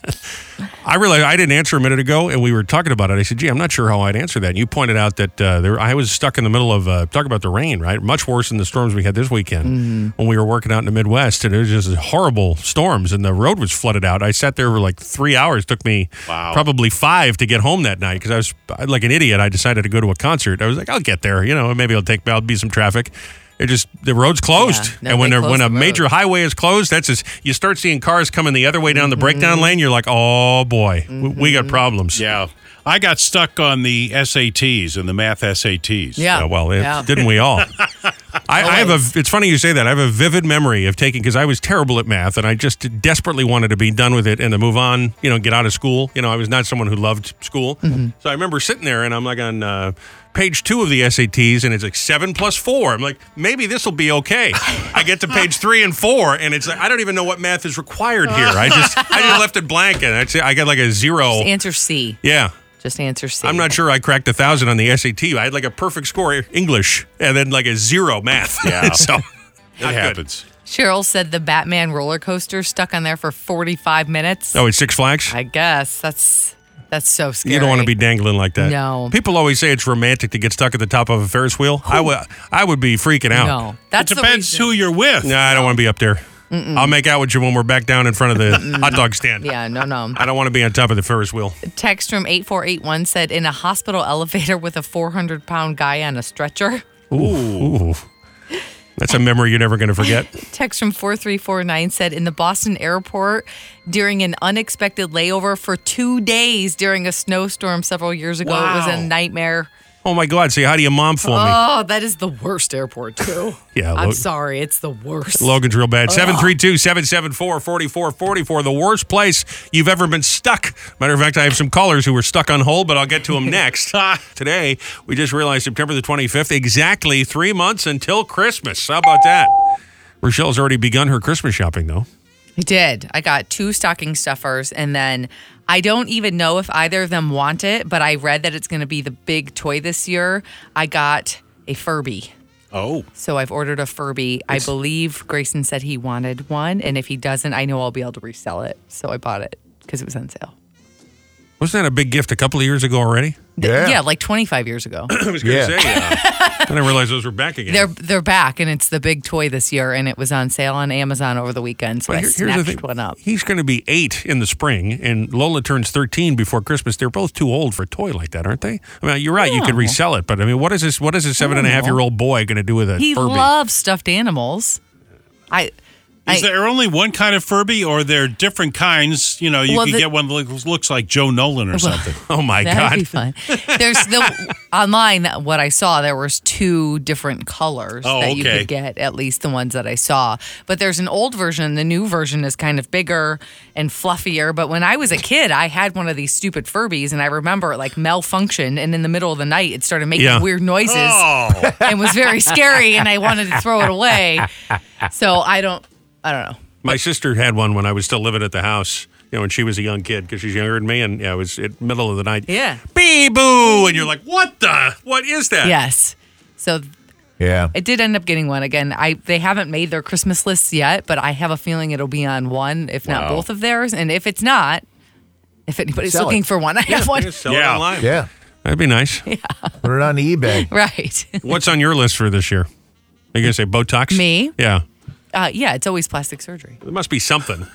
[SPEAKER 1] I realized I didn't answer a minute ago, and we were talking about it. I said, "Gee, I'm not sure how I'd answer that." And you pointed out that uh, there, I was stuck in the middle of uh, talking about the rain, right? Much worse than the storms we had this weekend
[SPEAKER 4] Mm-hmm.
[SPEAKER 1] when we were working out in the Midwest, and it was just horrible storms, and the road was flooded out. I sat there for like three hours. Took me probably five to get home that night because I was uh, like an idiot. I decided to go to a concert. I was like, "I'll get there, you know, maybe I'll take, I'll be some traffic." It just the road's closed,
[SPEAKER 16] no,
[SPEAKER 1] and when
[SPEAKER 16] they
[SPEAKER 1] there-
[SPEAKER 16] close
[SPEAKER 1] when
[SPEAKER 16] the
[SPEAKER 1] a
[SPEAKER 16] road.
[SPEAKER 1] major highway is closed, that's as you start seeing cars coming the other way
[SPEAKER 16] Mm-hmm.
[SPEAKER 1] down the breakdown lane. You're like, oh boy, we, we got problems.
[SPEAKER 3] Mm-hmm. Yeah. I got stuck on the SATs and the math SATs.
[SPEAKER 1] Yeah. Yeah, well, it- Yeah. didn't we all? I, I have a. It's funny you say that. I have a vivid memory of taking because I was terrible at math, and I just desperately wanted to be done with it and to move on. You know, get out of school. You know, I was not someone who loved school,
[SPEAKER 4] Mm-hmm.
[SPEAKER 1] so I remember sitting there and I'm like on uh, page two of the SATs, and it's like seven plus four. I'm like, maybe this will be okay. I get to page three and four, and it's like I don't even know what math is required here. I just I just left it blank, and I'd say I got like a
[SPEAKER 4] Just
[SPEAKER 1] zero.
[SPEAKER 4] answer C.
[SPEAKER 1] Yeah.
[SPEAKER 4] Just answer C.
[SPEAKER 1] I'm not sure I cracked a thousand on the SAT. I had like a perfect score English and then like a zero math.
[SPEAKER 3] Yeah.
[SPEAKER 1] so
[SPEAKER 3] It happens.
[SPEAKER 4] Cheryl said the Batman roller coaster stuck on there for 45 minutes.
[SPEAKER 1] Oh, it's Six Flags.
[SPEAKER 4] I guess that's that's so scary.
[SPEAKER 1] You don't want to be dangling like that.
[SPEAKER 4] No.
[SPEAKER 1] People always say it's romantic to get stuck at the top of a Ferris wheel. I would I would be freaking out.
[SPEAKER 4] No, that's
[SPEAKER 3] it depends who you're with.
[SPEAKER 1] Nah, I don't want to be up there.
[SPEAKER 4] Mm-mm.
[SPEAKER 1] I'll make out with you when we're back down in front of the hot dog stand.
[SPEAKER 4] Mm. Yeah, um. no, no.
[SPEAKER 1] I don't want to be on top of the Ferris wheel.
[SPEAKER 4] Text from 8481 said in a hospital elevator with a 400 pound guy on a stretcher.
[SPEAKER 1] Ooh. Ooh. That's a memory you're never going to forget.
[SPEAKER 4] Text from 4349 said in the Boston airport during an unexpected layover for two days during a snowstorm several years ago. It was
[SPEAKER 1] Wow.
[SPEAKER 4] a nightmare.
[SPEAKER 1] Oh my God! Say hi to your mom for me.
[SPEAKER 4] Oh, that is the worst airport, too.
[SPEAKER 1] Yeah,
[SPEAKER 4] I'm
[SPEAKER 1] Lo-
[SPEAKER 4] sorry. It's the worst.
[SPEAKER 1] Logan's real bad.
[SPEAKER 4] Ugh.
[SPEAKER 1] 732 774 4444. The worst place you've ever been stuck. Matter of fact, I have some callers who were stuck on hold, but I'll get to them next. Today, we just realized September the 25th, exactly three months until Christmas. How about that? Rochelle's already begun her Christmas shopping, though.
[SPEAKER 4] I did. I got two stocking stuffers, and then I don't even know if either of them want it, but I read that it's going to be the big toy this year. I got a Furby.
[SPEAKER 3] Oh.
[SPEAKER 4] So I've ordered a Furby. I believe Grayson said he wanted one, and if he doesn't, I know I'll be able to resell it. So I bought it because it was on sale.
[SPEAKER 1] Wasn't that a big gift a couple of years ago already?
[SPEAKER 4] yeah like 25 years ago.
[SPEAKER 1] I was going
[SPEAKER 4] Yeah.
[SPEAKER 1] to say, yeah. I didn't realize those were back again.
[SPEAKER 4] They're they're back, and it's the big toy this year, and it was on sale on Amazon over the weekend. So
[SPEAKER 1] But
[SPEAKER 4] I
[SPEAKER 1] here-
[SPEAKER 4] snatched
[SPEAKER 1] thing.
[SPEAKER 4] one up.
[SPEAKER 1] He's going to be eight in the spring, and Lola turns 13 before Christmas. They're both too old for a toy like that, aren't they? I mean, you're right. You could
[SPEAKER 4] No.
[SPEAKER 1] resell it, but I mean, what is this? What is a seven and a
[SPEAKER 4] don't
[SPEAKER 1] half
[SPEAKER 4] know.
[SPEAKER 1] year old boy going to do with a
[SPEAKER 4] He
[SPEAKER 1] Furby?
[SPEAKER 4] loves stuffed animals. I
[SPEAKER 3] Is there only one kind of Furby, or there are different kinds? You know, you
[SPEAKER 4] Well,
[SPEAKER 3] could
[SPEAKER 4] the-
[SPEAKER 3] get one that looks- looks like Joe Nolan or
[SPEAKER 4] Well,
[SPEAKER 3] something. Oh my
[SPEAKER 4] That'd be fun. There's the online that what I saw. There was two different colors
[SPEAKER 3] Oh,
[SPEAKER 4] that you
[SPEAKER 3] okay.
[SPEAKER 4] could get. At least the ones that I saw. But there's an old version. The new version is kind of bigger and fluffier. But when I was a kid, I had one of these stupid Furbies, and I remember it like malfunctioned, and in the middle of the night, it started making
[SPEAKER 6] Yeah.
[SPEAKER 4] weird noises
[SPEAKER 6] Oh.
[SPEAKER 4] and was very scary, and I wanted to throw it away. So I don't. I don't know.
[SPEAKER 1] My sister had one when I was still living at the house. You know, when she was a young kid, because she's younger than me, and yeah, it was at middle of the night.
[SPEAKER 4] Yeah.
[SPEAKER 1] Bee boo, and you're like, what the? What is that?
[SPEAKER 4] Yes. So
[SPEAKER 2] Yeah.
[SPEAKER 4] I did end up getting one again. I they haven't made their Christmas lists yet, but I have a feeling it'll be on one, if not
[SPEAKER 1] Wow.
[SPEAKER 4] both of theirs. And if it's not, if anybody's
[SPEAKER 2] Sell it.
[SPEAKER 4] looking for one, I have one.
[SPEAKER 1] Sell it online.
[SPEAKER 2] Yeah.
[SPEAKER 1] That'd be nice.
[SPEAKER 2] Put it on eBay.
[SPEAKER 4] Right.
[SPEAKER 1] What's on your list for this year? Are you going to say Botox?
[SPEAKER 4] Me?
[SPEAKER 1] Yeah.
[SPEAKER 4] Uh, yeah, it's always plastic surgery.
[SPEAKER 1] There must be something.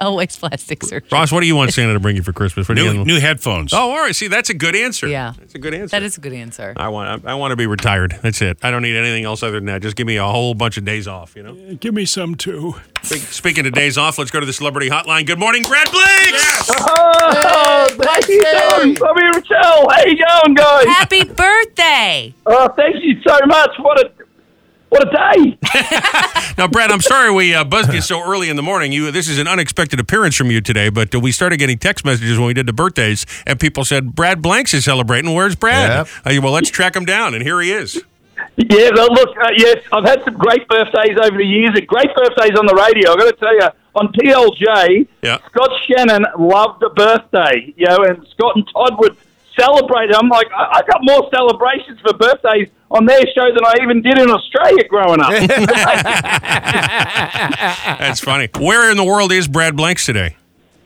[SPEAKER 4] always plastic surgery.
[SPEAKER 1] Ross, what do you want Santa to bring you for Christmas? What do you
[SPEAKER 3] New, new headphones.
[SPEAKER 1] Oh, all right. See, that's a good answer.
[SPEAKER 4] Yeah.
[SPEAKER 1] That's a good answer.
[SPEAKER 4] That is a good answer.
[SPEAKER 1] I want. I, I want to be retired. That's it. I don't need anything else other than that. Just give me a whole bunch of days off. You know.
[SPEAKER 3] Uh, Give me some too.
[SPEAKER 1] Speak- Speaking of days off, let's go to the celebrity hotline. Good morning, Brad Blake.
[SPEAKER 6] Oh, thank you, Bobby Rochelle. How you going, guys?
[SPEAKER 4] Happy birthday!
[SPEAKER 6] Oh, thank you so much. What a what a day!
[SPEAKER 1] Now, Brad, I'm sorry we uh, buzzed you so early in the morning. You, this is an unexpected appearance from you today, but uh, we started getting text messages when we did the birthdays, and people said Brad Blanks is celebrating. Where's Brad? I- well, let's track him down, and here he is.
[SPEAKER 6] Yeah, well, look, uh, yes, I've had some great birthdays over the years, and great birthdays on the radio. I've got to tell you, on TLJ,
[SPEAKER 1] Yeah.
[SPEAKER 6] Scott Shannon loved a birthday, you know, and Scott and Todd would celebrate. I'm like, I, I got more celebrations for birthdays on their show than I even did in Australia growing up.
[SPEAKER 1] That's funny. Where in the world is Brad Blanks today?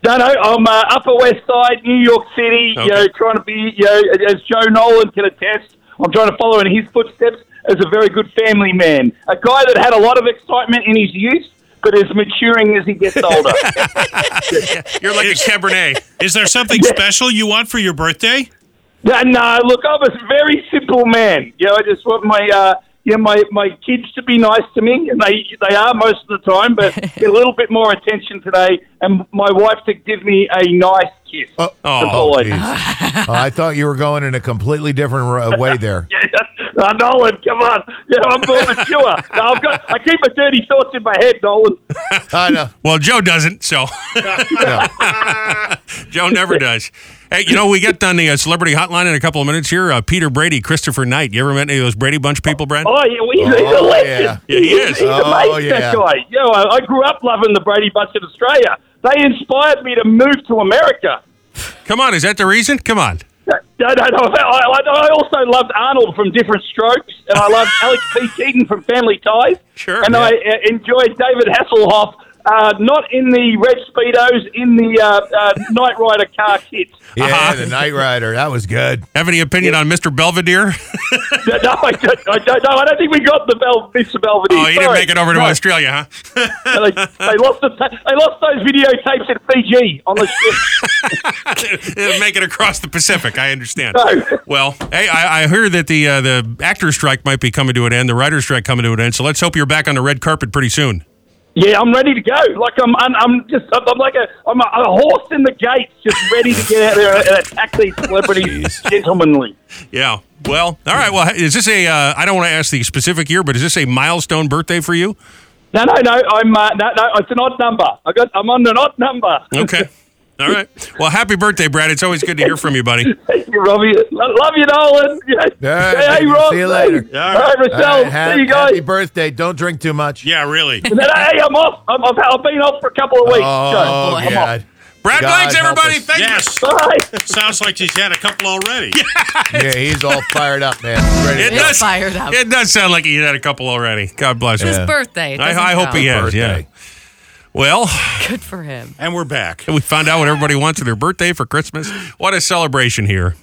[SPEAKER 16] No, no, I'm uh, Upper West Side, New York City. You know, trying to be, you know, as Joe Nolan can attest, I'm trying to follow in his footsteps as a very good family man, a guy that had a lot of excitement in his youth, but is maturing as he gets older.
[SPEAKER 1] You're like a Cabernet.
[SPEAKER 3] Is there something special you want for your birthday?
[SPEAKER 16] Yeah, no, look, I'm a very simple man. You know, I just want my uh, you know, my my kids to be nice to me, and they they are most of the time, but get a little bit more attention today, and my wife to give me a nice kiss.
[SPEAKER 1] Oh,
[SPEAKER 16] That's all I do.
[SPEAKER 2] geez. Oh, I thought you were going in a completely different ro- way there.
[SPEAKER 16] Uh, Nolan, come on. Yeah, I'm more mature. No, I've got, I keep my dirty thoughts in my head, Nolan.
[SPEAKER 2] I know.
[SPEAKER 1] Well, Joe doesn't, so Joe never does. Hey, you know, we get on the uh, celebrity hotline in a couple of minutes here. Uh, Peter Brady, Christopher Knight. You ever met any of those Brady Bunch people, Brad?
[SPEAKER 16] Oh, yeah, well, he's, he's a
[SPEAKER 1] Oh,
[SPEAKER 16] legend.
[SPEAKER 1] yeah. Yeah, he
[SPEAKER 16] He's-
[SPEAKER 1] is.
[SPEAKER 16] He's
[SPEAKER 1] Oh,
[SPEAKER 16] amazing,
[SPEAKER 1] yeah.
[SPEAKER 16] that guy. You know, I, I grew up loving the Brady Bunch in Australia. They inspired me to move to America.
[SPEAKER 1] Come on, is that the reason? Come on.
[SPEAKER 16] No, no, no. I, I, I also loved Arnold from Different Strokes, and I loved Alex P. Keaton from Family Ties. Sure. And I uh, enjoyed David Hasselhoff, uh, not in the red speedos, in the uh, uh, Knight Rider car kits.
[SPEAKER 2] Yeah, the Night Rider. That was good.
[SPEAKER 1] Uh-huh. Have any opinion on Mr. Belvedere?
[SPEAKER 16] no, no, I don't, I don't, no, I don't think we got the Bel- Mr. Belvedere.
[SPEAKER 1] Oh, he didn't
[SPEAKER 16] Sorry.
[SPEAKER 1] make it over to
[SPEAKER 16] No.
[SPEAKER 1] Australia, huh?
[SPEAKER 16] they, they lost the ta- they lost those videotapes in Fiji on the ship.
[SPEAKER 1] It'll make it across the Pacific. I understand.
[SPEAKER 16] No.
[SPEAKER 1] Well, hey, I, I hear that the uh, the actor strike might be coming to an end, the writer strike coming to an end. So let's hope you're back on the red carpet pretty soon.
[SPEAKER 16] Yeah, I'm ready to go. Like I'm, I'm, I'm just, I'm, I'm like a, I'm a, a horse in the gates, just ready to get out there and, attack these celebrities gentlemanly.
[SPEAKER 1] Yeah. Well, all right. Well, is this a? Uh, I don't want to ask the specific year, but is this a milestone birthday for you?
[SPEAKER 16] No, no, no. I'm, uh, no, no. It's an odd number. I got, I'm on an odd number.
[SPEAKER 1] Okay. All right. Well, happy birthday, Brad. It's always good to hear from you, buddy.
[SPEAKER 16] Thank you, Robbie. Lo- love you, Nolan. Yeah.
[SPEAKER 2] All right,
[SPEAKER 16] Hey, hey,
[SPEAKER 2] baby.
[SPEAKER 16] Rob.
[SPEAKER 2] See you later.
[SPEAKER 16] Hey, hey, Rochelle.
[SPEAKER 2] All right, ha-
[SPEAKER 16] See you guys.
[SPEAKER 2] Happy birthday. Don't drink too much.
[SPEAKER 3] Yeah, really.
[SPEAKER 16] And then, hey, I'm off. I'm, I've, I've been off for a couple of weeks.
[SPEAKER 2] Oh,
[SPEAKER 16] so, I'm off.
[SPEAKER 2] God.
[SPEAKER 1] Brad
[SPEAKER 2] God
[SPEAKER 1] Blanks,
[SPEAKER 2] help
[SPEAKER 1] everybody.
[SPEAKER 2] us.
[SPEAKER 1] Thank
[SPEAKER 3] Yes.
[SPEAKER 16] Bye.
[SPEAKER 3] Sounds like he's had a couple already.
[SPEAKER 2] Yeah, he's all fired up, man. Ready
[SPEAKER 1] It
[SPEAKER 2] to go.
[SPEAKER 1] does,
[SPEAKER 4] fired up.
[SPEAKER 1] it does sound like he had a couple already. God bless
[SPEAKER 4] His
[SPEAKER 1] him.
[SPEAKER 4] birthday. it
[SPEAKER 1] I,
[SPEAKER 4] doesn't
[SPEAKER 1] I hope he
[SPEAKER 4] count.
[SPEAKER 1] has. Yeah.
[SPEAKER 2] Birthday.
[SPEAKER 1] Well,
[SPEAKER 4] Good for him.
[SPEAKER 3] And we're back.
[SPEAKER 1] we found out what everybody wants for their birthday, for Christmas. What a celebration here.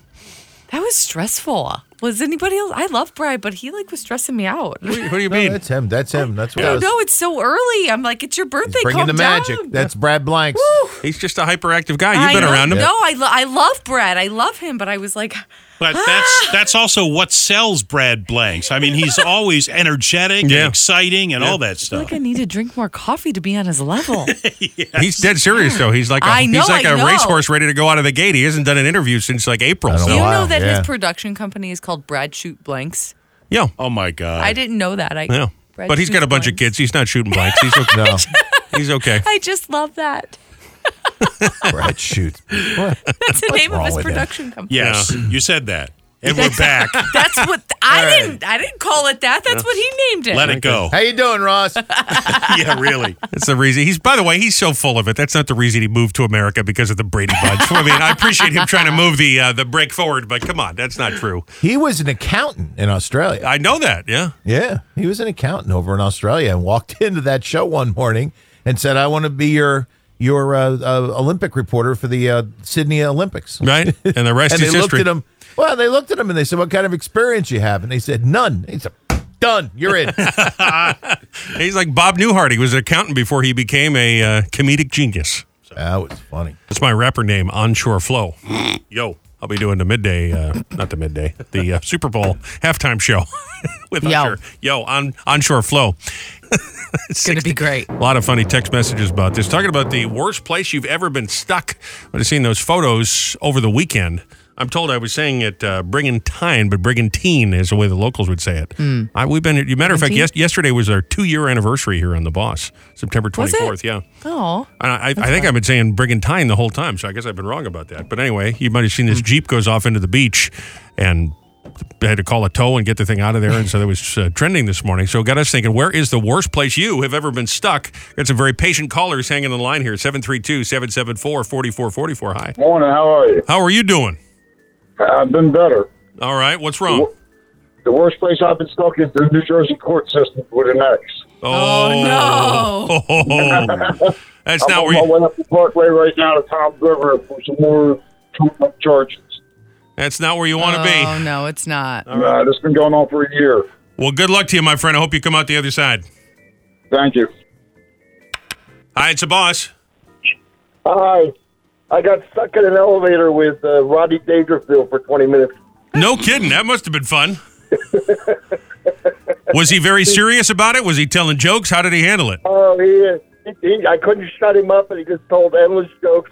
[SPEAKER 4] That was stressful. Was anybody else? I love Brad, but he like was stressing me out.
[SPEAKER 1] What, do you- what do you
[SPEAKER 2] No,
[SPEAKER 1] mean?
[SPEAKER 2] that's him. That's him. That's what I
[SPEAKER 4] No,
[SPEAKER 2] was
[SPEAKER 4] no, it's so early. I'm like, it's your birthday.
[SPEAKER 2] bringing
[SPEAKER 4] Calm
[SPEAKER 2] the magic.
[SPEAKER 4] down.
[SPEAKER 2] That's Brad Blanks.
[SPEAKER 1] He's just a hyperactive guy. Ah, You've
[SPEAKER 4] I
[SPEAKER 1] been
[SPEAKER 4] know-
[SPEAKER 1] around him.
[SPEAKER 4] No, I, lo- I love Brad. I love him, but I was like,
[SPEAKER 3] But
[SPEAKER 1] Ah.
[SPEAKER 3] that's that's also what sells Brad Blanks. I mean, he's always energetic
[SPEAKER 1] Yeah.
[SPEAKER 3] and exciting and all that
[SPEAKER 4] I feel
[SPEAKER 3] stuff.
[SPEAKER 4] like I need to drink more coffee to be on his level.
[SPEAKER 1] He's dead serious though. He's like a,
[SPEAKER 4] I know,
[SPEAKER 1] he's like
[SPEAKER 4] I
[SPEAKER 1] a
[SPEAKER 4] know.
[SPEAKER 1] racehorse ready to go out of the gate. He hasn't done an interview since like April.
[SPEAKER 2] I don't
[SPEAKER 4] Do
[SPEAKER 1] So uh,
[SPEAKER 4] you
[SPEAKER 2] Wow,
[SPEAKER 4] know that
[SPEAKER 2] yeah.
[SPEAKER 4] his production company is called Brad Shoot Blanks?
[SPEAKER 1] yeah,
[SPEAKER 3] Oh my god.
[SPEAKER 4] I didn't know that. I
[SPEAKER 1] yeah.
[SPEAKER 4] Brad
[SPEAKER 1] But he's got
[SPEAKER 4] Shoot
[SPEAKER 1] a bunch of
[SPEAKER 4] Blanks.
[SPEAKER 1] kids. He's not shooting blanks. He's okay.
[SPEAKER 2] No,
[SPEAKER 1] He's okay.
[SPEAKER 4] I just love that.
[SPEAKER 2] Brad shoots. What?
[SPEAKER 4] That's the name of
[SPEAKER 2] wrong
[SPEAKER 4] his
[SPEAKER 2] with that?
[SPEAKER 4] production company.
[SPEAKER 3] Yes, you said that, and we're back.
[SPEAKER 4] That's what I didn't. I didn't call it that. That's what he named it.
[SPEAKER 3] Let it go.
[SPEAKER 2] How you doing, Ross?
[SPEAKER 3] yeah, really.
[SPEAKER 1] That's the reason. He's by the way, he's so full of it. That's not the reason he moved to America because of the Brady Bunch. I mean, I appreciate him trying to move the uh, the break forward, but come on, that's not true.
[SPEAKER 2] he was an accountant in Australia.
[SPEAKER 1] I know that. Yeah.
[SPEAKER 2] Yeah, he was an accountant over in Australia and walked into that show one morning and said, "I want to be your your uh, uh, Olympic reporter for the uh, Sydney Olympics."
[SPEAKER 1] Right. And the rest
[SPEAKER 2] and
[SPEAKER 1] is
[SPEAKER 2] they
[SPEAKER 1] history.
[SPEAKER 2] looked at him. Well, they looked at him and they said, "What kind of experience you have?" And they said, "None." He said, "Done. You're in."
[SPEAKER 1] He's like Bob Newhart. He was an accountant before he became a uh, comedic genius.
[SPEAKER 2] that was funny.
[SPEAKER 1] That's my rapper name, Onshore Flow. Yo, I'll be doing the midday, uh, not the midday, the uh, Super Bowl halftime show with
[SPEAKER 4] Yo.
[SPEAKER 1] Onshore. Yo, on Onshore Flow.
[SPEAKER 4] It's gonna be great.
[SPEAKER 1] A lot of funny text messages about this. Talking about the worst place you've ever been stuck. I've seen those photos over the weekend. I'm told I was saying it uh, brigantine, but brigantine is the way the locals would say it. I, we've been, you matter of fact, yes, yesterday was our two year anniversary here on The Boss, September
[SPEAKER 4] Was it?
[SPEAKER 1] 24th. Yeah.
[SPEAKER 4] Oh,
[SPEAKER 1] And I, I think I've been saying brigantine the whole time, so I guess I've been wrong about that. But anyway, you might have seen
[SPEAKER 4] Hmm.
[SPEAKER 1] this Jeep goes off into the beach and they had to call a tow and get the thing out of there. And so that was uh, trending this morning. So it got us thinking, where is the worst place you have ever been stuck? Got some very patient callers hanging on the line here 732 774 4444. Hi.
[SPEAKER 10] Morning, how are you?
[SPEAKER 1] How are you doing?
[SPEAKER 10] I've been better.
[SPEAKER 1] All right. What's wrong?
[SPEAKER 10] The worst place I've been stuck is the New Jersey court system with an ex.
[SPEAKER 1] Oh,
[SPEAKER 4] no.
[SPEAKER 1] Oh, that's
[SPEAKER 10] I'm
[SPEAKER 1] not
[SPEAKER 10] on
[SPEAKER 1] where
[SPEAKER 10] my
[SPEAKER 1] you,
[SPEAKER 10] way up the parkway right now to Tom's River for some more treatment charges.
[SPEAKER 1] that's not where you want to
[SPEAKER 4] Oh,
[SPEAKER 1] be.
[SPEAKER 4] no, it's not.
[SPEAKER 10] Uh, this has been going on for a year.
[SPEAKER 1] Well, good luck to you, my friend. I hope you come out the other side.
[SPEAKER 10] Thank you.
[SPEAKER 1] Hi, it's a boss.
[SPEAKER 10] Hi. I got stuck in an elevator with uh, Roddy Dangerfield for 20 minutes.
[SPEAKER 1] No kidding. That must have been fun. Was he very serious about it? Was he telling jokes? How did he handle it?
[SPEAKER 10] Oh, he, he, I couldn't shut him up, and he just told endless jokes,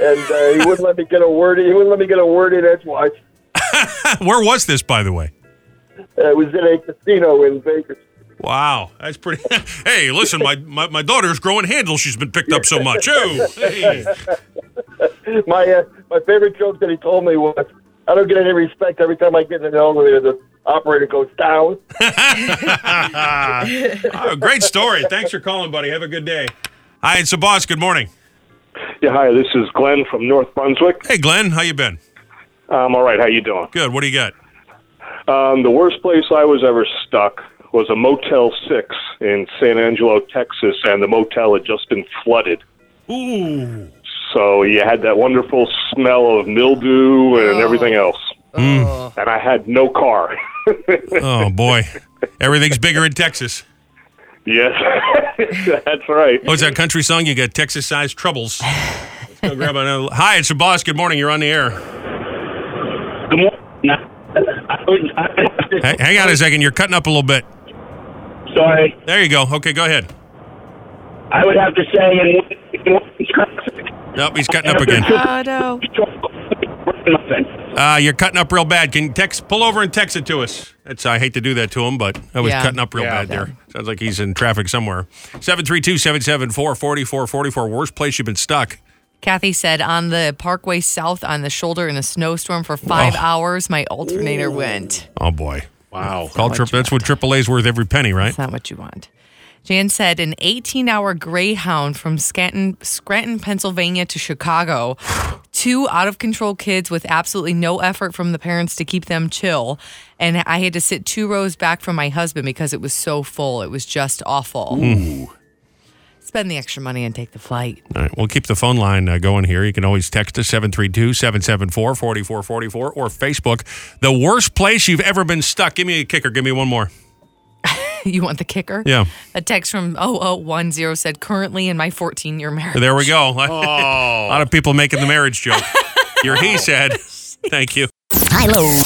[SPEAKER 10] and uh, he wouldn't let me get a word. in. He wouldn't let me get a word in edgewise.
[SPEAKER 1] Where was this, by the way?
[SPEAKER 10] Uh, it was in a casino in Vegas.
[SPEAKER 1] Wow, that's pretty. hey, listen, my, my, my daughter's growing handles. She's been picked up so much. Oh, hey.
[SPEAKER 10] my uh, my favorite joke that he told me was, "I don't get any respect every time I get in an elevator. The operator goes down."
[SPEAKER 1] Oh, great story. Thanks for calling, buddy. Have a good day. Hi, it's a boss. Good morning.
[SPEAKER 5] Yeah, hi. This is Glenn from North Brunswick.
[SPEAKER 1] Hey, Glenn, how you been?
[SPEAKER 5] Um, all right. How you doing?
[SPEAKER 1] Good. What do you got?
[SPEAKER 5] Um, the worst place I was ever stuck was a Motel Six in San Angelo, Texas, and the motel had just been flooded.
[SPEAKER 1] Ooh.
[SPEAKER 5] So you had that wonderful smell of mildew and everything else. And I had no car.
[SPEAKER 1] Oh boy, everything's bigger in Texas.
[SPEAKER 5] Yes, that's right.
[SPEAKER 1] What's that country song? You got Texas-sized troubles. Let's go grab another. Hi, it's your boss. Good morning. You're on the air. Good morning. Hang on a second. You're cutting up a little bit.
[SPEAKER 17] Sorry.
[SPEAKER 1] There you go. Okay, go ahead.
[SPEAKER 17] I would have to say, in
[SPEAKER 1] Nope, he's cutting up again.
[SPEAKER 4] no.
[SPEAKER 1] Uh, you're cutting up real bad. Can you text? Pull over and text it to us. That's I hate to do that to him, but I was
[SPEAKER 15] Yeah.
[SPEAKER 1] cutting up real
[SPEAKER 15] Yeah.
[SPEAKER 1] bad there. Sounds like he's in traffic somewhere. 732-774-4444. Worst place you've been stuck.
[SPEAKER 4] Kathy said on the Parkway South on the shoulder in a snowstorm for five hours, my alternator went.
[SPEAKER 1] Oh boy. Wow.
[SPEAKER 4] not
[SPEAKER 1] Call
[SPEAKER 4] what
[SPEAKER 1] trip. That's what AAA's worth every penny, right? That's
[SPEAKER 4] not what you want. Jan said an 18 hour Greyhound from Scranton, Scranton, Pennsylvania to Chicago. Two out of control kids with absolutely no effort from the parents to keep them chill. And I had to sit two rows back from my husband because it was so full. It was just awful.
[SPEAKER 1] Ooh.
[SPEAKER 4] Spend the extra money and take the flight.
[SPEAKER 1] All right, we'll keep the phone line uh, going here. You can always text us 732-774-4444 or Facebook. The worst place you've ever been stuck. Give me a kicker. Give me one more.
[SPEAKER 4] you want the kicker?
[SPEAKER 1] Yeah.
[SPEAKER 4] A text from 0010 said, currently in my 14 year marriage.
[SPEAKER 1] There we go. a lot of people making the marriage joke. Your he said. Thank you.
[SPEAKER 6] Hi, low.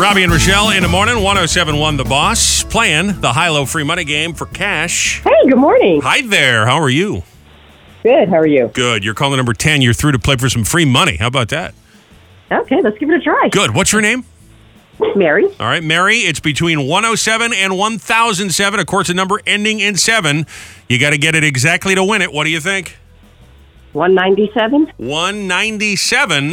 [SPEAKER 1] Robbie and Rochelle in the morning, 1071 The Boss, playing the high low free money game for cash.
[SPEAKER 18] Hey, good morning.
[SPEAKER 1] Hi there. How are you?
[SPEAKER 18] Good. How are you?
[SPEAKER 1] Good. You're calling number 10. You're through to play for some free money. How about that?
[SPEAKER 18] Okay, let's give it a try.
[SPEAKER 1] Good. What's your name?
[SPEAKER 18] Mary.
[SPEAKER 1] All right, Mary, it's between 107 and 1007. Of course, a number ending in seven. You got to get it exactly to win it. What do you think?
[SPEAKER 18] 197.
[SPEAKER 1] 197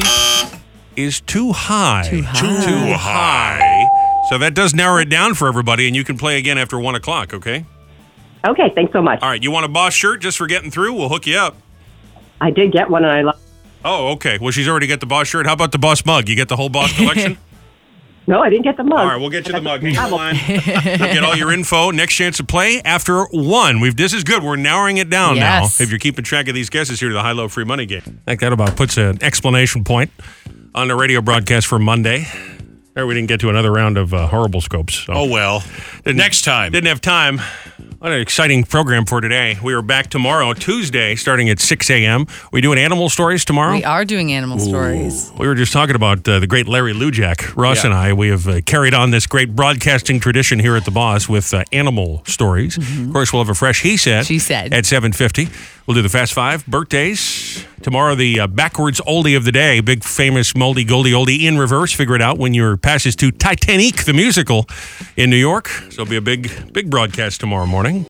[SPEAKER 1] is too high. Too high. Too high. So that does narrow it down for everybody, and you can play again after one o'clock, okay?
[SPEAKER 18] Okay, thanks so much.
[SPEAKER 1] All right, you want a boss shirt just for getting through? We'll hook you up.
[SPEAKER 18] I did get one and I love
[SPEAKER 1] Oh, okay. Well, she's already got the boss shirt. How about the boss mug? You get the whole boss collection?
[SPEAKER 18] No, I didn't get the mug.
[SPEAKER 1] All right, we'll get you the mug. Hang on the line. We'll get all your info. Next chance to play after one. We've this is good. We're narrowing it down
[SPEAKER 15] Yes.
[SPEAKER 1] now. If you're keeping track of these guesses here to the high low free money game. I think that about puts an explanation point on the radio broadcast for Monday. There we didn't get to another round of uh, horrible scopes. So.
[SPEAKER 3] Oh, well.
[SPEAKER 1] Next time. Didn't have time. What an exciting program for today. We are back tomorrow, Tuesday, starting at 6 a.m. We doing animal stories tomorrow?
[SPEAKER 4] We are doing animal stories.
[SPEAKER 1] We were just talking about uh, the great Larry Lujak. Ross
[SPEAKER 15] Yeah.
[SPEAKER 1] and I, we have uh, carried on this great broadcasting tradition here at the Boss with uh, animal stories. Of course, we'll have a fresh he said. She said at seven fifty. We'll do the fast five birthdays tomorrow. The uh, backwards oldie of the day, big famous moldy goldie oldie in reverse. Figure it out when your passes to Titanic the musical in New York. So it'll be a big big broadcast tomorrow morning.